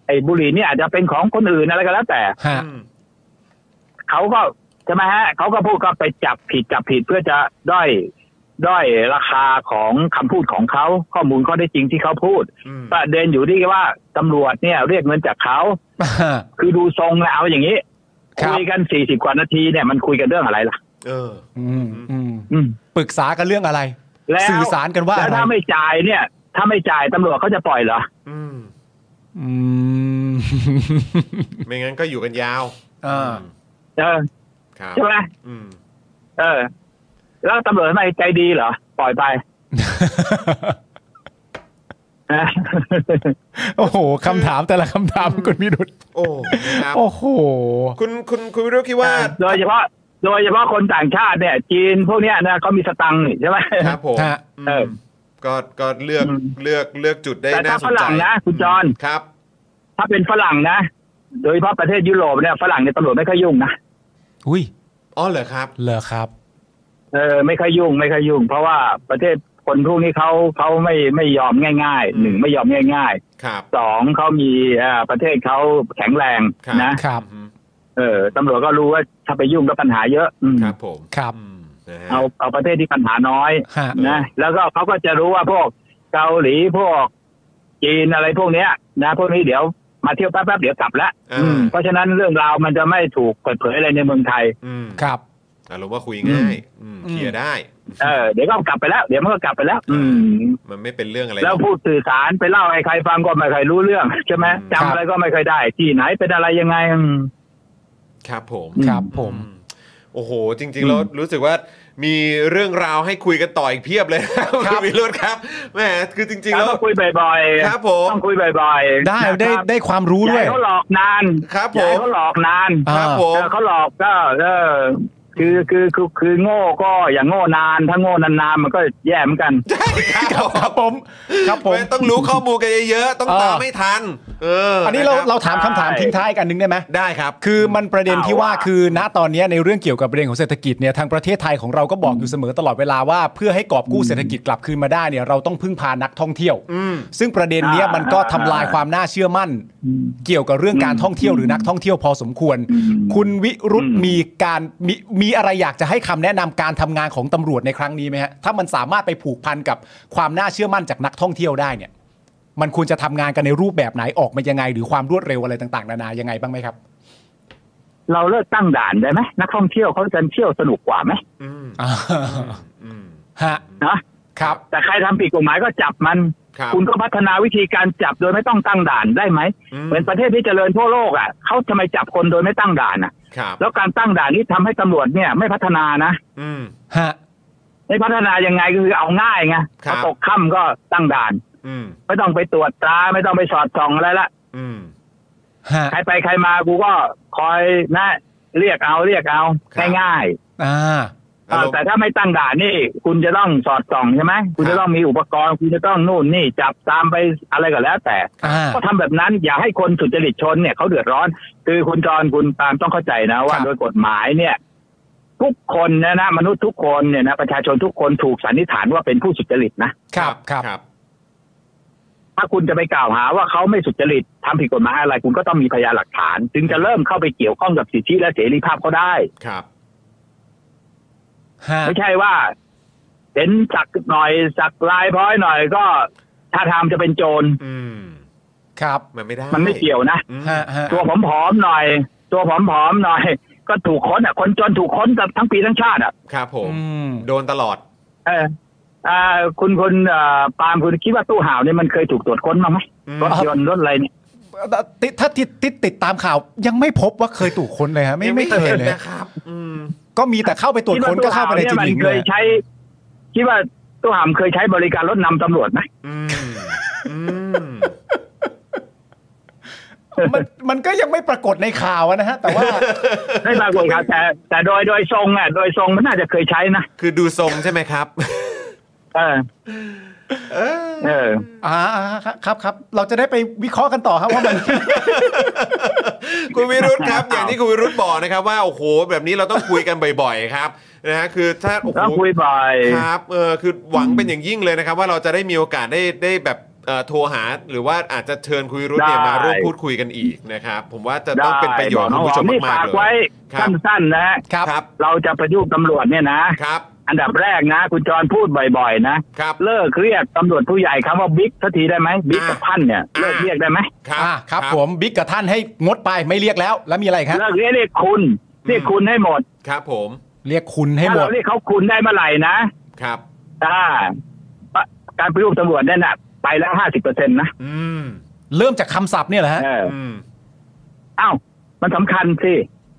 Speaker 3: ไอบุหรี่เนี่ยอาจจะเป็นของคนอื่นอะไรก็แล้วแต่
Speaker 2: ฮะ
Speaker 1: อืม
Speaker 3: เขาก็ใช่ไหมฮะเขาก็พูดก็ไปจับผิดจับผิดเพื่อจะด้อยด้อยราคาของคำพูดของเขาข้อมูลข้อได้จริงที่เขาพูด
Speaker 1: อืม
Speaker 3: ประเด็นอยู่ที่ว่าตำรวจเนี่ยเรียกเงินจากเขา คือดูทรงแล้วเอาอย่างนี้
Speaker 2: ครับ
Speaker 3: คุยกันสี่สิบกว่านาทีเนี่ยมันคุยกันเรื่องอะไรล่ะ
Speaker 1: เออ
Speaker 2: อืมอืม
Speaker 3: อืม
Speaker 2: ปรึกษากันเรื่องอะไร
Speaker 3: แล้ว
Speaker 2: สื่อสารกันว่า
Speaker 3: แล้
Speaker 2: อะ
Speaker 3: ว
Speaker 2: ไร
Speaker 3: ถ้าไม่จ่ายเนี่ย ถ้าไม่จ่ายตำรวจเขาจะปล่อยเหรอ
Speaker 1: อืม
Speaker 2: อืม
Speaker 1: ไม่งั้นก็อยู่กันยาว
Speaker 2: อ่า
Speaker 1: ม
Speaker 3: เออ
Speaker 1: ครับ
Speaker 3: ใช่ไหม
Speaker 1: อืม
Speaker 3: เออ แล้วตำรวจทำไมใจดีเหรอป ล่อยไปนะ
Speaker 2: โอ้โหคำถามแต่ละคำถามคุณพิรุธ
Speaker 1: โอ้ครับ
Speaker 2: โอ้โห
Speaker 1: คุณคุณคุณวิโรู้คิดว่า
Speaker 3: โดยเฉพาะ โดยเฉพาะคนต่างชาติเนี่ย จีนพวกเนี้ยนะเขามีสตังค์นี่ใช่ไหม
Speaker 1: ครับผม
Speaker 2: ฮะ
Speaker 1: อืม
Speaker 3: เออ
Speaker 1: ก็ก็เลือก
Speaker 3: อืม
Speaker 1: เลือกเลือกจุดได้
Speaker 3: แต่
Speaker 1: น่า
Speaker 3: ถ้า
Speaker 1: ส
Speaker 3: ฝ
Speaker 1: นใจ
Speaker 3: รั่งนะคุณจร
Speaker 1: ครับ
Speaker 3: ถ้าเป็นฝรั่งนะ โดยเฉพาะประเทศยุโรปเนี่ยฝรั่งเนี่ยตำรวจไม่ค่อยยุ่งนะ
Speaker 2: อุ้ย
Speaker 1: อ๋อเหรอครับ
Speaker 2: เหรอครับ
Speaker 3: เออไม่ค่อยยุ่งไม่ค่อยยุ่ง เพราะว่าประเทศคนพวกนี้เขาเขาไม่ไม่ยอมง่ายๆหนึ่งไม่ยอมง่าย
Speaker 1: ครับ
Speaker 3: ๆสองเขามีเอ่อประเทศเขาแข็งแรง
Speaker 1: ครับ
Speaker 3: นะ
Speaker 2: ครับ
Speaker 1: อืม
Speaker 3: เออตำรวจก็รู้ว่าถ้าไปยุ่งก็ปัญหาเยอะอืม
Speaker 1: ครับผม
Speaker 2: ครับ
Speaker 1: อืมนะฮะ
Speaker 3: เอาเอาประเทศที่ปัญหาน้อย
Speaker 2: ฮะ
Speaker 3: นะ แล้วก็เขาก็จะรู้ว่าพวกเกาหลีพวกจีนอะไรพวกเนี้ย นะพวกนี้เดี๋ยวมาเที่ยวแป๊บๆเดี๋ยวกลับละ
Speaker 1: อ่า
Speaker 3: อืมเพราะฉะนั้นเรื่องราวมันจะไม่ถูกเปิดเผยอะไรในเมืองไทย
Speaker 1: อืม
Speaker 2: ครับ
Speaker 1: อารมณ์ว่าคุยง่ายอืม
Speaker 2: อืม
Speaker 1: เคลียร์ได้
Speaker 3: เออเดี๋ยวก็กลับไปแล้ว เดี๋ยวมันก็กลับไปแล้ว อืม
Speaker 1: มันไม่เป็นเรื่องอะไร
Speaker 3: แล้วพูดสื่อสารไปเล่าให้ใครฟังก็ไม่เคอยรู้เรื่องใช่ไหมจำอะไรก็ไม่เคอยได้ ที่ไหนเป็นอะไรยังไงอืม
Speaker 1: ครับผม
Speaker 2: ครับผม
Speaker 1: อืโอ้โห จริงๆแล้วรู้สึกว่ามีเรื่องราวให้คุยกันต่ออีกเพียบเลยครับคุณวิโรจน์ครับแหมคือจริงๆ
Speaker 3: แล้
Speaker 1: แล้ว ว
Speaker 3: ต้องคุยบ่อยๆ
Speaker 1: ครับผม
Speaker 3: ต้องคุยบ่อยๆ
Speaker 2: ได้
Speaker 3: นะครับ
Speaker 2: ได้ได้ความรู้
Speaker 3: อ
Speaker 2: ด้ว
Speaker 3: ย่า
Speaker 2: ย
Speaker 3: ให้เขาหลอกนาน
Speaker 1: ครับ
Speaker 3: อย่าให้
Speaker 1: ผม
Speaker 3: เขาหลอกนาน
Speaker 2: อ่า
Speaker 1: ครับผม
Speaker 3: เออเขาหลอกก็เออคือคือคือคือโง่ก็อย่างโง่นาน ถ้าโง่นานๆมันก็แย่เห มือนกัน
Speaker 2: ครับผมครับผม
Speaker 1: ไม่ต้องรู้ข้อมูลกันเยอะๆ ต้อง
Speaker 2: เออ
Speaker 1: ตามไม่ทัน เออ
Speaker 2: อั
Speaker 1: อั
Speaker 2: นนี้เราเราถาม
Speaker 3: ได้
Speaker 2: คำถามทิ้งท้ายอีกอันนึงได้ไหม
Speaker 1: ได้ครับ
Speaker 2: คือมันประเด็นที่ว่า
Speaker 3: เอาว่า
Speaker 2: คือณตอนนี้ในเรื่องเกี่ยวกับประเด็นของเศรษฐกิจเนี่ยทางประเทศไทยของเราก็บอกอยู่เสมอตลอดเวลาว่าเพื่อให้กอบกู้เศรษฐกิจกลับคืนมาได้เนี่ยเราต้องพึ่งพานักท่องเที่ยว
Speaker 1: อืม
Speaker 2: ซึ่งประเด็นเนี้ยมันก็ทำลายความน่าเชื่อมั่น
Speaker 3: อืม
Speaker 2: เกี่ยวกับเรื่องการท่องเที่ยวหรือนักท่องเที่ยวพอสมควร
Speaker 3: อืม
Speaker 2: คุณวิรุธ
Speaker 3: อืม
Speaker 2: มีการมีมีอะไรอยากจะให้คำแนะนำการทำงานของตำรวจในครั้งนี้ไหมฮะถ้ามันสามารถไปผูกพันกับความน่าเชื่อมั่นจากนักท่องเที่ยวได้เนี่ย มันควรจะทำงานกันในรูปแบบไหนออกมายังไง หรือความรวดเร็วอะไรต่างๆนานายังไงบ้างไหมครับ
Speaker 3: เราเลิกตั้งด่านได้ไหมนักท่องเที่ยวเขาจะเที่ยวสนุกกว่าไหม
Speaker 1: อืม
Speaker 2: อ่า
Speaker 1: อืม
Speaker 2: ฮะ
Speaker 3: นะครับ แต่ใครทำผิดกฎหมายก็จับมัน
Speaker 1: ครับ
Speaker 3: คุณก็พัฒนาวิธีการจับโดยไม่ต้องตั้งด่านได้ไหม
Speaker 1: อืม
Speaker 3: เหมือนประเทศที่เจริญทั่วโลกอ่ะเขาทำไมจับคนโดยไม่ตั้งด่านอ่ะ
Speaker 1: ครับ
Speaker 3: แล้วการตั้งด่านนี่ทำให้ตำรวจเนี่ยไม่พัฒนานะ
Speaker 1: อืม
Speaker 2: ฮะ
Speaker 3: ไม่พัฒนายังไงก็คือเอาง่ายไง
Speaker 1: ครับ
Speaker 3: พอตกค่ำก็ตั้งด่าน
Speaker 1: อืม
Speaker 3: ไม่ต้องไปตรวจตราไม่ต้องไปสอดส่องอะไรละ
Speaker 1: อืม
Speaker 2: ฮะ
Speaker 3: ใครไปใครมากูก็คอยนะ เรียกเอาเรียกเอา
Speaker 1: ครับ
Speaker 3: ง่าย
Speaker 2: อ่า
Speaker 3: ๆเออ
Speaker 1: รมณ์
Speaker 3: แต่ถ้าไม่ตั้งด่านนี่ คุณจะต้องสอดส่องใช่ไหมคุณ
Speaker 1: ครับ
Speaker 3: จะต้องมีอุปกรณ์ คุณจะต้องนู่นนี่จับตามไปอะไรก็แล้ว แต่
Speaker 2: อ่า
Speaker 3: ก็ทำแบบนั้นอย่าให้คนสุจริตชนเนี่ยเขาเดือดร้อน คือคุณจรคุณตามต้องเข้าใจนะ ว่า
Speaker 2: ครับ
Speaker 3: โดยกฎหมายเนี่ย ทุกคนเนะนะมนุษย์ทุกคนเนี่ยนะประชาชนทุกคนถูกสันนิษฐานว่าเป็นผู้สุจริตนะ
Speaker 2: ครับครับ
Speaker 1: ครับ
Speaker 3: ถ้าคุณจะไปกล่าวหาว่าเขาไม่สุจริตทำผิดกฎหมายอะไร คุณก็ต้องมีพยานหลักฐาน จึงจะเริ่มเข้าไปเกี่ยวข้องกับสิทธิและเสรีภาพเขาได้
Speaker 1: ครับ
Speaker 2: ฮะ
Speaker 3: ไม่ใช่ว่าเห็นสักหน่อยสักลายพ้อยหน่อยก็ถ้าทำจะเป็นโจร
Speaker 1: อืม
Speaker 2: ครับ
Speaker 1: มันไม่ได้
Speaker 3: มันไม่เกี่ยวนะ
Speaker 1: อืม
Speaker 2: ฮะฮะ
Speaker 3: ตัวผอมๆหน่อย ตัวผอมๆหน่อย ก็ถูกค้นอ่ะ คนจนถูกค้นกับทั้งปีทั้งชาติอ่ะ
Speaker 1: ครับผม
Speaker 2: อืม
Speaker 1: โดนตลอด
Speaker 3: เอออ่าคุณคุณเอ่อปาล์มคุณคิดว่าตู้ห่าวเนี่ยมันเคยถูกตรวจค้นมาไหม
Speaker 1: อืม
Speaker 3: รถยนต์รถอะไรเนี่ย
Speaker 2: แต่ติดถ้าติดติดติดตามข่าว ยังไม่พบว่าเคยถูกค้นเลยฮะไม่
Speaker 1: ยัง
Speaker 2: ไม่เคยเลย
Speaker 1: นะครับ อืม
Speaker 2: ก็มีแต่เข้าไปตรวจค้นก็เข้าไปใน
Speaker 3: คิ
Speaker 2: จิต
Speaker 3: ด
Speaker 2: ห
Speaker 3: ว่ตู้ห่าวเนี่ย
Speaker 2: ญิง
Speaker 3: มันเค
Speaker 2: เลย
Speaker 3: ยใช้ คิดว่าตู้ห่ามเคยใช้บริการรถนำตำรวจไหม
Speaker 1: อืมอืม
Speaker 2: มันมันก็ยังไม่ปรากฏในข่าวอะนะฮะ แต่ว่า
Speaker 3: ไม่ปรากฏครับแต่แต่โดยโดยทรงอ่ะ โดยทรงมันน่าจะเคยใช้นะ
Speaker 1: คือดูทรงใช่ไหมครับ
Speaker 3: เออ
Speaker 1: เออ
Speaker 3: เออ
Speaker 2: อ่าครับครับ เราจะได้ไปวิเคราะห์กันต่อ ครับว่ามัน
Speaker 1: คุณวิรุธครับ อย่างที่คุณวิรุธบอกนะครับว่าโอ้โหแบบนี้เราต้องคุยกันบ่อยๆครับนะฮะคือถ้าโอ้โห
Speaker 3: ก็คุยบ่อย
Speaker 1: ครับเออคือหวังเป็นอย่างยิ่งเลยนะครับ ว่าเราจะได้มีโอกาสได้ได้แบบเอ่อโทรหา หรือว่าอาจจะเชิญคุยรุธเนี่ย
Speaker 3: ได้
Speaker 1: มาร่วมพูดคุยกันอีกนะครับผมว่าจะต้อง
Speaker 3: ได้
Speaker 1: เป็นประโยชน์กับคุณผู้ชม
Speaker 3: นี่
Speaker 1: มากๆ
Speaker 3: ฝาก
Speaker 1: เล
Speaker 3: ไว้
Speaker 1: ย ครับ
Speaker 3: สั้นๆนะฮะ
Speaker 2: ครับ
Speaker 1: ครับ
Speaker 3: เราจะประยุกต์ตำรวจเนี่ยนะ
Speaker 1: ครับ
Speaker 3: อันดับแรกนะ คุณจรพูดบ่อยๆนะ
Speaker 1: ครับ
Speaker 3: เลิกเรียกตำรวจผู้ใหญ่คำว่าบิ๊กสักทีได้ไหมบิ๊กกับพันเนี่ย
Speaker 1: อ่า
Speaker 3: เลิกเรียกได้ไหม
Speaker 1: ครับ
Speaker 2: อ่าครับ ผมบิ๊กกับท่านให้งดไปไม่เรียกแล้ว แล้วมีอะไรครับ
Speaker 3: เลิกเรียกเรียกคุณเรียกคุณให้หมด
Speaker 1: ครับผม
Speaker 2: เรียกคุณให้
Speaker 3: ถ้า
Speaker 2: หม
Speaker 3: เรา
Speaker 2: ด
Speaker 3: เรียกเขาคุณได้เมื่อไหร่นะ
Speaker 1: ครับ
Speaker 3: อ่าปะการปฏิรูปตำรวจเนี่ยนะไปแล้วห้าสิบเปอร์เซ็นต์นะ
Speaker 1: อืม
Speaker 2: เริ่มจากคำศัพท์เนี่ยแหละฮะ
Speaker 3: เออ
Speaker 1: อืม
Speaker 3: เอ้า มันสำคัญสิ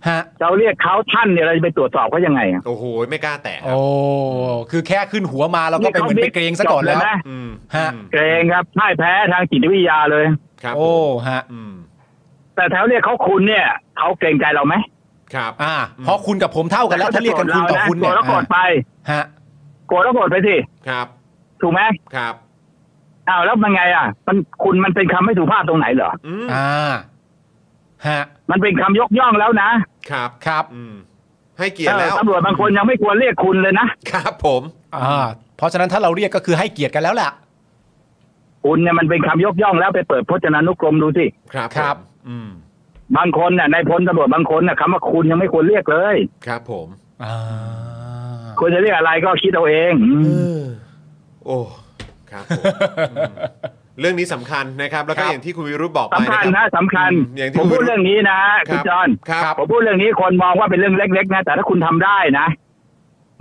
Speaker 2: ฮะ
Speaker 3: เราเรียกเขาท่านเนี่ยเราจะไปตรวจสอบเขายังไงอะ
Speaker 1: โอ้โหไม่กล้าแตะครับ
Speaker 2: โอ้คือแค่ขึ้นหัวมาเราก็ไปเหมือนไปเกรงซะก่อนแล้ว
Speaker 3: จบะ
Speaker 1: อืม
Speaker 2: ฮะ
Speaker 1: อืม
Speaker 3: เกรงครับพ่ายแพ้ทางจิตวิทยาเลย
Speaker 1: ครับ
Speaker 2: โอ้
Speaker 1: ผม
Speaker 2: ฮะ
Speaker 1: อืม
Speaker 3: แต่ถ้าเรียกเขาคุณเนี่ยเขาเกรงใจเราไหม
Speaker 1: ครับ
Speaker 2: อ่าเพราะคุณกับผมเท่ากันแล้วถ้าเรียกกันคุณต่อคุณ
Speaker 3: โกร
Speaker 2: เนี่ย
Speaker 3: ธแล้วโกรธไป
Speaker 2: ฮะ
Speaker 3: โกรธแล้วโกรธไปสิ
Speaker 1: ครับ
Speaker 3: ถูกไหม
Speaker 1: ครับ
Speaker 3: อ้าวแล้วมันไงอ่ะ มันคุณมันเป็นคำไม่สุภาพตรงไหนเหรอ
Speaker 1: อืม
Speaker 2: อ่าฮะ
Speaker 3: มันเป็นคำยกย่องแล้วนะครับ
Speaker 2: ครับ
Speaker 1: อืม ให้เกียรติ
Speaker 3: เอ
Speaker 1: แล้
Speaker 3: อ
Speaker 1: ว
Speaker 3: ตำรวจบางคนยังไม่ควรเรียกคุณเลยนะ
Speaker 1: ครับผม
Speaker 2: อ่าเพราะฉะนั้นถ้าเราเรียกก็คือให้เกียรติกันแล้วล่ะ
Speaker 3: คุณเนี่ยมันเป็นคำยกย่องแล้วไปเปิดพจนานุกรมดูสิ
Speaker 1: ครับผม
Speaker 2: ครับ
Speaker 1: อืม
Speaker 3: บางคนน่ะในายพลตำรวจบางคนน่ะคำว่าคุณยังไม่ควรเรียกเลย
Speaker 1: ครับผม
Speaker 2: อ่า
Speaker 3: ควรจะเรียกอะไรก็คิดเอาเองอืม
Speaker 1: โอ้ ครับผม อืมเรื่องนี้สำคัญนะครับ แล้วก็อย่างที่คุณวิรุธบอกไป
Speaker 3: สำคัญ
Speaker 1: นะ
Speaker 3: นะครับ สำคัญ
Speaker 1: อืมอย่างที่
Speaker 3: ผม
Speaker 1: คุณ
Speaker 3: พู
Speaker 1: วิ
Speaker 3: ด
Speaker 1: รุธ
Speaker 3: เรื่องนี้นะคุ
Speaker 1: ค
Speaker 3: ณ
Speaker 1: รับ
Speaker 3: จอห์น
Speaker 1: ครับ
Speaker 3: ผมพูดเรื่องนี้คนมองว่าเป็นเรื่องเล็ก ๆ นะ แต่ถ้าคุณทำได้นะ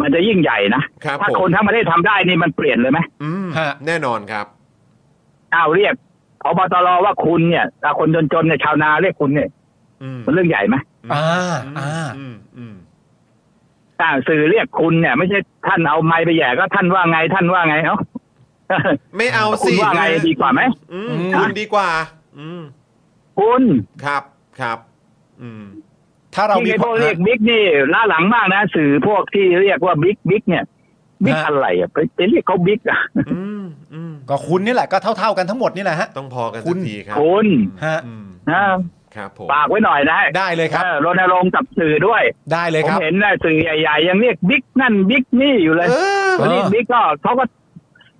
Speaker 3: มันจะยิ่งใหญ่นะครับ ถ้า
Speaker 1: ผม
Speaker 3: คนทั้งประเทศทำได้นี่มันเปลี่ยนเลยไหม
Speaker 1: อืม
Speaker 2: ฮะ
Speaker 1: แน่นอนครับ
Speaker 3: อ้าวเรียกพบตรว่าคุณเนี่ยแต่คนจนๆเนี่ยชาวนาเรียกคุณเนี่ย
Speaker 1: อืม
Speaker 3: มันเรื่องใหญ่ไหม
Speaker 2: อ่า
Speaker 1: อืม
Speaker 2: อ่า
Speaker 1: อืมอืม
Speaker 3: อ่าสื่อเรียกคุณเนี่ย ไม่ใช่ท่านเอาไม้ไปแหย่ก็ท่านว่าไงท่านว่าไงเอ้า
Speaker 1: ไม่เอา
Speaker 3: คุ
Speaker 1: สิ
Speaker 3: ณว่าไงดีกว่าไหม
Speaker 1: อืมคุณดีกว่า อืม
Speaker 3: คุณ
Speaker 1: ครับครับ อืม
Speaker 2: ถ้าเรา
Speaker 3: ที่
Speaker 2: มี
Speaker 3: ไอ้พวกเรียกบิ๊กนี่ล่าหลังมากนะสื่อพวกที่เรียกว่าบิ๊กบิ๊กเนี่ยบิ๊กอะไรอ่ะไปไปเรียกเขาบิ๊กอ่ะ
Speaker 1: อืมอืม
Speaker 2: ก็คุณนี่แหละก็เท่า ๆกันทั้งหมดนี่แหละฮะ
Speaker 1: ต้องพอกัน
Speaker 2: คุ
Speaker 1: สั
Speaker 2: ณ
Speaker 1: กทีครับ
Speaker 3: คุณ
Speaker 2: ฮะ
Speaker 1: อืม
Speaker 3: นะ
Speaker 1: ครับผม
Speaker 3: ฝากไว้หน่อยนะ
Speaker 2: ได้เลยครับ
Speaker 3: ออรณรงค์กับสื่อด้วย
Speaker 2: ได้เลย
Speaker 3: ผม
Speaker 2: ครับ
Speaker 3: เห็นนะสื่อใหญ่ๆยังเรียกบิ๊กนั่นบิ๊กนี่อยู่เลย
Speaker 1: เออ
Speaker 2: อ
Speaker 3: เรียกบิ๊กก็เขาก็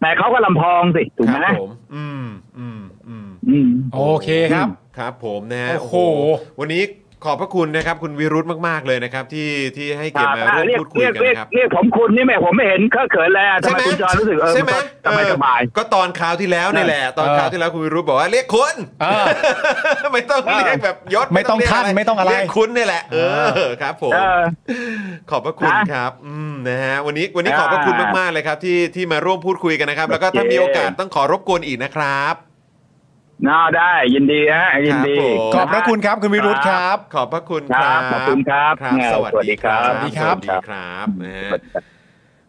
Speaker 3: แต่เขาก็ลำพองสิถูก
Speaker 1: ค
Speaker 3: ไห
Speaker 1: รับ
Speaker 3: ม
Speaker 1: ผม อืมอืมอืม
Speaker 3: อืม
Speaker 2: โอเคครับ
Speaker 1: ครับผมนะฮะ
Speaker 2: โอ้โห
Speaker 1: วันนี้ขอบพระคุณนะครับ คุณวิรุธมากๆเลยนะครับ ที่ที่ให้เกียรติมา
Speaker 3: อ่า
Speaker 1: ร่วม
Speaker 3: เรียก
Speaker 1: พูดคุย
Speaker 3: เรียก
Speaker 1: กัน
Speaker 3: เรียก
Speaker 1: นะครับ
Speaker 3: เรียกผมคุณนี่แม่ผมไม่เห็นเขาเขินเลยอะทำ
Speaker 1: ใช่ไห
Speaker 3: ไม
Speaker 1: ม
Speaker 3: คุณจอรู้สึกเออ
Speaker 1: ใช่ไหม
Speaker 3: สบายสบาย
Speaker 1: เออก็ตอนคราวที่แล้วนี่แหละ ตอนคราวที่แล้วคุณวิรุธบอกว่าเรียกคุณ
Speaker 2: เออ
Speaker 1: ไม่ต้องเรียกแบบยศ
Speaker 2: ไม่ต้อง
Speaker 1: เรียก
Speaker 2: ท่านไม่ต้องอะไร
Speaker 1: เรียกคุณนี่แหละ เอ
Speaker 2: เอ
Speaker 1: อครับผม
Speaker 3: เออ
Speaker 1: ขอบพระคุณ
Speaker 3: นะครับ
Speaker 1: อืมนะฮะวันนี้วันนี้
Speaker 3: อ่า
Speaker 1: ขอบพระคุณมากๆเลยครับ ที่ที่มาร่วมพูดคุยกันนะครับ แล้วก็ถ้า
Speaker 3: โอเค
Speaker 1: มีโอกาสต้องขอรบกวนอีกนะครับ
Speaker 3: ๆน่าได้ยินดีฮะยินดี
Speaker 1: ครับผม
Speaker 2: ขอบพระคุณครับคุณวิรุธครับ
Speaker 1: ขอบพระคุณค
Speaker 3: ครั
Speaker 1: รับบ
Speaker 3: ขอบคุณครับ
Speaker 1: ครับ
Speaker 3: แหม่
Speaker 1: สวัสดีครับ
Speaker 3: สวัสดีครั
Speaker 1: ส
Speaker 3: บ
Speaker 1: วัสดีครับนะฮะ
Speaker 3: สวัสดีครับ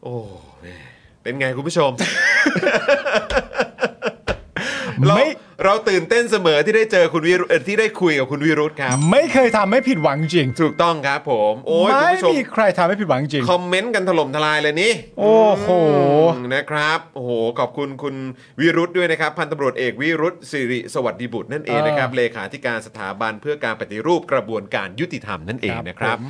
Speaker 1: โอ้แหม่เป็นไงคุณผู้ ชม เรา
Speaker 2: ไม่
Speaker 1: เราตื่นเต้นเสมอที่ได้เจอคุณวิรุเอ่อที่ได้คุยกับคุณวิรุธครับ
Speaker 2: ไม่เคยทำให้ผิดหวังจริง
Speaker 1: ถูกต้องครับผม โอ้ยคุณ
Speaker 2: ไม่
Speaker 1: ผู้ชม
Speaker 2: มีใครทำให้ผิดหวังจริง
Speaker 1: คอมเมนต์กันถล่มทลายเลยนี่
Speaker 2: โอ้โห
Speaker 1: อืมนะครับ โอ้โห ขอบคุณคุณวิรุธด้วยนะครับ พันตำรวจเอกวิรุธสิริสวัสดิบุตรนั่นเองนะครับ
Speaker 2: เออ
Speaker 1: เลขาธิการสถาบันเพื่อการปฏิรูปกระบวนการยุติธรรมนั่นเองนะครับ
Speaker 2: ผม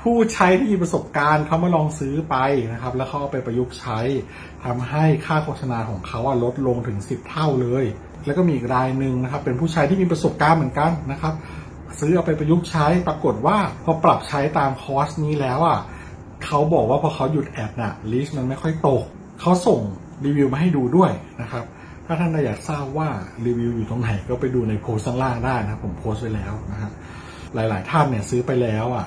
Speaker 4: ผู้ใช้ที่มีประสบการณ์เขามาลองซื้อไปนะครับ แล้วเขาเอาไปประยุกต์ใช้ทำให้ค่าโฆษณาของเขาอะลดลงถึง 10 เท่าเลย แล้วก็มีอีกรายหนึ่งนะครับ เป็นผู้ใช้ที่มีประสบการณ์เหมือนกันนะครับ ซื้อเอาไปประยุกต์ใช้ปรากฏว่าพอปรับใช้ตามคอร์สนี้แล้วอ่ะเขาบอกว่าพอเขาหยุดแอดน่ะลิสต์มันไม่ค่อยตกเขาส่งรีวิวมาให้ดูด้วยนะครับ ถ้าท่านอยากทราบว่ารีวิวอยู่ตรงไหนก็ไปดูในโพสต์ข้างล่างได้นะครับ ผมโพสต์ไว้แล้วนะครับ หลาย ๆ ท่านเนี่ยซื้อไปแล้วอ่ะ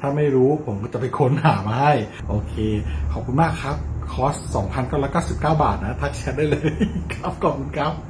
Speaker 4: ถ้าไม่รู้ผมก็จะไปค้นหามาให้ โอเค ขอบคุณมากครับ คอร์ส 2,999 บาทนะ ทักแชทได้เลย ครับ ขอบคุณครับ